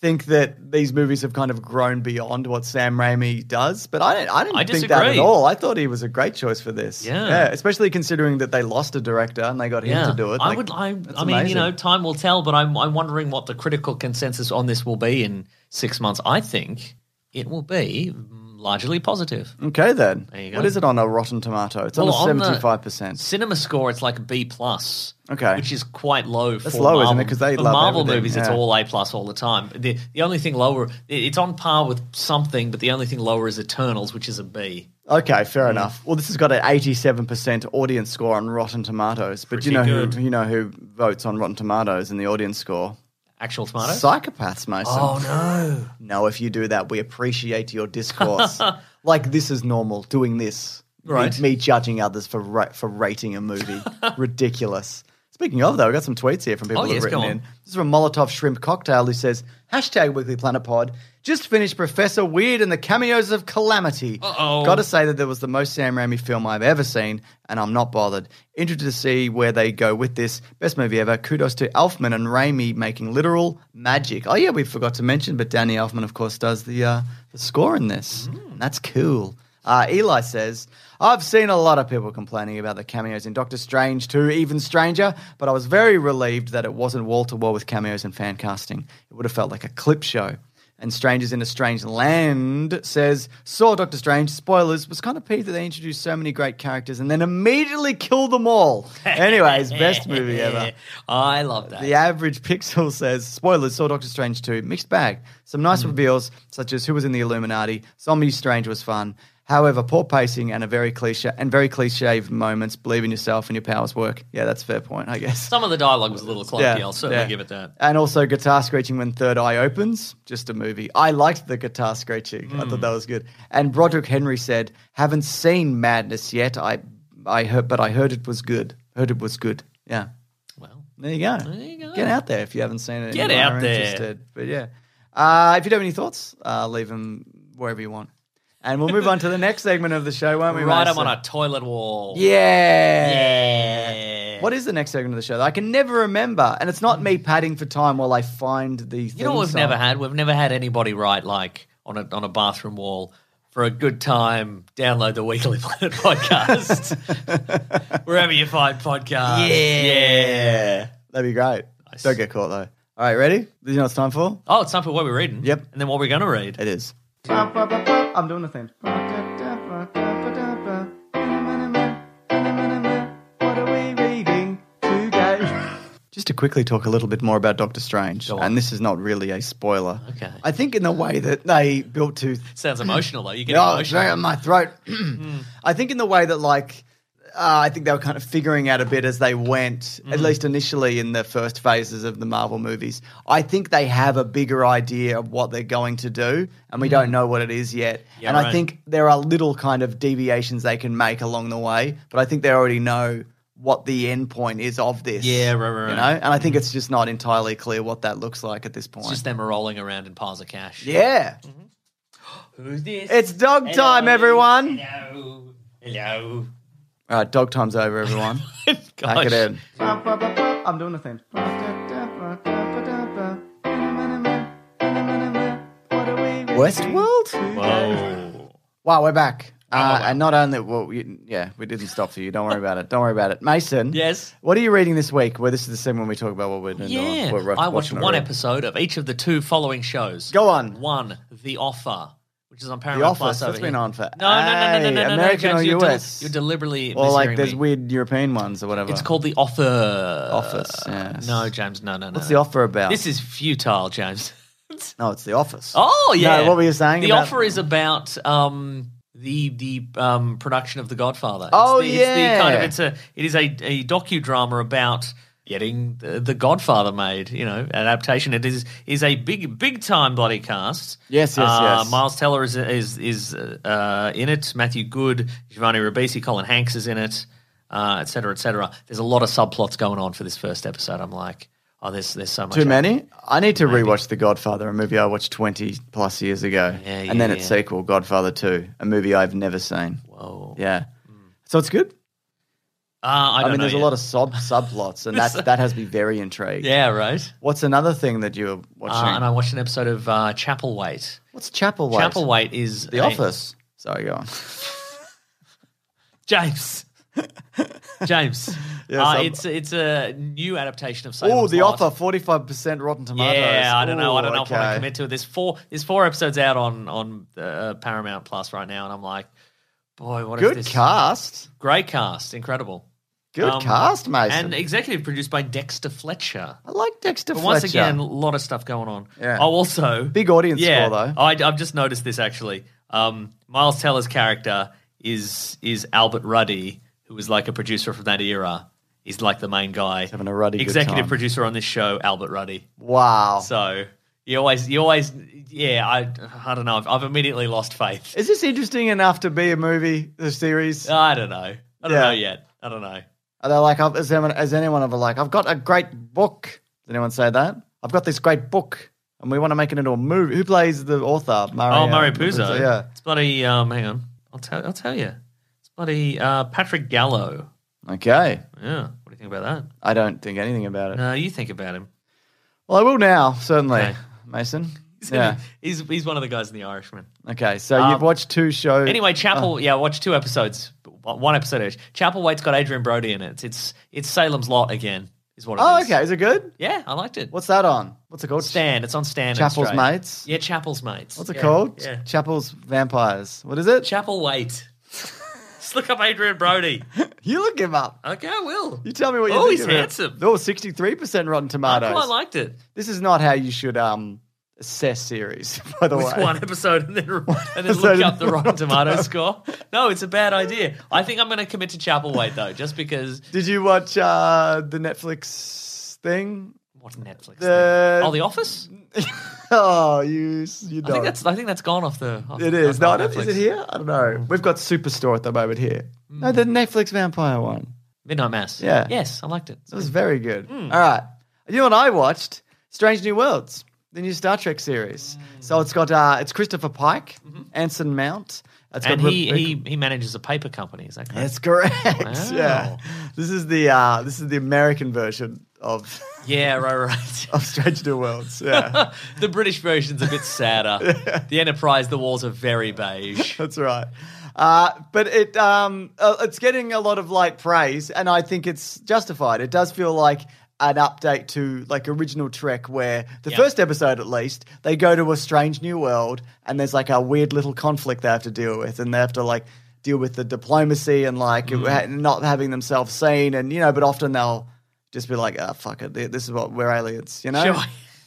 S2: think that these movies have kind of grown beyond what Sam Raimi does, but I don't. I didn't
S3: I
S2: think that at
S3: disagree.
S2: all. I thought he was a great choice for this.
S3: Yeah.
S2: especially considering that they lost a director and they got him to do it.
S3: I
S2: Like,
S3: would. I, I mean,
S2: that's
S3: you
S2: amazing.
S3: know, time will tell. But I'm, I'm wondering what the critical consensus on this will be in six months. I think it will be largely positive.
S2: Okay, then.
S3: There you go.
S2: What is it on a Rotten Tomato? It's
S3: Well,
S2: on
S3: on
S2: a
S3: the-
S2: seventy-five percent.
S3: Cinema score, it's like a B plus.
S2: Okay.
S3: which is quite low.
S2: That's
S3: for
S2: low, isn't
S3: Marvel.
S2: it? 'Cause they
S3: for
S2: love
S3: Marvel
S2: everything,
S3: movies. It's
S2: yeah.
S3: all A plus all the time. The the only thing lower, it- it's on par with something, but the only thing lower is Eternals, which is a B.
S2: Okay,
S3: Hmm.
S2: fair enough. Well, this has got an eighty-seven percent audience score on Rotten Tomatoes, but you know
S3: Pretty
S2: who
S3: good.
S2: you know who votes on Rotten Tomatoes in the audience score?
S3: Actual tomatoes.
S2: Psychopaths, Mason.
S3: oh no!
S2: No, if you do that, we appreciate your discourse. like this is normal. Doing this, Me-
S3: Right.
S2: Me, judging others for ra- for rating a movie, ridiculous. Speaking of though, I got some tweets here from people
S3: Oh,
S2: who've
S3: yes,
S2: written
S3: go on.
S2: in. This is from Molotov Shrimp Cocktail who says hashtag Weekly Planet Pod. Just finished Professor Weird and the cameos of Calamity.
S3: Uh-oh.
S2: Got to say that there was the most Sam Raimi film I've ever seen, and I'm not bothered. Interested to see where they go with this. Best movie ever. Kudos to Elfman and Raimi making literal magic. Oh yeah, we forgot to mention, but Danny Elfman, of course, does the uh, the score in this. And That's cool. Uh, Eli says, I've seen a lot of people complaining about the cameos in Doctor Strange 2, even stranger, but I was very relieved that it wasn't wall to wall with cameos and fan casting. It would have felt like a clip show. And Strangers in a Strange Land says, Saw Doctor Strange, spoilers, was kind of peeved that they introduced so many great characters and then immediately kill them all. Anyways, best movie ever.
S3: I love that.
S2: The average pixel says, spoilers, saw Doctor Strange 2, mixed bag. Some nice reveals, such as who was in the Illuminati, Zombie Strange was fun. However, poor pacing and a very cliche and very cliche moments. Believe in yourself and your powers work. Yeah, that's a fair point, I guess.
S3: Some of the dialogue was a little clunky. I'll certainly
S2: yeah.
S3: give it that.
S2: And also guitar screeching when Third Eye opens, just a movie. I liked the guitar screeching. I
S3: Mm.
S2: thought that was good. And Roderick Henry said, "Haven't seen Madness yet. I, I heard, but I heard it was good. Heard it was good. Yeah.
S3: Well,
S2: There you go.
S3: There you go.
S2: Get out there if you haven't seen it. and
S3: Get
S2: you
S3: out
S2: are
S3: there.
S2: Interested. But yeah, uh, if you do have any thoughts, uh, leave them wherever you want. And we'll move on to the next segment of the show, won't we?
S3: right up
S2: Mason?
S3: on a toilet wall.
S2: Yeah.
S3: Yeah.
S2: What is the next segment of the show? I can never remember, and it's not me padding for time while I find the.
S3: Mm. You know what we've never had? We've never had anybody write like on a on a bathroom wall for a good time. Download the Weekly Planet podcast wherever you find podcasts.
S2: Yeah, that'd be great. Don't get caught though. All right, ready? You know what it's time for?
S3: Oh, it's time for what we're reading.
S2: Yep.
S3: And then what we're going to read.
S2: It is. I'm doing the thing. What are we reading today? just to quickly talk a little bit more about Doctor Strange,
S3: Go on.
S2: and this is not really a spoiler.
S3: Okay.
S2: I think in the way that they built to
S3: Sounds emotional though. You get
S2: oh, it's
S3: emotional.
S2: right on my throat.
S3: Hmm.
S2: I think in the way that like uh, I think they were kind of figuring out a bit as they went, at
S3: Hmm.
S2: least initially in the first phases of the Marvel movies. I think they have a bigger idea of what they're going to do, and we don't know what it is yet.
S3: Hmm. Yeah,
S2: and
S3: right.
S2: I think there are little kind of deviations they can make along the way, but I think they already know what the end point is of this.
S3: Yeah, right, right,
S2: You
S3: right.
S2: know, and I think it's just not entirely clear what that looks like at this point.
S3: It's just Mm-hmm. them rolling around in piles of cash.
S2: yeah,
S3: Who's this?
S2: it's dog
S3: Hello,
S2: time, everyone.
S3: Hello. Hello.
S2: All right, dog time's over, everyone.
S3: Gosh.
S2: Pack it in. I'm doing the thing. Westworld?
S3: Whoa.
S2: Wow, we're back. Uh,
S3: wow.
S2: and not only, well, you, yeah, we didn't stop for you. Don't worry about it. Don't worry about it. Mason.
S3: Yes?
S2: What are you reading this week? Well, this is the segment we talk about what we're doing.
S3: Yeah.
S2: What we're
S3: I watched
S2: watching
S3: one
S2: already.
S3: episode of each of the two following shows.
S2: Go on.
S3: One, The Offer, which is on Paramount
S2: The Office.
S3: Plus over
S2: That's been
S3: here.
S2: on for.
S3: No, no, no, no, no,
S2: Hey,
S3: no, no, no,
S2: American
S3: James,
S2: or
S3: you're del-
S2: US?
S3: you're deliberately
S2: or like
S3: mishearing
S2: there's
S3: me.
S2: weird European ones or whatever.
S3: It's called The Offer.
S2: Office, yes.
S3: No, James. No, no, no.
S2: What's the offer about?
S3: This is futile, James.
S2: no, it's the office.
S3: Oh yeah.
S2: what were you saying
S3: The
S2: about-
S3: offer is about um, the the um, production of The Godfather. It's
S2: Oh,
S3: the, It's the kind of
S2: yeah.
S3: it's a it is a, a docudrama about getting the, the Godfather made. You know, adaptation. It is is a big big time bloody cast.
S2: Yes, yes,
S3: Uh,
S2: yes.
S3: Miles Teller is is is uh, in it. Matthew Good, Giovanni Ribisi, Colin Hanks is in it. Uh, et cetera, et cetera. There's a lot of subplots going on for this first episode. I'm like, oh, there's there's so much.
S2: Too many? I need to rewatch The Godfather, a movie I watched 20 plus years ago.
S3: Yeah, yeah,
S2: and then its
S3: yeah.
S2: sequel, Godfather 2, a movie I've never seen.
S3: Whoa.
S2: Yeah. So it's good.
S3: Oh. Uh, I,
S2: I,
S3: don't
S2: mean,
S3: know
S2: there's
S3: yet.
S2: a lot of sub subplots, and that, that has me very intrigued.
S3: yeah, right.
S2: What's another thing that you're watching?
S3: Uh, and I watched an episode of uh, Chapel Wait.
S2: What's Chapel Wait?
S3: Chapel Wait is
S2: The
S3: a-
S2: Office. Sorry, go on.
S3: James. James. uh,
S2: I'm-
S3: it's it's a new adaptation of
S2: Oh,
S3: Salem's
S2: The
S3: Lot.
S2: Offer, 45% Rotten Tomatoes.
S3: Yeah, I don't know. I
S2: Ooh,
S3: don't know if I want
S2: okay.
S3: to commit to it. There's four. There's four episodes out on on uh, Paramount Plus right now, and I'm like, boy, what is
S2: Good
S3: this?
S2: cast.
S3: Great cast, incredible.
S2: Good
S3: Um,
S2: cast, Mason.
S3: And executive produced by Dexter Fletcher.
S2: I like Dexter
S3: But
S2: Fletcher.
S3: once again, a lot of stuff going on.
S2: Yeah.
S3: Oh, also
S2: Big audience
S3: yeah,
S2: score, though.
S3: I, I've just noticed this actually. Um, Miles Teller's character is is Albert Ruddy, who was like a producer from that era. He's like the main guy,
S2: having a ruddy good
S3: executive
S2: time. Oh.
S3: producer on this show, Albert Ruddy.
S2: wow.
S3: So you always, you always, yeah. I, I don't know. I've, I've immediately lost faith.
S2: Is this interesting enough to be a movie, the series?
S3: I don't know. I don't
S2: Yeah.
S3: know yet. I don't know.
S2: Are they like, I've- is anyone, is anyone ever like, I've got a great book? Does anyone say that? I've got this great book and we want to make it into a movie. Who plays the author? Mario,
S3: Oh, Murray Puzo.
S2: Yeah.
S3: It's bloody. Um, hang on. I'll tell. I'll tell you. It's bloody uh, Patrick Gallo.
S2: Okay.
S3: Yeah. What do you think about
S2: I don't think anything about it.
S3: that? No, you think about him.
S2: Well, I will now, certainly,
S3: Okay.
S2: Mason.
S3: So
S2: Yeah.
S3: he's he's one of the guys in The Irishman.
S2: Okay. So you've watched two shows.
S3: Anyway,
S2: uh,
S3: Chapel. yeah, I watched two episodes, one one episode each. Chapel Wait's got Adrian Brody in it. It's it's Salem's Lot again. Is what. It
S2: Oh,
S3: is.
S2: okay. Is it good?
S3: Yeah, I liked it.
S2: What's that on? What's it called?
S3: Stan? It's on Stan. in
S2: Chapel's
S3: Australia.
S2: Mates?
S3: Yeah, Chapel's Mates.
S2: What's it
S3: Yeah,
S2: called?
S3: Yeah.
S2: Chapel's Vampires. What is it?
S3: Chapel Wait. Just look up Adrian Brody.
S2: you look him up.
S3: Okay, I will.
S2: You tell me what you
S3: Oh,
S2: think
S3: he's
S2: of it.
S3: handsome.
S2: Oh, 63% Rotten
S3: I
S2: Tomatoes.
S3: quite liked it.
S2: This is not how you should um, assess series, by the
S3: With
S2: way.
S3: one episode and then and then
S2: episode
S3: look up
S2: and
S3: the Rotten Tomato score. No, it's a bad idea. I think I'm going to commit to Chapel Wait though, just because
S2: Did you watch uh, the Netflix thing?
S3: what Netflix?
S2: The-
S3: thing? Oh, The Office.
S2: oh, you you
S3: I think
S2: don't.
S3: that's I think that's gone off the. Off,
S2: It is. No,
S3: off
S2: I don't- is
S3: Netflix. Mm.
S2: it here? I don't know. We've got Superstore at the moment here. No, the Netflix vampire one.
S3: Midnight Mass.
S2: Yeah.
S3: Yes, I liked it.
S2: That was very good.
S3: Mm.
S2: All right. You know what I watched? Strange New Worlds, the new Star Trek series.
S3: Mm.
S2: So it's got uh, it's Christopher Pike, Anson Mount. It's
S3: Mm-hmm. and
S2: got
S3: he,
S2: Rebecca-
S3: he he manages a paper company. Is that correct?
S2: That's correct.
S3: Wow.
S2: Yeah. This is the uh, this is the American version of
S3: Yeah, right, right.
S2: of Strange New Worlds. Yeah.
S3: the British version's a bit sadder. The Enterprise, the walls are very beige.
S2: That's right. Uh, but it um, uh, it's getting a lot of like praise, and I think it's justified. It does feel like an update to like original Trek, where the first episode, at least, they go to a strange new world, and there's like a weird little conflict they have to deal with, and they have to like deal with the diplomacy and like ha- not having themselves seen, and you know. But often they'll just be like, ah, fuck it, th- this is what we're aliens, you know.
S3: Sure.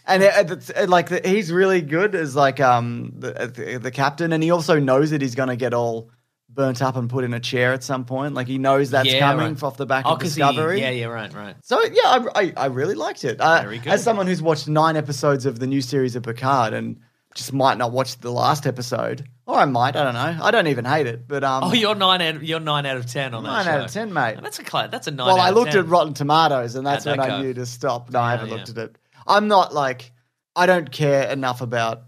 S2: And it, it- it's- it- like the, he's really good as like um the, the, the captain, and he also knows that he's gonna get all burnt up and put in a chair at some point. Like he knows that's
S3: Yeah,
S2: coming
S3: right.
S2: off the back
S3: Oh,
S2: of
S3: 'cause he-
S2: Discovery.
S3: yeah, yeah, right, right.
S2: So yeah, I, I, I really liked it. Uh,
S3: Very good.
S2: As someone who's watched nine episodes of the new series of Picard and just might not watch the last episode, or I might, I don't know. I don't even hate it, but um,
S3: Oh, you're nine out. You're nine out of ten on that.
S2: Nine out of
S3: show.
S2: 10, mate.
S3: That's a cla- that's a nine.
S2: well,
S3: out
S2: I
S3: of
S2: looked
S3: 10.
S2: at Rotten Tomatoes, and that's
S3: How'd
S2: when
S3: that
S2: I
S3: go?
S2: knew to stop. No, I haven't
S3: yeah.
S2: looked at it. I'm not like I don't care enough about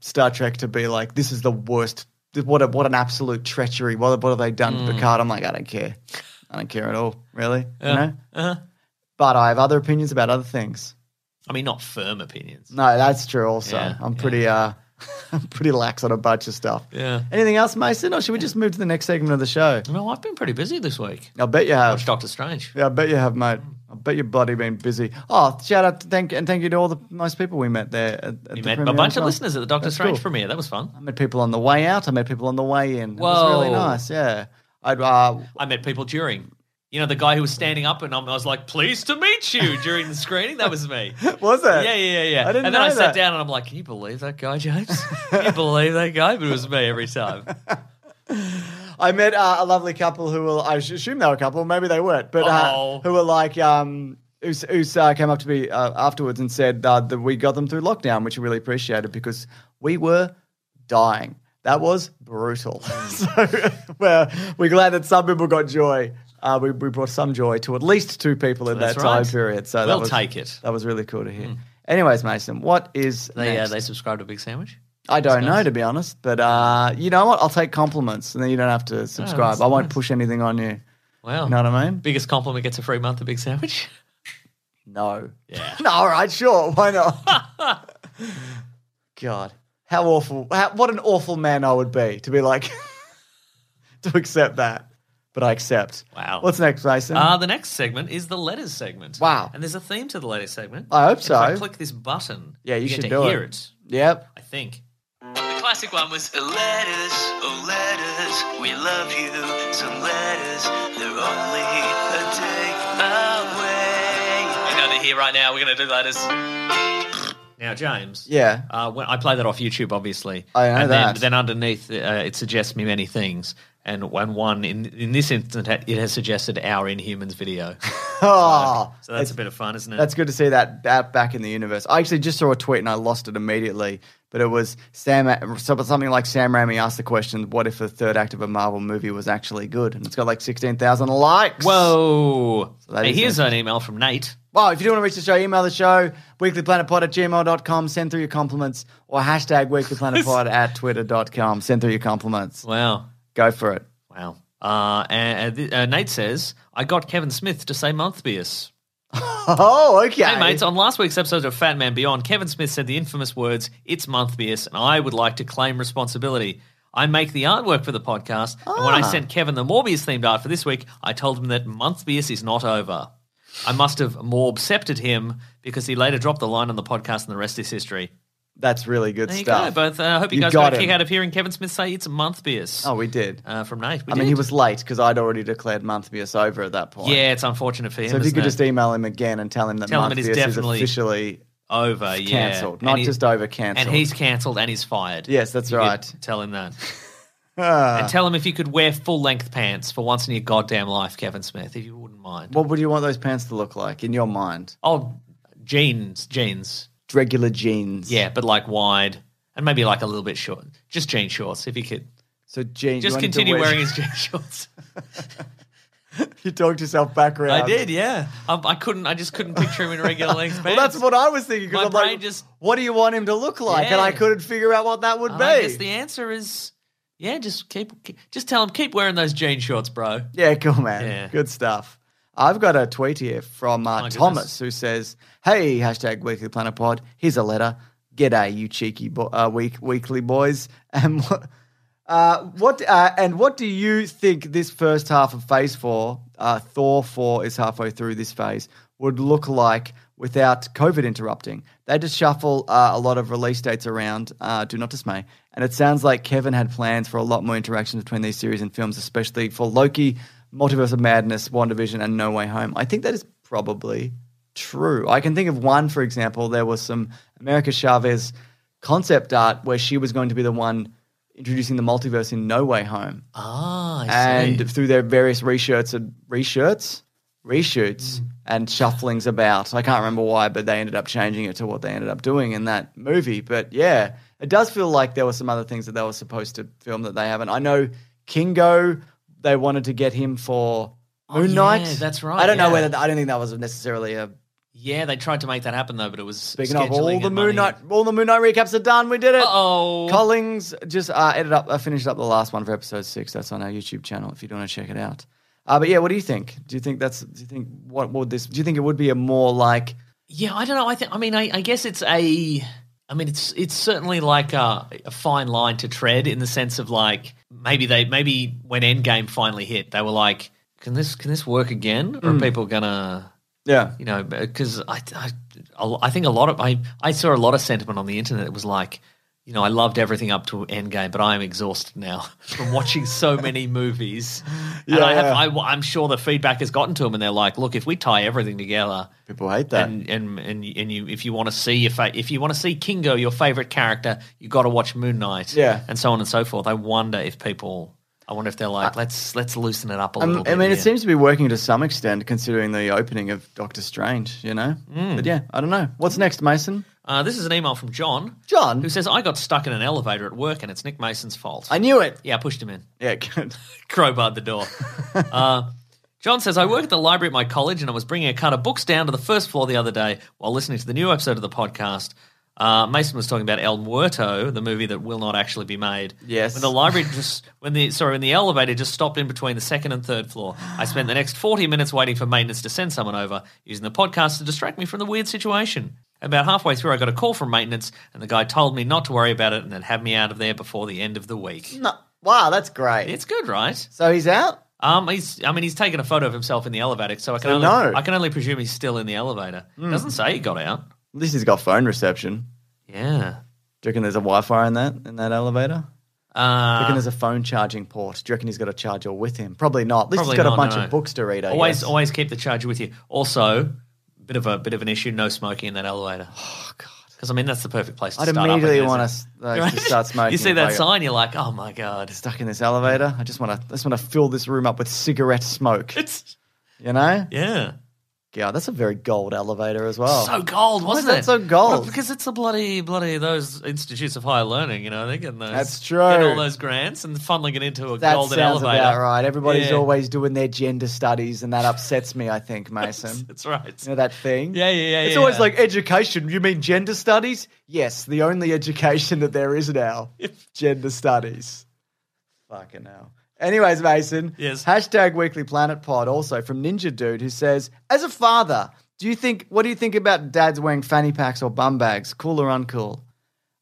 S2: Star Trek to be like this is the worst. What a, what an absolute treachery! What what have they done
S3: Hmm.
S2: to Picard? I'm like I don't care. I don't care at all, really. You know. But I have other opinions about other things.
S3: Uh-huh. I mean, not firm opinions.
S2: No, that's true. Also,
S3: Yeah,
S2: I'm pretty uh, I'm pretty lax on a bunch of stuff.
S3: Yeah.
S2: Anything else, Mason, or should we just move to the next segment of the show?
S3: No, I've been pretty busy this week.
S2: I bet you have.
S3: Watch Doctor Strange.
S2: Yeah, I bet you have, mate. I bet you've bloody been busy. Oh, shout out to thank and thank you to all the nice people we met there. At, at
S3: You
S2: the
S3: met a
S2: premiere
S3: bunch
S2: as
S3: of
S2: well.
S3: listeners at the Doctor
S2: That's
S3: Strange
S2: cool.
S3: premiere. That was fun.
S2: I met people on the way out. I met people on the way in. It was really
S3: Whoa.
S2: nice. Yeah, I'd uh,
S3: I met people during. You know, the guy who was standing up and I was like, pleased to meet you during the screening. That was me.
S2: was it?
S3: Yeah, yeah, yeah, yeah.
S2: I didn't
S3: and then I
S2: know
S3: sat
S2: that.
S3: down and I'm like, can you believe that guy, James? can you believe that guy? But it was me every time.
S2: I met uh, a lovely couple who were, I sh- assume they were a couple, maybe they weren't, but uh,
S3: Oh.
S2: who were like, um, who, s- who uh, came up to me uh, afterwards and said uh, that we got them through lockdown, which we really appreciated because we were dying. That was brutal. so well, we're glad that some people got joy. Uh, we, we brought some joy to at least two people in
S3: That's
S2: that time
S3: right.
S2: period. So that
S3: We'll
S2: was,
S3: take it.
S2: That was really cool to hear. Anyways, Mason, what is
S3: They, uh,
S2: next?
S3: they subscribed to Big Sandwich.
S2: I don't know, to be honest. But uh, you know what? I'll take compliments, and then you don't have to subscribe.
S3: that's
S2: I won't
S3: nice.
S2: push anything on you.
S3: Wow.
S2: You know what I mean?
S3: Biggest compliment gets a free month of Big Sandwich.
S2: No.
S3: Yeah.
S2: no. All right. Sure. Why not? God, how awful! How, what an awful man I would be to be like to accept that. But I accept.
S3: Wow.
S2: What's next, Mason?
S3: Uh, the next segment is the letters segment.
S2: Wow.
S3: And there's a theme to the letters segment.
S2: I hope
S3: If
S2: so.
S3: I click this button,
S2: Yeah, you
S3: get
S2: should
S3: to
S2: do
S3: hear
S2: it.
S3: it.
S2: yep.
S3: I think.
S1: The classic one was the letters, oh letters, we love you. Some letters, they're only a day away.
S3: You know, they're here right now. We're going to do letters. Now, James.
S2: Yeah.
S3: Uh, when I play that off YouTube, obviously.
S2: I know
S3: and
S2: that.
S3: Then, then underneath, uh, it suggests me many things. And one, one in, in this instance, it has suggested our Inhumans video.
S2: Oh,
S3: So that's a bit of fun, isn't it?
S2: That's good to see that that back in the universe. I actually just saw a tweet and I lost it immediately, but it was Sam something like Sam Raimi asked the question, "What if the third act of a Marvel movie was actually good?" And it's got like sixteen thousand likes.
S3: Whoa.
S2: that
S3: hey,
S2: is
S3: here's an email from Nate.
S2: Well, if you do want to reach the show, email the show, weeklyplanetpod at gmail.com, send through your compliments, or hashtag weeklyplanetpod at twitter.com, send through your compliments.
S3: Wow.
S2: Go for it.
S3: Wow. Uh, and, and, uh, Nate says, I got Kevin Smith to say Monthbius.
S2: Oh, okay.
S3: Hey, mates, on last week's episode of Fat Man Beyond, Kevin Smith said the infamous words, It's Monthbius, and I would like to claim responsibility. I make the artwork for the podcast, and
S2: Ah.
S3: when I sent Kevin the Morbius themed art for this week, I told him that Monthbius is not over. I must have morbcepted him because he later dropped the line on the podcast, and the rest is history.
S2: That's really good
S3: There you
S2: stuff.
S3: go, both. Uh, I hope you,
S2: You
S3: guys
S2: got
S3: got, a kick
S2: him.
S3: out of hearing Kevin Smith say it's Monthbius
S2: Oh, we did.
S3: uh, from Nate. We
S2: I mean, he
S3: did.
S2: was late because I'd already declared Monthbius over at that point.
S3: Yeah, it's unfortunate for him.
S2: So if you
S3: isn't
S2: could
S3: it?
S2: just email him again and tell him that
S3: Tell
S2: Mark
S3: him it is
S2: Pierce is
S3: definitely
S2: officially
S3: over, yeah,
S2: cancelled,
S3: And
S2: not
S3: he-
S2: just over cancelled.
S3: And he's cancelled and he's fired.
S2: Yes, that's
S3: You could
S2: right. Ah.
S3: Tell him that. and tell him if you could wear full length pants for once in your goddamn life, Kevin Smith, if you wouldn't mind.
S2: What would you want those pants to look like in your mind?
S3: Oh, jeans, jeans.
S2: Regular jeans.
S3: Yeah, but like wide and maybe like a little bit short. Just jean shorts, if you could.
S2: So jeans. you
S3: Just
S2: want him to
S3: continue
S2: wear-
S3: wearing his jean shorts.
S2: you talked yourself backwards.
S3: I did, yeah. um, I, I couldn't. I just couldn't picture him in regular length
S2: Well,
S3: pants.
S2: that's what I was thinking
S3: My
S2: because I'm like,
S3: brain just-
S2: what do you want him to look like? And I
S3: Yeah.
S2: couldn't figure out what that would
S3: And
S2: be.
S3: I guess the answer is, yeah. Just keep, keep. Just tell him keep wearing those jean shorts, bro.
S2: Yeah, cool, man.
S3: Yeah.
S2: Good stuff. I've got a tweet here from uh,
S3: goodness.
S2: Thomas who says, Hey, hashtag Weekly Planet Pod, here's a letter. G'day, you cheeky bo- uh, week- weekly boys. And what, uh, what uh, and what do you think this first half of Phase 4, uh, Thor 4 is halfway through this phase, would look like without COVID interrupting? They just shuffle uh, a lot of release dates around, uh, do not dismay. And it sounds like Kevin had plans for a lot more interactions between these series and films, especially for Loki, Multiverse of Madness, WandaVision, and No Way Home. I think that is probably true. I can think of one, for example, there was some America Chavez concept art where she was going to be the one introducing the multiverse in No Way Home.
S3: Ah, I see.
S2: and through their various reshirts and reshirts, reshoots
S3: Mm.
S2: and shufflings about. I can't remember why, but they ended up changing it to what they ended up doing in that movie. But yeah, it does feel like there were some other things that they were supposed to film that they haven't. I know Kingo, they wanted to get him for Moon
S3: Oh, yeah,
S2: Knight.
S3: that's right,
S2: I don't know
S3: yeah.
S2: whether I don't think that was necessarily a
S3: yeah, they tried to make that happen though, but it was
S2: Speaking of all
S3: scheduling
S2: the
S3: and
S2: Moon
S3: money. Oh,
S2: Knight, all the Moon Knight recaps are done. We did it.
S3: Uh-oh.
S2: Collings just uh, ended up. I finished up the last one for episode six. That's on our YouTube channel. If you want to check it out. Uh, but yeah, what do you think? Do you think that's? Do you think what would this? Do you think it would be a more like?
S3: Yeah, I don't know. I think. I mean, I, I guess it's a. I mean, it's it's certainly like a, a fine line to tread in the sense of like maybe they maybe when Endgame finally hit, they were like, can this can this work again?
S2: Hmm.
S3: Or are people gonna
S2: Yeah,
S3: you know because I, I I think a lot of I I saw a lot of sentiment on the internet. It was like. You know, I loved everything up to Endgame, but I am exhausted now from watching so many movies. And I have,
S2: Yeah.
S3: I, I'm sure the feedback has gotten to them, and they're like, "Look, if we tie everything together,
S2: people hate that.
S3: and and and you, and you if you want to see your fa- if you want to see Kingo, your favorite character, you got to watch Moon Knight,
S2: Yeah.
S3: and so on and so forth. I wonder if people, I wonder if they're like, let's let's loosen it up a
S2: Um,
S3: little. bit
S2: I mean, it
S3: here.
S2: seems to be working to some extent, considering the opening of Doctor Strange. You know, but yeah, I don't know. What's next, Mason?
S3: uh, this is an email from John,
S2: John?
S3: who says I got stuck in an elevator at work, and it's Nick Mason's fault.
S2: I knew it.
S3: yeah, I pushed him in.
S2: Yeah, good.
S3: crowbarred the door. uh, John says, I work at the library at my college and I was bringing a cart of books down to the first floor the other day while listening to the new episode of the podcast. Uh, Mason was talking about El Muerto, the movie that will not actually be made.
S2: Yes.
S3: When the library just, when the, sorry, when the elevator just stopped in between the second and third floor, I spent the next 40 minutes waiting for maintenance to send someone over using the podcast to distract me from the weird situation. About halfway through, I got a call from maintenance and the guy told me not to worry about it and then had me out of there before the end of the week.
S2: No, wow, that's great.
S3: It's good, right?
S2: so he's out.
S3: Um, he's. I mean, he's taken a photo of himself in the elevator, so I can only,
S2: no. Hmm.
S3: I can only presume he's still in the elevator. Doesn't say he got out.
S2: At least he's got phone reception.
S3: Yeah.
S2: Do you reckon there's a Wi-Fi in that in that elevator? Do you reckon
S3: Uh,
S2: there's a phone charging port? Do you reckon he's got a charger with him? Probably not. At least
S3: Probably
S2: he's got
S3: not,
S2: a bunch
S3: no.
S2: of books to read. I
S3: always,
S2: guess.
S3: always keep the charger with you. Also, bit of a bit of an issue. No smoking in that elevator. Oh god. Because I mean, that's the perfect place to
S2: I'd
S3: start.
S2: immediately
S3: up, I
S2: want
S3: guess.
S2: us uh, to start smoking.
S3: you see
S2: if I
S3: that
S2: got
S3: sign, you're like, oh my god.
S2: Stuck in this elevator. I just want to. I just want to fill this room up with cigarette smoke.
S3: It's
S2: You know?
S3: yeah.
S2: Yeah, that's a very gold elevator as well.
S3: So cold,
S2: Oh. Why is
S3: wasn't
S2: that
S3: it?
S2: so gold?
S3: Well, because it's the bloody, bloody those institutes of higher learning. You know, they're getting those.
S2: That's
S3: Getting
S2: true.
S3: all those grants and funneling it into a
S2: that
S3: golden
S2: sounds
S3: elevator.
S2: about right. Everybody's
S3: Yeah.
S2: always doing their gender studies, and that upsets me. I think Mason.
S3: That's right.
S2: You know that thing?
S3: Yeah, yeah, yeah,
S2: It's
S3: yeah,
S2: always
S3: yeah.
S2: like education. You mean gender studies? Yes, the only education that there is now. gender studies. Fucking hell. Anyways, Mason.
S3: Yes.
S2: Hashtag Weekly Planet Pod also from Ninja Dude who says, as a father, do you think what do you think about dads wearing fanny packs or bum bags? Cool or uncool?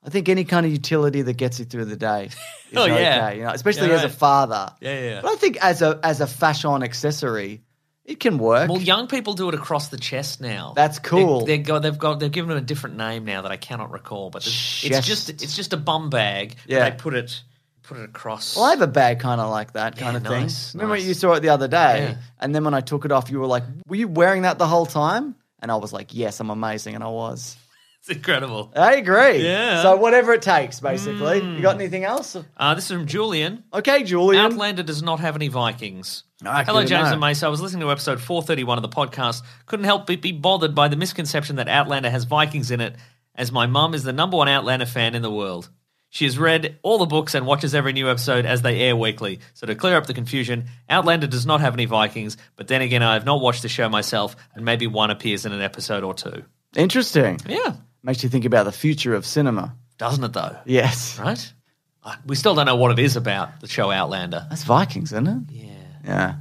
S2: I think any kind of utility that gets you through the day is
S3: Oh,
S2: okay,
S3: yeah.
S2: you know, especially
S3: Yeah,
S2: as a
S3: right.
S2: father.
S3: Yeah, yeah, yeah.
S2: But I think as a as a fashion accessory, it can work.
S3: Well, young people do it across the chest now.
S2: That's cool.
S3: They, they go, they've got they've given it a different name now that I cannot recall. But it's, it's
S2: Chest.
S3: just it's just a bum bag. but
S2: Yeah.
S3: they put it put it across.
S2: Well, I have a bag kind of like that
S3: Yeah,
S2: kind of
S3: nice,
S2: thing. Remember
S3: nice.
S2: you saw it the other day,
S3: Yeah.
S2: and then when I took it off, you were like, "Were you wearing that the whole time?" And I was like, "Yes, I'm amazing," and I was.
S3: It's incredible.
S2: I agree.
S3: Yeah. Mm.
S2: So whatever it takes, basically. You got anything else?
S3: Uh, this is from Julian.
S2: Okay, Julian.
S3: Outlander does not have any Vikings.
S2: I
S3: Hello,
S2: didn't
S3: James
S2: know.
S3: and Mace. I was listening to episode 431 of the podcast. Couldn't help but be bothered by the misconception that Outlander has Vikings in it, as my mum is the number one Outlander fan in the world. She has read all the books and watches every new episode as they air weekly. So, to clear up the confusion, Outlander does not have any Vikings, but then again, I have not watched the show myself, and maybe one appears in an episode or two.
S2: Interesting.
S3: Yeah.
S2: Makes you think about the future of cinema.
S3: Doesn't it, though?
S2: Yes.
S3: Right? Uh, We still don't know what it is about the show Outlander.
S2: That's Vikings, isn't it?
S3: Yeah.
S2: Yeah.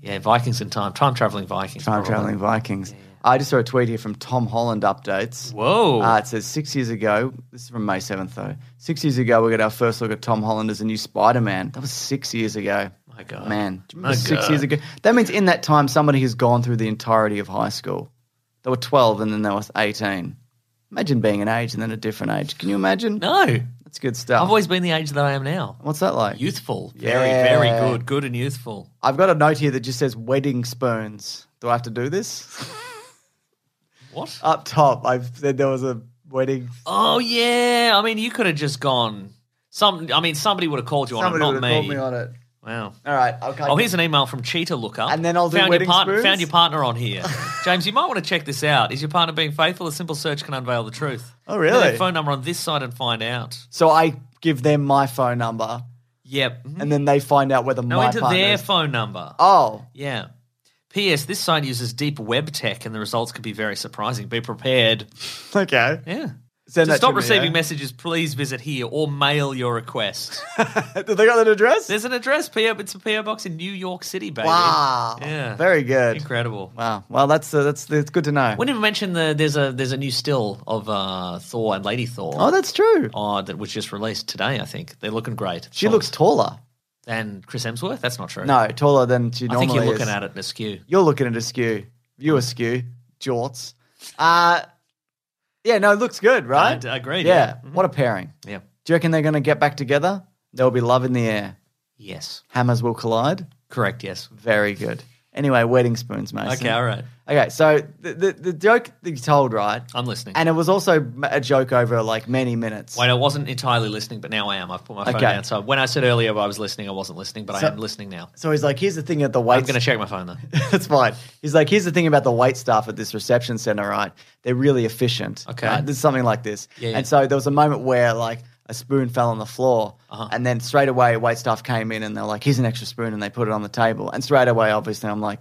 S3: Yeah, Vikings in time. Time traveling Vikings.
S2: Time
S3: probably.
S2: traveling Vikings. I just saw a tweet here from Tom Holland updates.
S3: Whoa.
S2: Uh, it says six years ago. This is from May seventh, though. Six years ago, we got our first look at Tom Holland as a new Spider-Man. That was six years ago.
S3: My God.
S2: man, do you
S3: My
S2: remember six
S3: God.
S2: years ago? That means in that time, somebody has gone through the entirety of high school. They were twelve, and then they were eighteen. Imagine being an age and then a different age. Can you imagine?
S3: No, I've
S2: That's good stuff.
S3: always been the age that I am now.
S2: What's that like?
S3: Youthful,
S2: Yeah.
S3: very, very good, good and youthful.
S2: I've got a note here that just says wedding spoons. Do I have to do this?
S3: What?
S2: Up top, I said there was a wedding.
S3: Oh yeah. I mean, you could have just gone. Some. I mean, somebody would have called you on it,
S2: Somebody
S3: not
S2: would have
S3: me.
S2: called me on it.
S3: Wow.
S2: All right. Okay.
S3: Oh, here's an email from Cheetah Looker.
S2: And then I'll do
S3: found your
S2: wedding
S3: partner.
S2: spoons?
S3: Found your partner on here, James. You might want to check this out. Is your partner being faithful? A simple search can unveil the truth.
S2: Oh,
S3: Put their
S2: really?
S3: Phone number on this side and find out.
S2: so I give them my phone number,
S3: Yep. Mhm.
S2: and then they find out whether
S3: No,
S2: my
S3: into
S2: partner.
S3: their
S2: is-
S3: phone number.
S2: oh,
S3: Yeah. P.S. This site uses deep web tech, and the results can be very surprising. Be prepared.
S2: okay.
S3: Yeah.
S2: Send
S3: to
S2: that
S3: stop
S2: me, eh?
S3: receiving
S2: yeah.
S3: messages, please visit here or mail your request.
S2: Do they got that address?
S3: There's an address. P.O. It's a P.O. box in New York City, baby.
S2: Wow.
S3: Yeah.
S2: Very good.
S3: Incredible.
S2: Wow. Well, that's uh, that's that's good to know.
S3: We didn't mention the there's a there's a new still of uh, Thor and Lady Thor.
S2: oh, that's true.
S3: uh, that was just released today. I think they're looking great.
S2: She looks taller.
S3: than Chris Hemsworth. That's not true.
S2: No, taller than she
S3: I
S2: normally
S3: think you're looking
S2: is.
S3: at it askew.
S2: You're looking at askew. You askew. Jorts. Uh, yeah. No, it looks good, right?
S3: I- I agree,
S2: Yeah.
S3: yeah.
S2: What a pairing.
S3: Yeah.
S2: Do you reckon they're going to get back together? There'll be love in the air.
S3: Yes.
S2: Hammers will collide.
S3: Correct. Yes.
S2: Very good. Anyway, wedding spoons, Mason.
S3: Okay. All right.
S2: Okay, so the, the, the joke that you told, right?
S3: I'm listening.
S2: And it was also m- a joke over like many minutes.
S3: Wait, I wasn't entirely listening, but now I am. I've put my phone
S2: Okay.
S3: down. So when I said earlier I was listening, I wasn't listening, but I am listening now.
S2: So he's like, here's the thing at the wait.
S3: I'm going to check my phone though.
S2: That's fine. He's like, here's the thing about the wait staff at this reception center, right? They're really efficient.
S3: Okay.
S2: Right? There's something like this.
S3: Yeah, yeah.
S2: And so there was a moment where like a spoon fell on the floor,
S3: Uh-huh.
S2: and then straight away wait staff came in and they're like, here's an extra spoon, and they put it on the table. And straight away, obviously, I'm like,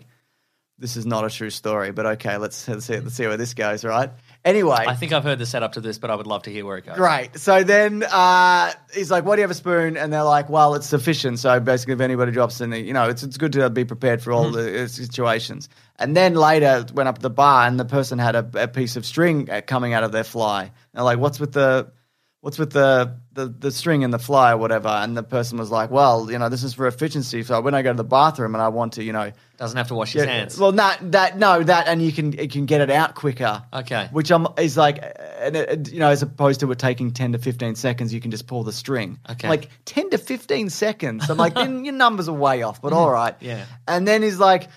S2: this is not a true story, but okay, let's let's see, let's see where this goes, right? Anyway,
S3: I think I've heard the setup to this, but I would love to hear where it goes.
S2: Great. So then uh, he's like, "What do you have a spoon?" And they're like, "Well, it's sufficient." So basically, if anybody drops in, you know, it's it's good to be prepared for all the uh, situations. And then later, it went up to the bar, and the person had a, a piece of string uh, coming out of their fly. And they're like, "What's with the?" What's with the, the, the string and the fly or whatever? And the person was like, Well, you know, this is for efficiency. So when I go to the bathroom and I want to, you know,
S3: Doesn't have to wash his
S2: yeah,
S3: hands.
S2: Well, not that no that, and you can you can get it out quicker.
S3: Okay.
S2: Which I'm is like, uh, and it, you know, as opposed to it taking ten to fifteen seconds, you can just pull the string.
S3: Okay.
S2: Like ten to fifteen seconds. I'm like, then your numbers are way off, but all right.
S3: Yeah.
S2: And then he's like.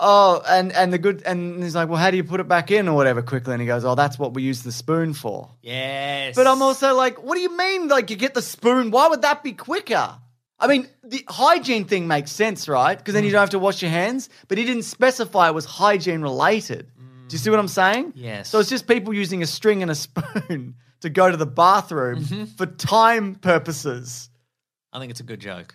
S2: Oh, and, and the good and he's like, well, how do you put it back in or whatever quickly? And he goes, oh, that's what we use the spoon for.
S3: yes.
S2: But I'm also like, what do you mean? Like, you get the spoon? Why would that be quicker? I mean, the hygiene thing makes sense, right? Because
S3: Mm.
S2: then you don't have to wash your hands. But he didn't specify it was hygiene related. Do you see what I'm saying?
S3: Yes.
S2: So it's just people using a string and a spoon to go to the bathroom
S3: Mm-hmm.
S2: for time purposes.
S3: I think it's a good joke.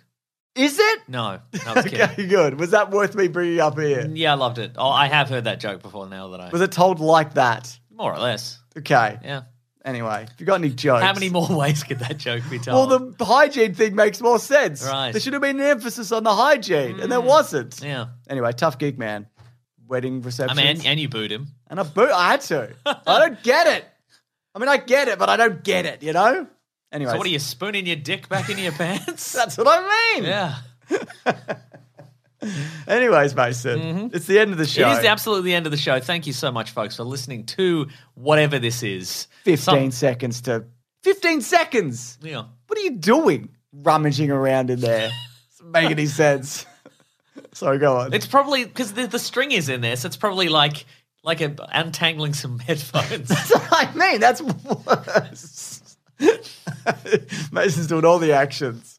S2: Is it?
S3: No, I was kidding.
S2: Okay, good. Was that worth me bringing up here?
S3: Yeah, I loved it. Oh, I have heard that joke before. Now that I
S2: Was it told like that?
S3: more or less.
S2: Okay.
S3: Yeah.
S2: Anyway, if you got any jokes.
S3: How many more ways could that joke be
S2: Well,
S3: told?
S2: the hygiene thing makes more sense.
S3: Oh. Right. Mm.
S2: There should have been an emphasis on the hygiene, and there wasn't.
S3: yeah.
S2: Anyway, tough geek man. Wedding
S3: I
S2: reception.
S3: mean, and, and you booed him.
S2: and I, boo- I had to. I don't get it. I mean, I get it, but I don't get it, you know? Anyway,
S3: So what are you spooning your dick back into your pants?
S2: that's what I mean.
S3: yeah.
S2: Anyways, Mason, it's the end of the show.
S3: Mm-hmm. It is absolutely the end of the show. Thank you so much, folks, for listening to whatever this is.
S2: 15
S3: Some-
S2: seconds to. 15 seconds!
S3: yeah.
S2: What are you doing? Rummaging around in there. Doesn't make any sense. Sorry, go on.
S3: It's probably because the, the string is in there, so it's probably like like a, untangling some headphones.
S2: That's what I mean. That's worse. Mason's doing all the actions.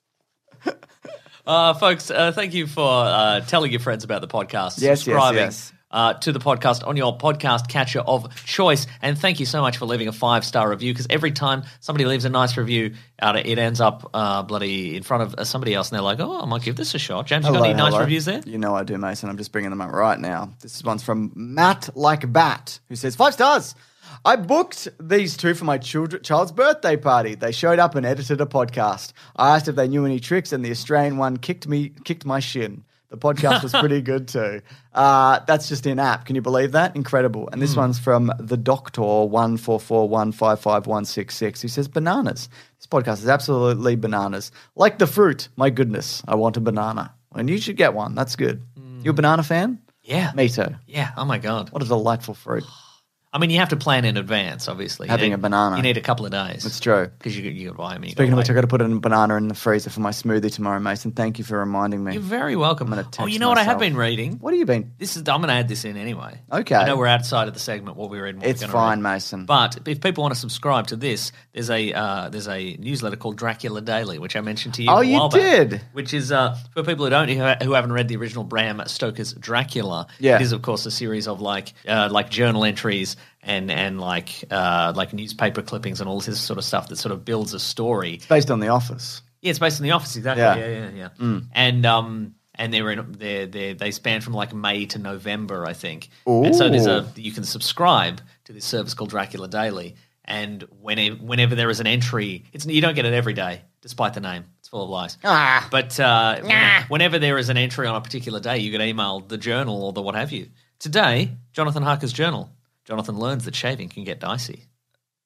S3: Uh, folks, uh, thank you for uh, telling your friends about the podcast,
S2: yes,
S3: subscribing
S2: yes.
S3: Uh, to the podcast on your podcast catcher of choice. And thank you so much for leaving a five star review because every time somebody leaves a nice review, uh, it ends up uh, bloody in front of uh, somebody else and they're like, oh, I might give this a shot. James, you got any nice reviews there?
S2: You know I do, Mason. I'm just bringing them up right now. This one's from Matt Like Bat, who says five stars. I booked these two for my children, child's birthday party. They showed up and edited a podcast. I asked if they knew any tricks, and the Australian one kicked me, kicked my shin. The podcast was pretty good too. Uh, that's just in app. Can you believe that? Incredible. And this
S3: Hmm.
S2: one's from the Doctor one four four one five five one six six. Who says bananas? This podcast is absolutely bananas. Like the fruit. My goodness, I want a banana. And you should get one.
S3: Mm.
S2: That's good. You a banana fan?
S3: Yeah.
S2: Me too.
S3: Yeah. Oh, my God.
S2: What a delightful fruit.
S3: I mean, you have to plan in advance, obviously. You
S2: Having
S3: need-
S2: a banana.
S3: You need a couple of days.
S2: It's true.
S3: Because you, you can buy me.
S2: Speaking of which, I got to put a banana in the freezer for my smoothie tomorrow, Mason. Thank you for reminding me.
S3: You're very welcome.
S2: I'm gonna
S3: oh, you
S2: text
S3: know what I have
S2: myself.
S3: been reading?
S2: What have you been?
S3: This is I'm going to add this in anyway.
S2: Okay.
S3: I know we're outside of the segment what we read. And what
S2: It's
S3: we're gonna
S2: fine,
S3: read.
S2: Mason.
S3: But if people want to subscribe to this, there's a uh, there's a newsletter called Dracula Daily, which I mentioned to you.
S2: Oh,
S3: a
S2: you
S3: while back,
S2: did.
S3: Which is uh, for people who don't who who haven't read the original Bram Stoker's Dracula.
S2: Yeah.
S3: it is of course a series of like uh, like journal entries and and like uh, like newspaper clippings and all this sort of stuff that sort of builds a story.
S2: Based on The Office.
S3: Yeah, it's based on the office, exactly. Yeah,
S2: Yeah. Mm.
S3: yeah, yeah. And um, and they're in they they they span from like May to November, I think. And so there's a you can subscribe to this service called Dracula Daily, and whenever whenever there is an entry, it's you don't get it every day, despite the name. It's full of lies. Ah. But uh, when- whenever there is an entry on a particular day, you get emailed the journal or the what have you. Today, Jonathan Harker's journal. Jonathan learns that shaving can get dicey.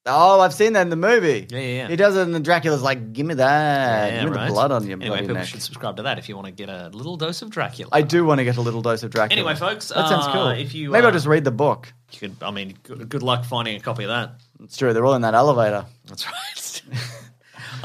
S2: Oh, I've seen that in the movie.
S3: Yeah, yeah, yeah.
S2: He does it, and the Dracula's like, "Give me that.
S3: Yeah,
S2: Give me
S3: right.
S2: the blood on your
S3: Anyway,
S2: bloody
S3: people
S2: neck."
S3: should subscribe to that if you want to get a little dose of Dracula.
S2: I do want to get a little dose of Dracula.
S3: Anyway, folks,
S2: that sounds
S3: uh,
S2: cool.
S3: if you,
S2: maybe
S3: uh,
S2: I'll just read the book.
S3: You could, I mean, good, good luck finding a copy of that.
S2: It's true. They're all in that elevator.
S3: That's right.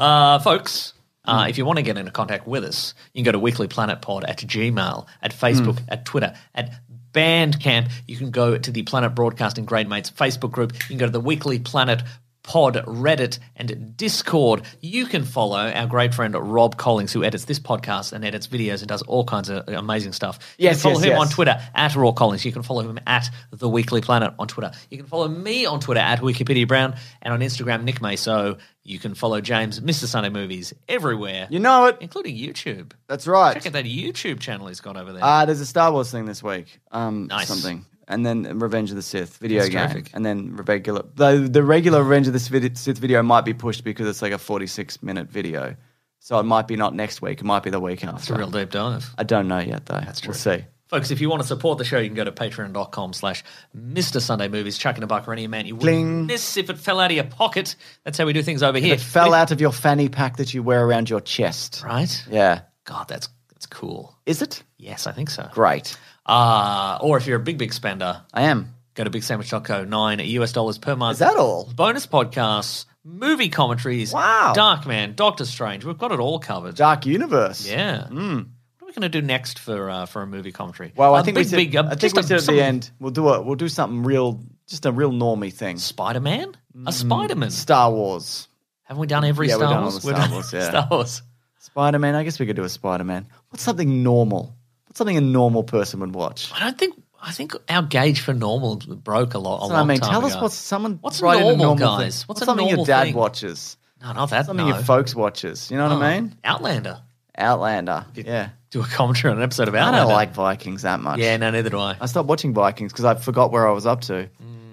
S3: uh, folks,
S2: Hmm.
S3: uh, if you want to get into contact with us, you can go to weeklyplanetpod at Gmail, at
S2: Hmm.
S3: Facebook, at Twitter, at Bandcamp. You can go to the Planet Broadcasting Great Mates Facebook group. You can go to the Weekly Planet Pod Reddit and Discord. You can follow our great friend Rob Collings, who edits this podcast and edits videos and does all kinds of amazing stuff. You
S2: Yes,
S3: can follow
S2: yes,
S3: him
S2: yes.
S3: on Twitter. Twitter at Raw Collins. You can follow him at The Weekly Planet on Twitter. You can follow me on Twitter at Wikipedia Brown and on Instagram Nick Meso. You can follow James, Mr. Sunday Movies, everywhere,
S2: You know it.
S3: including YouTube.
S2: That's right.
S3: Check out that YouTube channel he's got over there.
S2: Uh, there's a Star Wars thing this week. Um,
S3: Nice.
S2: Something. And then Revenge of the Sith video
S3: That's
S2: game.
S3: terrific.
S2: And then regular. The, the regular Revenge of the Sith Sith video might be pushed because it's like a 46 minute video. So it might be not next week. It might be the week after.
S3: it's a real deep dive.
S2: I don't know yet, though. That's
S3: true.
S2: We'll see.
S3: Folks, if you want to support the show, you can go to patreon.com slash Mr. Sunday Movies, chucking a buck or any amount you
S2: Bling.
S3: wouldn't miss if it fell out of your pocket. That's how we do things over here.
S2: It fell out of your fanny pack that you wear around your chest.
S3: Right?
S2: Yeah.
S3: God, that's that's cool.
S2: Is it?
S3: Yes, I think so.
S2: Great.
S3: Uh, or if you're a big, big spender,
S2: I am.
S3: Go to bigsandwich.co, nine US dollars per month.
S2: Is that all?
S3: Bonus podcasts, movie commentaries.
S2: Wow.
S3: Dark Man, Doctor Strange. We've got it all covered.
S2: Dark Universe.
S3: yeah. What are we going to do next for uh, for a movie commentary?
S2: Hmm. Well, I
S3: A
S2: think we
S3: big,
S2: said,
S3: big, uh,
S2: I think
S3: just
S2: we
S3: a-
S2: said at
S3: some-
S2: the end we'll do a we'll do something real, just a real normy thing.
S3: Spider Man? A Spider Man?
S2: Mm-hmm. Star Wars,
S3: Haven't we done every
S2: Yeah, we've
S3: Star
S2: done all
S3: Wars?
S2: the
S3: We've
S2: Star
S3: done
S2: Wars, yeah.
S3: Star Wars.
S2: Spider Man. I guess we could do a Spider Man. What's something normal? What's something a normal person would watch?
S3: I don't think. I think our gauge for normal broke a lot. A
S2: That's what I
S3: long
S2: mean,
S3: time
S2: tell us
S3: ago.
S2: what's someone
S3: What's
S2: write in
S3: normal,
S2: a normal
S3: guys?
S2: Thing.
S3: What's, a
S2: something
S3: normal
S2: your dad
S3: thing?
S2: watches?
S3: No, not that.
S2: Something
S3: no.
S2: your folks watches? You know what I mean?
S3: Outlander.
S2: Outlander. Yeah,
S3: Do a commentary on an episode of
S2: I
S3: Outlander.
S2: don't like Vikings that much.
S3: Yeah, no, neither do I.
S2: I stopped watching Vikings because I forgot where I was up to.
S3: Mm.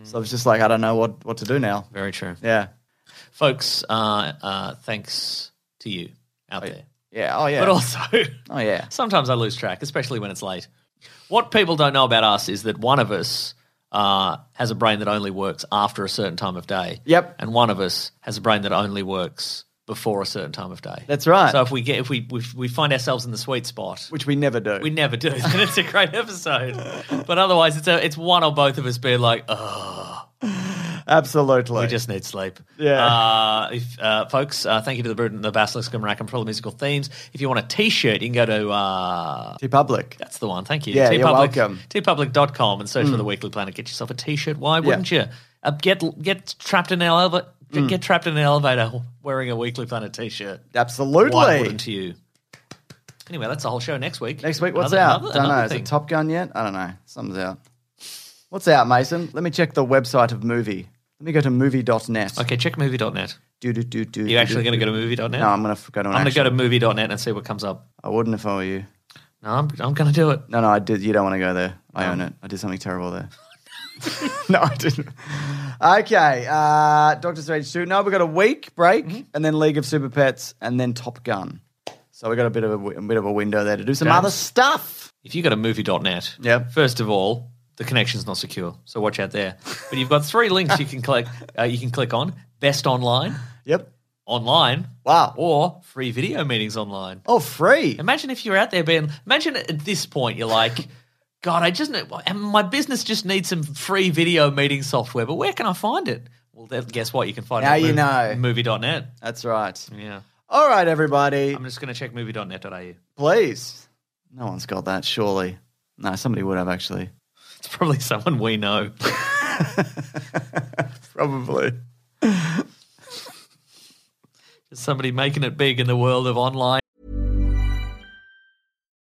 S2: So I was just like, I don't know what what to do now.
S3: Very true.
S2: Yeah,
S3: folks, uh, uh, thanks to you out there.
S2: yeah. Oh yeah.
S3: But also,
S2: oh yeah.
S3: sometimes I lose track, especially when it's late. What people don't know about us is that one of us uh, has a brain that only works after a certain time of day.
S2: Yep.
S3: And one of us has a brain that only works before a certain time of day.
S2: That's right.
S3: So if we get if we if we find ourselves in the sweet spot,
S2: Which we never do.
S3: we never do. Then it's a great episode. But otherwise, it's a, it's one or both of us being like, oh,
S2: Absolutely.
S3: We just need sleep.
S2: Yeah.
S3: Uh, if, uh, folks, uh, thank you to the Bruton, the Basilisk, Gumrak, and Pearl Musical Themes. If you want a t shirt, you can go to. Uh,
S2: T Public.
S3: that's the one. Thank you.
S2: Yeah,
S3: tpublic,
S2: you're welcome. Mm.
S3: tpublic.com and search for the Weekly Planet. Get yourself a t shirt. Why wouldn't you? Uh, get get trapped in an elevator.
S2: Mm.
S3: Get trapped in an elevator wearing a Weekly Planet t shirt. Why wouldn't
S2: Absolutely.
S3: you? Anyway, that's the whole show. Next week.
S2: Next week, what's
S3: Another-
S2: out?
S3: another-
S2: Don't know.
S3: another
S2: Is
S3: thing.
S2: it Top Gun yet? I don't know. Something's out. What's out, Mason? Let me check the website of movie. Let me go to movie.net.
S3: Okay, check movie.net.
S2: Do, do, do, do,
S3: Are
S2: do,
S3: you
S2: do,
S3: actually going to
S2: do.
S3: go to movie.net?
S2: No, I'm going to go to an
S3: I'm going to
S2: action.
S3: go to movie.net and see what comes up.
S2: I wouldn't if I were you.
S3: No, I'm, I'm going to do it.
S2: No, no, I did. You don't want to go there.
S3: Oh.
S2: I own it. I did something terrible there. no, I didn't. Okay. Uh, Doctor Strange 2. No, we got a week break
S3: Mm-hmm.
S2: and then League of Super Pets and then Top Gun. So we got a bit of a, wi- a bit of a window there to do some
S3: James.
S2: other stuff.
S3: if you go to movie.net,
S2: Yep.
S3: first of all, the connection's not secure, so watch out there. But you've got three links you can click. Uh, you can click on best online,
S2: Yep.
S3: online,
S2: Wow.
S3: or free video meetings online.
S2: Oh, free.
S3: Imagine if you're out there being. Imagine at this point you're like, God, I just need, and my business just needs some free video meeting software, but where can I find it? Well, then guess what? You can find
S2: Now
S3: it
S2: you know.
S3: at movie, movie.net.
S2: That's right.
S3: Yeah.
S2: All right, everybody.
S3: I'm just going to check movie.net.au.
S2: Please. No one's got that, surely. No, somebody would have actually.
S3: It's probably someone we know.
S2: Probably.
S3: Somebody making it big in the world of online.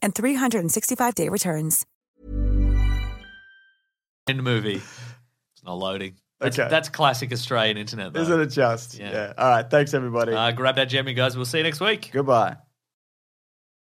S4: and 365-day returns.
S3: End movie. It's not loading. That's,
S2: Okay.
S3: that's classic Australian internet, though.
S2: Isn't it just?
S3: Yeah.
S2: Yeah. All right. Thanks, everybody.
S3: Uh, grab that gem, you guys. We'll see you next week.
S2: Goodbye.